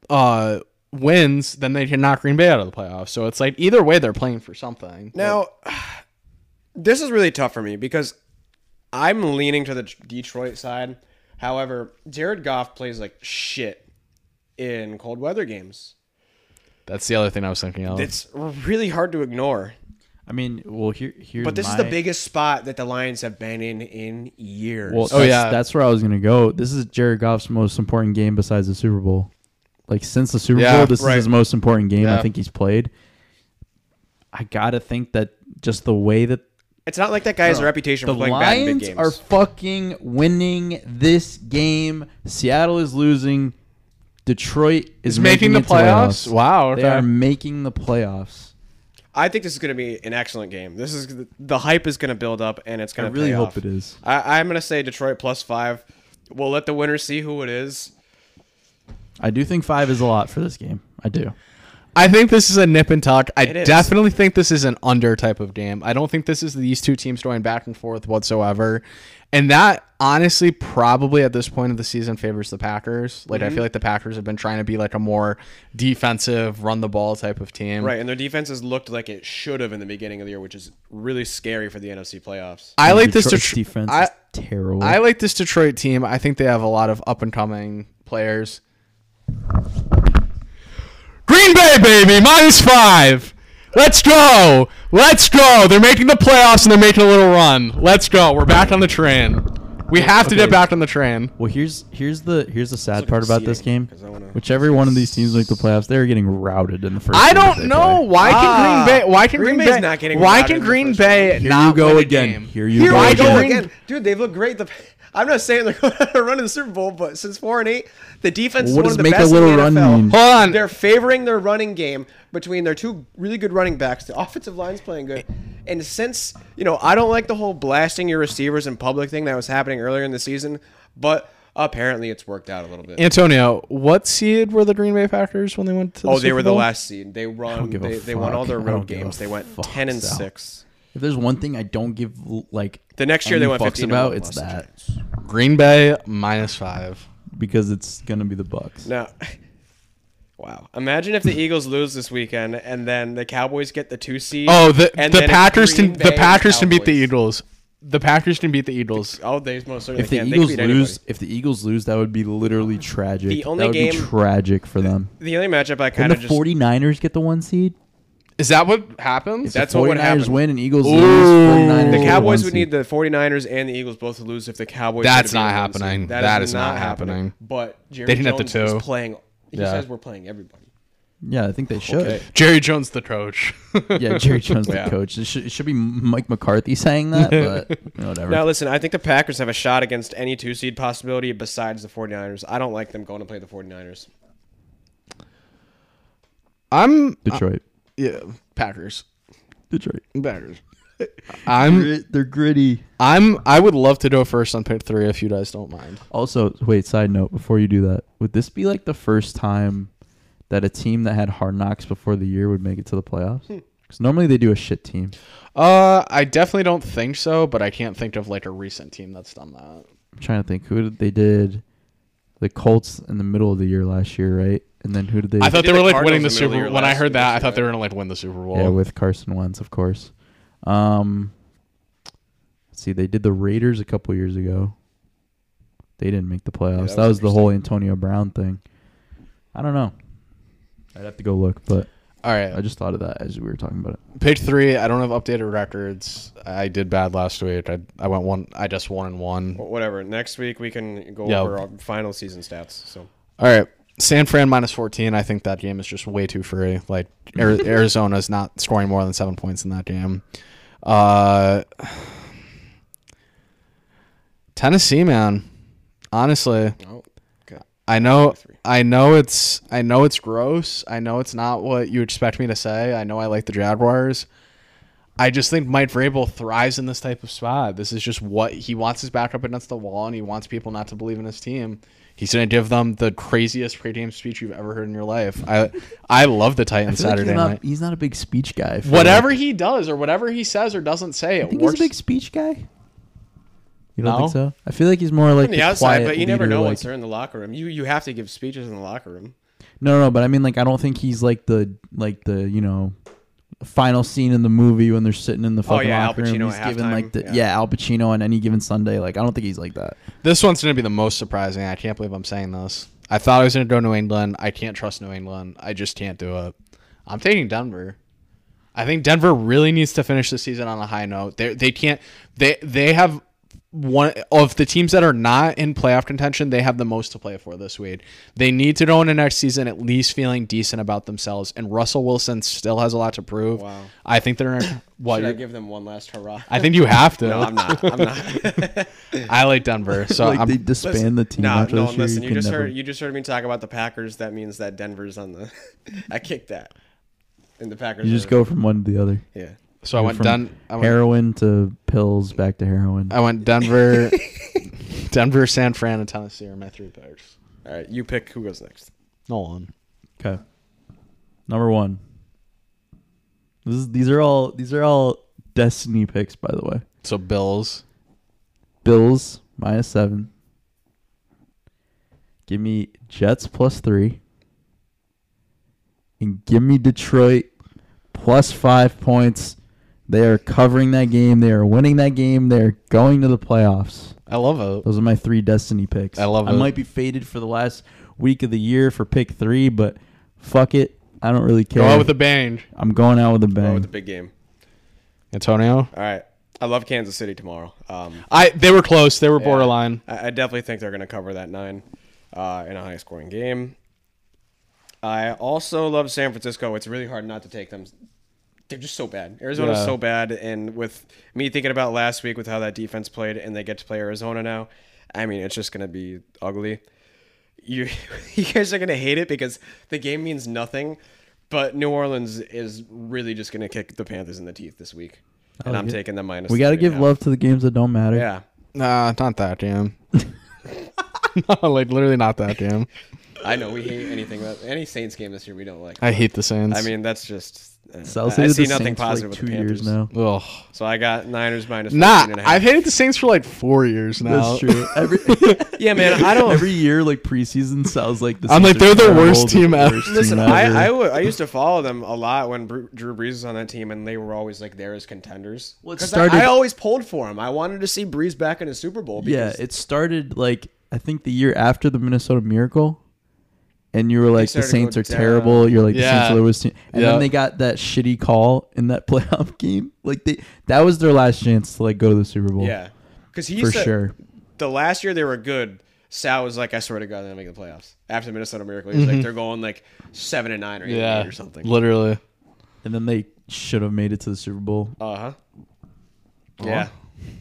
Speaker 3: uh wins, then they can knock Green Bay out of the playoffs. So it's like either way they're playing for something.
Speaker 2: Now, this is really tough for me because I'm leaning to the Detroit side. However, Jared Goff plays like shit in cold weather games.
Speaker 3: That's the other thing I was thinking of.
Speaker 2: It's really hard to ignore.
Speaker 1: I mean, well, here here's
Speaker 2: But this is the
Speaker 1: my-
Speaker 2: biggest spot that the Lions have been in in years.
Speaker 1: Well,
Speaker 3: Oh,
Speaker 1: that's,
Speaker 3: yeah.
Speaker 1: that's where I was gonna go. This is Jared Goff's most important game besides the Super Bowl. Like since the Super
Speaker 3: Yeah,
Speaker 1: Bowl, this
Speaker 3: right.
Speaker 1: is his most important game
Speaker 3: Yeah.
Speaker 1: I think he's played. I gotta think that just the way that
Speaker 2: it's not like that guy has a reputation
Speaker 1: the
Speaker 2: for playing bad in big
Speaker 1: Lions
Speaker 2: games.
Speaker 1: are fucking winning this game, Seattle is losing. Detroit is
Speaker 3: Is making, the playoffs? Wow.
Speaker 1: They are making the playoffs.
Speaker 2: I think this is going to be an excellent game. This is the hype is going to build up, and it's
Speaker 1: I
Speaker 2: going to.
Speaker 1: really
Speaker 2: pay
Speaker 1: hope
Speaker 2: off.
Speaker 1: it is.
Speaker 2: I, I'm going to say Detroit plus five. We'll let the winner see who it is.
Speaker 1: I do think five is a lot for this game. I do.
Speaker 3: I think this is a nip and tuck. I
Speaker 2: It is.
Speaker 3: definitely think this is an under type of game. I don't think this is these two teams going back and forth whatsoever. And that honestly probably at this point of the season favors the Packers. Like
Speaker 2: Mhm.
Speaker 3: I feel like the Packers have been trying to be like a more defensive, run the ball type of team.
Speaker 2: Right, and their defense has looked like it should have in the beginning of the year, which is really scary for the NFC playoffs.
Speaker 3: I like this
Speaker 1: Detroit's
Speaker 3: Detr-
Speaker 1: defense
Speaker 3: I,
Speaker 1: is terrible.
Speaker 3: I like this Detroit team. I think they have a lot of up and coming players. Green Bay, baby, minus five. Let's go. Let's go. They're making the playoffs and they're making a little run. Let's go. We're back on the train. We have to
Speaker 1: Okay.
Speaker 3: get back on the train.
Speaker 1: well, here's here's the here's the sad
Speaker 2: at
Speaker 1: part
Speaker 2: the
Speaker 1: about this
Speaker 2: seating,
Speaker 1: game.
Speaker 2: 'cause I wanna-
Speaker 1: Whichever one of these teams make the playoffs, they're getting routed in the first.
Speaker 3: I
Speaker 1: round if
Speaker 3: don't
Speaker 1: they
Speaker 3: know
Speaker 1: play.
Speaker 3: why
Speaker 2: Ah,
Speaker 3: can Green Bay why can
Speaker 2: Green
Speaker 3: Green,
Speaker 2: Bay's
Speaker 3: Bay
Speaker 2: not getting
Speaker 3: why
Speaker 2: routed
Speaker 3: can
Speaker 2: in the
Speaker 3: Green
Speaker 2: first
Speaker 3: Bay
Speaker 1: Here
Speaker 3: not
Speaker 1: you go
Speaker 3: win a
Speaker 1: again.
Speaker 3: game?
Speaker 1: Here you
Speaker 3: Here
Speaker 1: go
Speaker 3: I
Speaker 1: again.
Speaker 3: go
Speaker 1: Well,
Speaker 2: again, dude, they look great. The, I'm not saying they're going to run in the Super Bowl, but since four and eight, the defense is
Speaker 1: What
Speaker 2: one
Speaker 1: does
Speaker 2: of the
Speaker 1: make a
Speaker 2: best
Speaker 1: little
Speaker 2: in the
Speaker 1: run
Speaker 2: NFL.
Speaker 1: mean?
Speaker 3: Hold on.
Speaker 2: They're favoring their running game between their two really good running backs. The offensive line's playing good. And since, you know, I don't like the whole blasting your receivers in public thing that was happening earlier in the season, but apparently it's worked out a little bit.
Speaker 3: Antonio, what seed were the Green Bay Packers when they went to the
Speaker 2: oh, they
Speaker 3: Super
Speaker 2: were the
Speaker 3: Bowl?
Speaker 2: last seed. They run
Speaker 1: give a
Speaker 2: they, they won all their
Speaker 1: fuck. I
Speaker 2: road
Speaker 1: don't give a
Speaker 2: games. They went
Speaker 1: fuck,
Speaker 2: 10 and
Speaker 1: Sal.
Speaker 2: 6.
Speaker 1: If there's one thing I don't give like
Speaker 2: The next year
Speaker 1: any
Speaker 2: they went
Speaker 1: fucks
Speaker 2: 15 and
Speaker 1: about,
Speaker 2: one,
Speaker 1: it's
Speaker 2: lost to
Speaker 1: that
Speaker 3: Green Bay minus 5.
Speaker 1: because it's gonna be the Bucks.
Speaker 2: No. Wow. Imagine if the Eagles lose this weekend and then the Cowboys get the two seed.
Speaker 3: Oh, the
Speaker 2: and
Speaker 3: the
Speaker 2: then it's
Speaker 3: Packers
Speaker 2: Green
Speaker 3: can the
Speaker 2: Bay
Speaker 3: Packers can beat the
Speaker 2: Cowboys.
Speaker 3: Eagles. The Packers can beat the Eagles.
Speaker 2: Oh, they most certainly
Speaker 1: If the
Speaker 2: can.
Speaker 1: Eagles lose,
Speaker 2: they can beat anybody.
Speaker 1: if the Eagles lose, that would be literally tragic.
Speaker 2: The only
Speaker 1: that would be
Speaker 2: game-
Speaker 1: tragic for them.
Speaker 2: the only matchup I
Speaker 1: Can
Speaker 2: kind
Speaker 1: the
Speaker 2: of just
Speaker 1: 49ers get the one seed?
Speaker 3: Is that what happens?
Speaker 1: The
Speaker 2: That's what would
Speaker 1: 49ers
Speaker 2: happen.
Speaker 1: win and Eagles
Speaker 3: Ooh.
Speaker 1: lose. 49ers
Speaker 2: the
Speaker 1: get
Speaker 2: Cowboys
Speaker 1: one seed.
Speaker 2: would need the 49ers and the Eagles both to lose if the Cowboys.
Speaker 3: That's
Speaker 2: were to be
Speaker 3: not
Speaker 2: the one seed.
Speaker 3: happening. That is not happening.
Speaker 2: But Jerry
Speaker 3: didn't have the
Speaker 2: Jones is
Speaker 3: two.
Speaker 2: playing. He
Speaker 3: Yeah.
Speaker 2: says we're playing everybody.
Speaker 1: Yeah, I think they should.
Speaker 3: Jerry Jones the coach.
Speaker 1: Yeah, Jerry Jones
Speaker 3: Yeah.
Speaker 1: the coach. It should, it should be Mike McCarthy saying that, but you know, whatever.
Speaker 2: Now uh, listen, I think the Packers have a shot against any two seed possibility besides the 49ers. I don't like them going to play the 49ers.
Speaker 3: I'm uh,
Speaker 1: Detroit,
Speaker 3: yeah, Packers.
Speaker 1: Detroit.
Speaker 3: Packers. I'm
Speaker 1: Grit- They're gritty.
Speaker 3: I'm I would love to go first on pick 3 if you guys don't mind.
Speaker 1: Also, wait. Side note: Before you do that, would this be like the first time that a team that had hard knocks before the year would make it to the playoffs? Because normally they do a shit team.
Speaker 3: Uh I definitely don't think so, but I can't think of like a recent team that's done that.
Speaker 1: I'm trying to think who did they did the Colts in the middle of the year last year, right? And then who did they?
Speaker 3: I thought
Speaker 2: did
Speaker 3: they
Speaker 2: the
Speaker 3: were like
Speaker 2: Cardinals
Speaker 3: winning the
Speaker 2: in the middle of
Speaker 3: Super
Speaker 2: your
Speaker 3: Bowl. When I
Speaker 2: last
Speaker 3: heard that, I
Speaker 2: season,
Speaker 3: thought they were going to like win the Super Bowl.
Speaker 1: yeah, with Carson Wentz, of course. Um, let's see, they did the Raiders a couple years ago. They didn't make the playoffs.
Speaker 2: that
Speaker 1: that
Speaker 2: was
Speaker 1: was the whole Antonio Brown thing. I don't know. I'd have to go look, but
Speaker 3: All
Speaker 1: I
Speaker 3: right.
Speaker 1: just thought of that as we were talking about it.
Speaker 3: Pick 3, I don't have updated records. I did bad last week. I I went one I just one and one.
Speaker 2: Wh- Whatever. Next week we can go
Speaker 3: Yeah.
Speaker 2: over our final season stats. So
Speaker 3: All right. San Fran minus 14. I think that game is just way too free. Like, Ari- Arizona's not scoring more than seven points in that game. Uh, Tennessee, man. Honestly,
Speaker 2: oh, okay.
Speaker 3: I know, I know it's, I know it's gross. I know it's not what you expect me to say. I know I like the Jaguars. I just think Mike Vrabel thrives in this type of spot. This is just what he wants his back up against the wall, and he wants people not to believe in his team. He's gonna give them the craziest pregame speech you've ever heard in your life. I, I love the Titans Saturday
Speaker 1: he's, not,
Speaker 3: night.
Speaker 1: a big speech guy.
Speaker 3: Whatever he does or whatever he says or doesn't say, it
Speaker 1: I think
Speaker 3: works.
Speaker 1: he's a big speech guy. You don't
Speaker 3: No.
Speaker 1: think so? I feel like he's more like
Speaker 2: From the outside,
Speaker 1: quiet
Speaker 2: but you never
Speaker 1: leader,
Speaker 2: know
Speaker 1: like-
Speaker 2: once they're in the locker room. You you have to give speeches in the locker room.
Speaker 1: No, no, but I mean, like, I don't think he's like the like the you know final scene in the movie when they're sitting in the fucking
Speaker 2: Oh, yeah, Al
Speaker 1: locker
Speaker 2: Pacino
Speaker 1: room. He's
Speaker 2: at
Speaker 1: given
Speaker 2: halftime.
Speaker 1: like the yeah.
Speaker 2: Yeah.
Speaker 1: Al Pacino on any given Sunday. Like, I don't think he's like that.
Speaker 3: This one's going to be the most surprising. I can't believe I'm saying this. I thought I was going to go New England. I can't trust New England. I just can't do it. I'm taking Denver. I think Denver really needs to finish the season on a high note. They they can't they they have one of the teams that are not in playoff contention, they have the most to play for this week. They need to go into next season at least feeling decent about themselves. And Russell Wilson still has a lot to prove.
Speaker 2: Wow.
Speaker 3: I think they're in what
Speaker 2: Should I
Speaker 3: you're-
Speaker 2: give them one last hurrah?
Speaker 3: I think you have to.
Speaker 2: No, I'm not. I'm not.
Speaker 3: I like Denver, so
Speaker 1: like
Speaker 3: I'm,
Speaker 1: they disband the team
Speaker 2: No,
Speaker 1: after
Speaker 2: no.
Speaker 1: this year.
Speaker 2: Listen,
Speaker 1: you
Speaker 2: you,
Speaker 1: can
Speaker 2: just
Speaker 1: never-
Speaker 2: heard you just heard me talk about the Packers. That means that Denver's on the. I kicked that, and the Packers.
Speaker 1: you just
Speaker 2: are-
Speaker 1: go from one to the other.
Speaker 2: Yeah.
Speaker 3: so I went
Speaker 1: From
Speaker 3: Den. I went, Uh,
Speaker 1: heroin to pills, back to heroin.
Speaker 3: I went Denver, Denver, San Fran, and Tennessee are my three picks.
Speaker 2: All right, you pick who goes next.
Speaker 3: No one.
Speaker 1: Okay. Number one. This is, these are all these are all destiny picks, by the way.
Speaker 3: So Bills.
Speaker 1: Bills minus seven. Give me Jets plus three. And give me Detroit plus five points. They are covering that game. They are winning that game. They are going to the playoffs.
Speaker 3: I love it.
Speaker 1: Those are my three destiny picks.
Speaker 3: I love
Speaker 1: I
Speaker 3: it.
Speaker 1: might be faded for the last week of the year for pick three, but fuck it. I don't really care.
Speaker 3: Go out with a bang,
Speaker 1: I'm going out with a bang.
Speaker 2: Oh, with the big game.
Speaker 3: Antonio.
Speaker 2: All right. I love Kansas City tomorrow. Um,
Speaker 3: I. They were close. They were
Speaker 2: yeah,
Speaker 3: borderline.
Speaker 2: I, I definitely think they're going to cover that nine uh, in a high scoring game. I also love San Francisco. It's really hard not to take them. They're just so bad. Arizona's
Speaker 3: Yeah.
Speaker 2: so bad. And with me thinking about last week with how that defense played and they get to play Arizona now, I mean, it's just going to be ugly. You, you guys are going to hate it because the game means nothing. But New Orleans is really just going to kick the Panthers in the teeth this week. And I'm
Speaker 1: Oh, yeah.
Speaker 2: taking them minus.
Speaker 1: we got to
Speaker 2: three and
Speaker 1: give
Speaker 2: a half.
Speaker 1: love to the games that don't matter.
Speaker 2: Yeah.
Speaker 3: Nah, not that damn. no, like literally not that damn.
Speaker 2: I know we hate anything about any Saints game this year. We don't like.
Speaker 3: I hate the Saints.
Speaker 2: I mean, that's just. Uh,
Speaker 1: So I'll
Speaker 2: I
Speaker 1: say
Speaker 2: see
Speaker 1: the
Speaker 2: nothing
Speaker 1: Saints
Speaker 2: positive
Speaker 1: for
Speaker 2: with
Speaker 1: like two
Speaker 2: the Panthers.
Speaker 1: years now.
Speaker 3: ugh.
Speaker 2: So I got Niners minus.
Speaker 3: Nah,
Speaker 2: 14 and a half.
Speaker 3: I've hated the Saints for like four years now.
Speaker 1: That's true. Every
Speaker 2: yeah, man. I don't
Speaker 1: every year, like preseason sounds like the
Speaker 3: I'm like,
Speaker 1: Saints are
Speaker 3: they're the worst
Speaker 1: terrible,
Speaker 3: team
Speaker 1: the
Speaker 3: ever.
Speaker 1: worst team
Speaker 2: listen.
Speaker 1: ever.
Speaker 2: I I, w- I used to follow them a lot when Bru- Drew Brees was on that team, and they were always like there as contenders.
Speaker 1: Well, it
Speaker 2: 'Cause
Speaker 1: started-
Speaker 2: I, I always pulled for him. I wanted to see Brees back in a Super Bowl.
Speaker 1: yeah,
Speaker 2: Because
Speaker 1: it started like I think the year after the Minnesota Miracle, and you were like, the
Speaker 2: started
Speaker 1: Saints
Speaker 2: going
Speaker 1: are terrible.
Speaker 2: down.
Speaker 1: You're like, the
Speaker 3: Yeah.
Speaker 1: Saints are the worst team. And
Speaker 3: Yeah.
Speaker 1: then they got that shitty call in that playoff game. Like they, that was their last chance to like go to the Super Bowl.
Speaker 2: yeah, because he
Speaker 1: for
Speaker 2: said-
Speaker 1: sure.
Speaker 2: the last year they were good, Sal was like, "I swear to God, they're gonna make the playoffs." After the Minnesota Miracle, he's
Speaker 1: Mm-hmm.
Speaker 2: like, "They're going like seven and nine or eight, and
Speaker 3: yeah,
Speaker 2: eight or something."
Speaker 3: literally.
Speaker 1: And then they should have made it to the Super Bowl.
Speaker 2: Uh
Speaker 3: Uh-huh.
Speaker 2: huh. Yeah.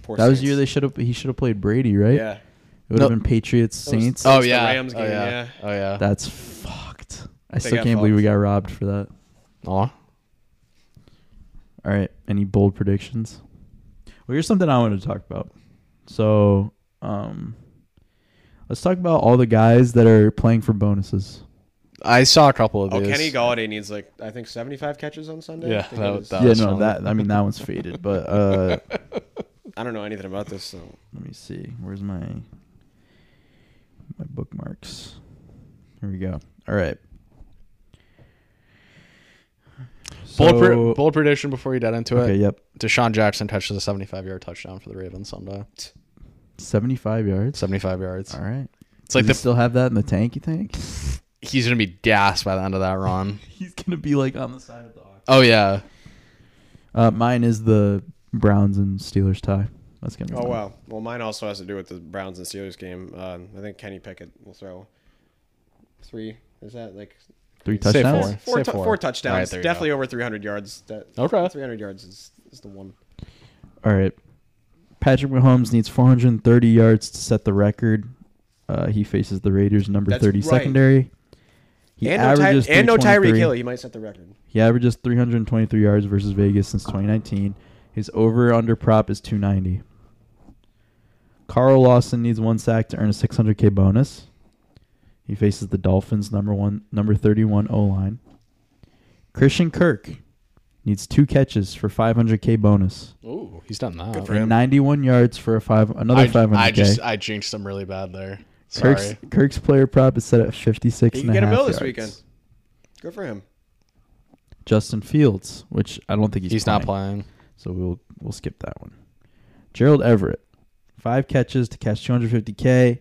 Speaker 2: Poor
Speaker 1: That was
Speaker 2: Saints.
Speaker 1: the year they should have. He should have played Brady, right?
Speaker 2: Yeah.
Speaker 1: It would have
Speaker 3: No.
Speaker 1: been Patriots Saints.
Speaker 3: Oh
Speaker 2: the
Speaker 3: yeah.
Speaker 2: Rams
Speaker 3: oh
Speaker 2: game,
Speaker 3: yeah.
Speaker 2: yeah.
Speaker 3: Oh yeah.
Speaker 1: That's fucked. I still
Speaker 2: got
Speaker 1: can't believe
Speaker 2: fucked.
Speaker 1: we got robbed for that.
Speaker 3: Aw.
Speaker 1: All right. Any bold predictions? Well, here's something I wanted to talk about. So, um, let's talk about all the guys that are playing for bonuses.
Speaker 3: I saw a couple of
Speaker 2: Oh,
Speaker 3: these.
Speaker 2: Kenny Galladay needs like I think seventy-five catches on Sunday.
Speaker 3: Yeah,
Speaker 2: I, think
Speaker 3: that
Speaker 2: it
Speaker 3: was-
Speaker 2: is.
Speaker 3: that-
Speaker 1: yeah,
Speaker 3: was
Speaker 1: no,
Speaker 3: fun.
Speaker 1: that I mean that one's faded, but uh,
Speaker 2: I don't know anything about this. So
Speaker 1: let me see. Where's my my bookmarks? Here we go. All right.
Speaker 3: Bold, pre-
Speaker 1: So-
Speaker 3: bold prediction before you get into
Speaker 1: okay.
Speaker 3: it.
Speaker 1: Yep.
Speaker 3: Deshaun Jackson touches a 75 yard touchdown for the Ravens someday.
Speaker 1: 75 yards.
Speaker 3: 75 yards.
Speaker 1: All right.
Speaker 3: It's like
Speaker 1: Does he
Speaker 3: the,
Speaker 1: still have that in the tank, you think?
Speaker 3: he's going to be gassed by the end of that run.
Speaker 1: He's going to be like on the side of the ox.
Speaker 3: Oh, yeah.
Speaker 1: Uh, mine is the Browns and Steelers tie. That's going to be
Speaker 2: oh
Speaker 1: mine.
Speaker 2: wow. Well, mine also has to do with the Browns and Steelers game. Um, I think Kenny Pickett will throw three. Is that like
Speaker 1: Three
Speaker 3: Say
Speaker 1: touchdowns.
Speaker 3: four.
Speaker 2: four,
Speaker 3: Say
Speaker 2: tou-
Speaker 3: four.
Speaker 2: four
Speaker 3: All
Speaker 2: touchdowns?
Speaker 3: right, there you
Speaker 2: Definitely over three hundred yards. That
Speaker 3: Okay.
Speaker 2: three hundred yards is, is the one.
Speaker 1: All right. Patrick Mahomes needs 430 yards to set the record. Uh, he faces the Raiders number
Speaker 2: That's
Speaker 1: 30
Speaker 2: right.
Speaker 1: secondary. He
Speaker 2: and no, Ty- and no Tyreek
Speaker 1: 323.
Speaker 2: Hill. He might set the record.
Speaker 1: He averages 323 yards versus Vegas since 2019. His over under prop is 290. Carl Lawson needs one sack to earn a 600k bonus. He faces the Dolphins number 1 number 31 O-line. Christian Kirk needs two catches for 500k bonus
Speaker 3: Ooh, he's done that.
Speaker 2: Good for
Speaker 1: and 91 yards for a five another
Speaker 3: I,
Speaker 1: 500k.
Speaker 3: I just I jinxed him really bad there. Sorry.
Speaker 1: Kirk's, Kirk's player prop is set at 56
Speaker 2: He
Speaker 1: and
Speaker 2: can
Speaker 1: a
Speaker 2: get a
Speaker 1: half
Speaker 2: bill this
Speaker 1: yards.
Speaker 2: weekend. Good for him.
Speaker 1: Justin Fields, which I don't think he's
Speaker 3: he's not playing.
Speaker 1: So we'll we'll skip that one. Gerald Everett, five catches to catch 250k.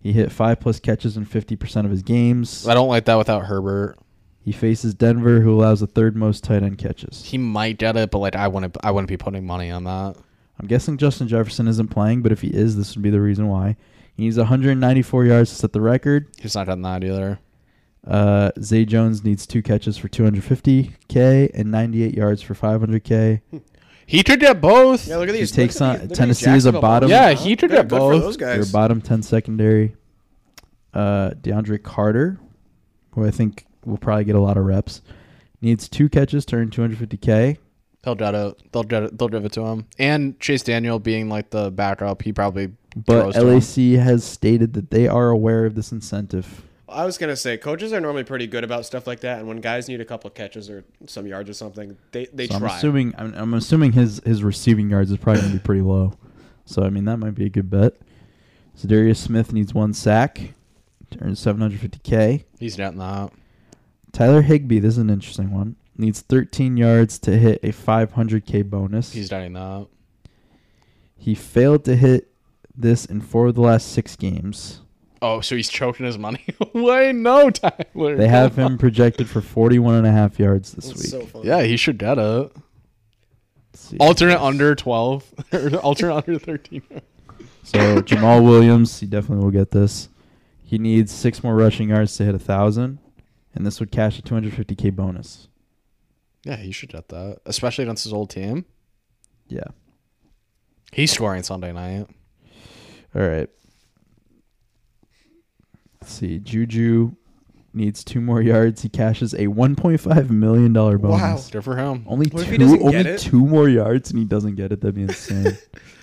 Speaker 1: He hit five plus catches in 50% of his games.
Speaker 3: I don't like that without Herbert.
Speaker 1: He faces Denver, who allows the third most tight end catches.
Speaker 3: He might get it, but like I wouldn't I wouldn't be putting money on that.
Speaker 1: I'm guessing Justin Jefferson isn't playing, but if he is, this would be the reason why. He needs 194 yards to set the record.
Speaker 3: He's not done that either.
Speaker 1: Uh, Zay Jones needs two catches for 250k and 98 yards for 500k.
Speaker 3: He could get both.
Speaker 2: Yeah, look at
Speaker 1: He
Speaker 2: these.
Speaker 1: takes
Speaker 2: look
Speaker 1: on-
Speaker 2: at these- look at these
Speaker 1: Tennessee is a
Speaker 2: Jacksonville
Speaker 1: bottom-
Speaker 2: Jaguars,
Speaker 3: Yeah,
Speaker 2: huh?
Speaker 3: he did
Speaker 2: Good-
Speaker 3: get
Speaker 2: good for
Speaker 3: both.
Speaker 2: those
Speaker 1: Your
Speaker 2: guys.
Speaker 1: bottom 10 secondary. Uh, DeAndre Carter, who I think will probably get a lot of reps, needs two catches to earn 250k.
Speaker 3: They'll get it. They'll get it. They'll give it to him. And Chase Daniel being like the backup, he probably
Speaker 1: But
Speaker 3: throws to him.
Speaker 1: LAC has stated that they are aware of this incentive.
Speaker 2: I was gonna say coaches are normally pretty good about stuff like that, and when guys need a couple catches or some yards or something, they they
Speaker 1: So I'm
Speaker 2: try.
Speaker 1: assuming I'm, I'm assuming his his receiving yards is probably going to be pretty low. So I mean that might be a good bet. Zadarius Smith needs one sack to earn 750k.
Speaker 3: he's getting that.
Speaker 1: Tyler Higbee, this is an interesting one. Needs 13 yards to hit a 500k bonus.
Speaker 3: He's getting that.
Speaker 1: He failed to hit this in four of the last six games.
Speaker 3: Oh, so he's choking his money away? No, Tyler.
Speaker 1: They have him projected for 41 and a half yards this
Speaker 2: It's
Speaker 1: week.
Speaker 2: so fun.
Speaker 3: Yeah, he should get it.
Speaker 1: Let's see.
Speaker 3: Alternate under 12. or alternate under 13.
Speaker 1: So Jamal Williams, he definitely will get this. He needs six more rushing yards to hit a thousand, and this would cash a 250k bonus.
Speaker 3: Yeah, he should get that. Especially against his old team.
Speaker 1: Yeah.
Speaker 3: He's scoring Sunday night.
Speaker 1: All right. Let's see. Juju needs two more yards. He cashes a 1.5 million dollar bonus.
Speaker 3: Good for him.
Speaker 1: Only
Speaker 2: What if he
Speaker 1: two,
Speaker 2: doesn't
Speaker 1: only
Speaker 2: get it?
Speaker 1: two more yards, and he doesn't get it. That'd be insane.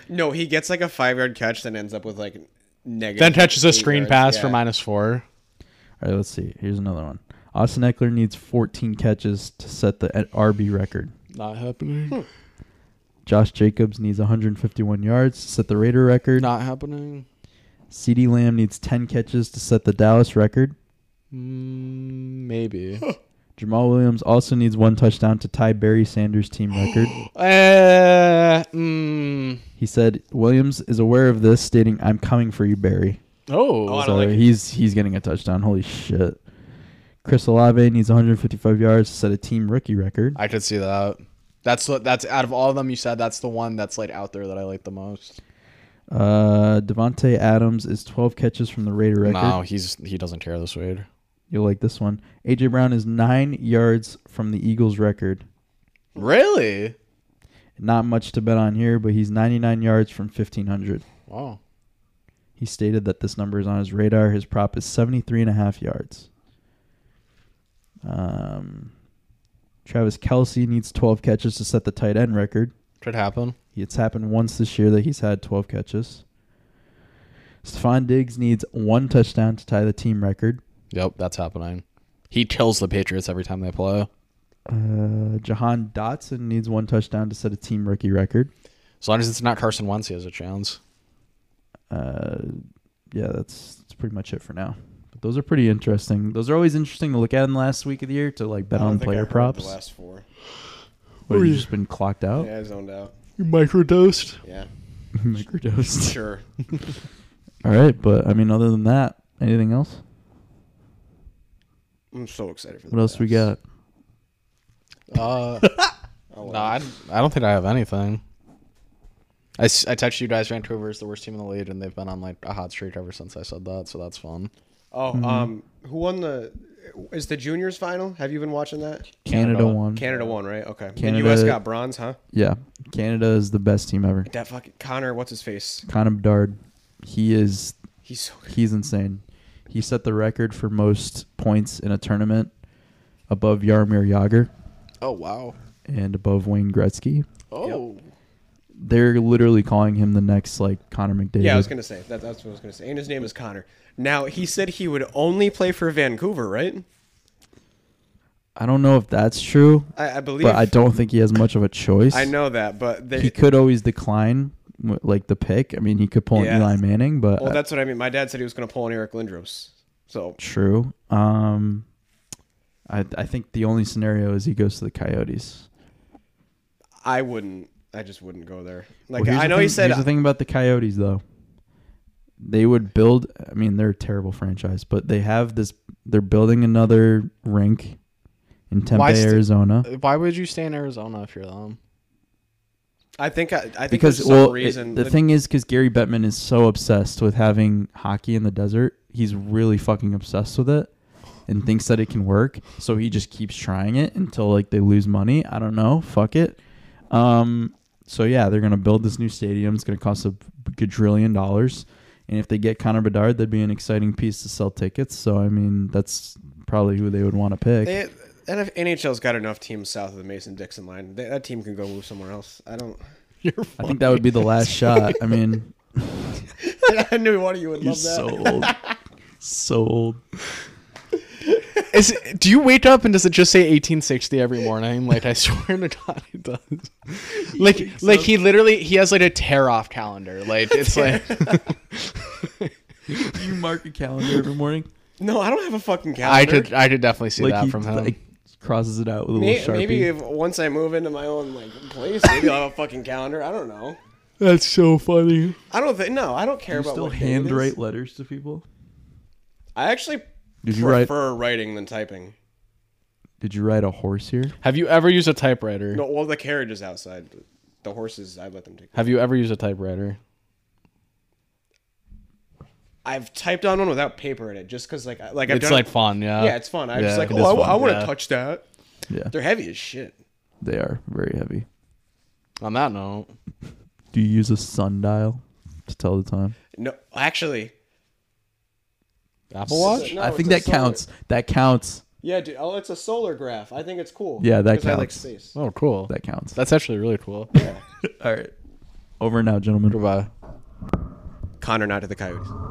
Speaker 2: No, he gets like a five yard catch, then ends up with like negative.
Speaker 3: Then catches a
Speaker 2: eight
Speaker 3: screen
Speaker 2: yards.
Speaker 3: pass
Speaker 2: Yeah.
Speaker 3: for minus four.
Speaker 1: All right, let's see. Here's another one. Austin Eckler needs 14 catches to set the at RB record.
Speaker 3: Not happening.
Speaker 1: Josh Jacobs needs 151 yards to set the Raider record.
Speaker 3: Not happening.
Speaker 1: CeeDee Lamb needs 10 catches to set the Dallas record.
Speaker 3: Mm, maybe.
Speaker 1: Jamal Williams also needs one touchdown to tie Barry Sanders' team record.
Speaker 3: uh, mm.
Speaker 1: he said Williams is aware of this, stating, "I'm coming for you, Barry."
Speaker 3: Oh,
Speaker 2: Oh, I
Speaker 1: So
Speaker 2: don't like it.
Speaker 1: he's he's getting a touchdown. Holy shit! Chris Olave needs 155 yards to set a team rookie record.
Speaker 3: I could see that. That's the- that's out of all of them you said that's the one that's like out there that I like the most.
Speaker 1: Uh, Devonte Adams is 12 catches from the Raider record.
Speaker 3: No, he's he doesn't care this week.
Speaker 1: You'll like this one. AJ Brown is nine yards from the Eagles record.
Speaker 3: Really?
Speaker 1: Not much to bet on here, but he's 99 yards from 1500.
Speaker 3: Wow.
Speaker 1: He stated that this number is on his radar. His prop is 73 and a half yards. Um, Travis Kelsey needs 12 catches to set the tight end record.
Speaker 3: Could happen.
Speaker 1: It's happened once this year that he's had 12 catches. Stephon Diggs needs one touchdown to tie the team record.
Speaker 3: Yep, that's happening. He kills the Patriots every time they play.
Speaker 1: Uh, Jahan Dotson needs one touchdown to set a team rookie record.
Speaker 3: As long as it's not Carson Wentz, he has a chance.
Speaker 1: uh, yeah, that's that's pretty much it for now. But those are pretty interesting. Those are always interesting to look at in the last week of the year to like
Speaker 2: I
Speaker 1: bet
Speaker 2: don't
Speaker 1: on
Speaker 2: think I
Speaker 1: player
Speaker 2: heard the
Speaker 1: props. Oh.
Speaker 2: last four.
Speaker 1: What, have you just been clocked out,
Speaker 2: Yeah, I zoned out.
Speaker 3: You microdosed.
Speaker 2: Yeah,
Speaker 1: microdosed.
Speaker 2: sure.
Speaker 1: All right, but I mean, other than that, anything else?
Speaker 2: I'm so excited for. the
Speaker 1: What else we
Speaker 2: playoffs.
Speaker 1: got?
Speaker 3: Uh,
Speaker 2: Oh,
Speaker 3: no,
Speaker 2: well.
Speaker 3: I, I don't think I have anything. I, s- I texted you guys Vancouver is the worst team in the league, and they've been on like a hot streak ever since I said that, so that's fun.
Speaker 2: Oh,
Speaker 1: Mm-hmm.
Speaker 2: um, who won the? Is the juniors final? Have you been watching that?
Speaker 1: Canada,
Speaker 3: Canada.
Speaker 1: won.
Speaker 2: Canada won, right? Okay.
Speaker 1: Um, Canada-
Speaker 2: And U.S. got bronze, huh?
Speaker 1: yeah, Canada is the best team ever.
Speaker 2: That fucking Connor, what's his face?
Speaker 1: Connor Bedard, he is
Speaker 2: He's so good.
Speaker 1: he's insane. He set the record for most points in a tournament above Yarmir Yager
Speaker 3: Oh, wow.
Speaker 1: and above Wayne Gretzky.
Speaker 3: Oh.
Speaker 1: they're literally calling him the next like Connor McDavid.
Speaker 2: Yeah, I was gonna say that. That's what I was gonna say. And his name is Connor. Now he said he would only play for Vancouver, right?
Speaker 1: I don't know if that's true,
Speaker 2: I, I believe.
Speaker 1: but I don't think he has much of a choice.
Speaker 2: I know that, but they,
Speaker 1: he could always decline w- like the pick. I mean, he could pull
Speaker 2: Yeah.
Speaker 1: an Eli Manning, but
Speaker 2: well, that's what I mean. My dad said he was gonna pull on Eric Lindros. So
Speaker 1: true. Um, I I think the only scenario is he goes to the Coyotes.
Speaker 2: I wouldn't. I just wouldn't go there. Like
Speaker 1: Well, here's
Speaker 2: I
Speaker 1: the
Speaker 2: know
Speaker 1: thing,
Speaker 2: he said.
Speaker 1: Here's the thing about the Coyotes, though. They would build. I mean, they're a terrible franchise, but they have this. They're building another rink in Tempe,
Speaker 3: st-
Speaker 1: Arizona.
Speaker 3: Why would you stay in Arizona if you're them?
Speaker 2: I think I, I think
Speaker 1: because
Speaker 2: there's some
Speaker 1: well, it-
Speaker 2: reason
Speaker 1: the
Speaker 2: that-
Speaker 1: thing is, because Gary Bettman is so obsessed with having hockey in the desert, he's really fucking obsessed with it, and thinks that it can work. So he just keeps trying it until like they lose money. I don't know. Fuck it. Um. So yeah, they're gonna build this new stadium. It's gonna cost a quadrillion dollars, and if they get Connor Bedard, that'd be an exciting piece to sell tickets. So I mean, that's probably who they would want to pick.
Speaker 2: They, and if NHL's got enough teams south of the Mason Dixon line, they, that team can go move somewhere else. I don't.
Speaker 3: You're
Speaker 1: I think that would be the last shot. I mean,
Speaker 2: I knew one of you would
Speaker 1: you're
Speaker 2: love that.
Speaker 1: so old. So old.
Speaker 3: Is it- do you wake up and does it just say 1860 every morning? Like I swear to God, it does. Like like he literally he has like a tear off calendar. Like it's like
Speaker 1: you mark a calendar every morning?
Speaker 2: no, I don't have a fucking calendar.
Speaker 3: I could I could definitely see that
Speaker 1: he
Speaker 3: from him.
Speaker 1: like, crosses it out with a
Speaker 2: May-
Speaker 1: little sharpie.
Speaker 2: Maybe if once I move into my own like place, maybe I'll have a fucking calendar. I don't know.
Speaker 3: That's so funny.
Speaker 2: I don't think. No, I don't care
Speaker 1: you
Speaker 2: about.
Speaker 1: still
Speaker 2: what day it is.
Speaker 1: handwrite letters to people.
Speaker 2: I actually
Speaker 1: Did you write?
Speaker 2: prefer writing than typing.
Speaker 1: Did you write a horse here?
Speaker 3: Have you ever used a typewriter?
Speaker 2: No, well, the carriage is outside. but The horses, I let them take.
Speaker 3: Have you ever used a typewriter?
Speaker 2: I've typed on one without paper in it, just because like I- like I've
Speaker 3: it's
Speaker 2: done
Speaker 3: like
Speaker 2: it-
Speaker 3: fun, yeah.
Speaker 1: uh,
Speaker 2: yeah, it's fun. I
Speaker 3: Yeah,
Speaker 2: was like,
Speaker 3: it
Speaker 2: oh,
Speaker 3: is
Speaker 2: I,
Speaker 3: fun,
Speaker 2: want to
Speaker 3: yeah.
Speaker 2: touch that.
Speaker 1: Yeah,
Speaker 2: They're heavy as shit.
Speaker 1: they are very heavy.
Speaker 3: On that note,
Speaker 1: Do you use a sundial to tell the time?
Speaker 2: No, actually,
Speaker 3: Apple Watch.
Speaker 2: No,
Speaker 1: I
Speaker 2: it's
Speaker 1: think
Speaker 2: a
Speaker 1: that
Speaker 2: solar.
Speaker 1: counts. That counts.
Speaker 2: Yeah, dude. Oh, it's a solar graph. I think it's cool.
Speaker 1: Yeah, that
Speaker 2: 'Cause I like
Speaker 1: counts.
Speaker 2: space.
Speaker 3: Oh, cool.
Speaker 1: That counts.
Speaker 3: That's actually really cool.
Speaker 1: All right. Over now, gentlemen.
Speaker 3: Goodbye.
Speaker 2: Connor, not to the Coyotes.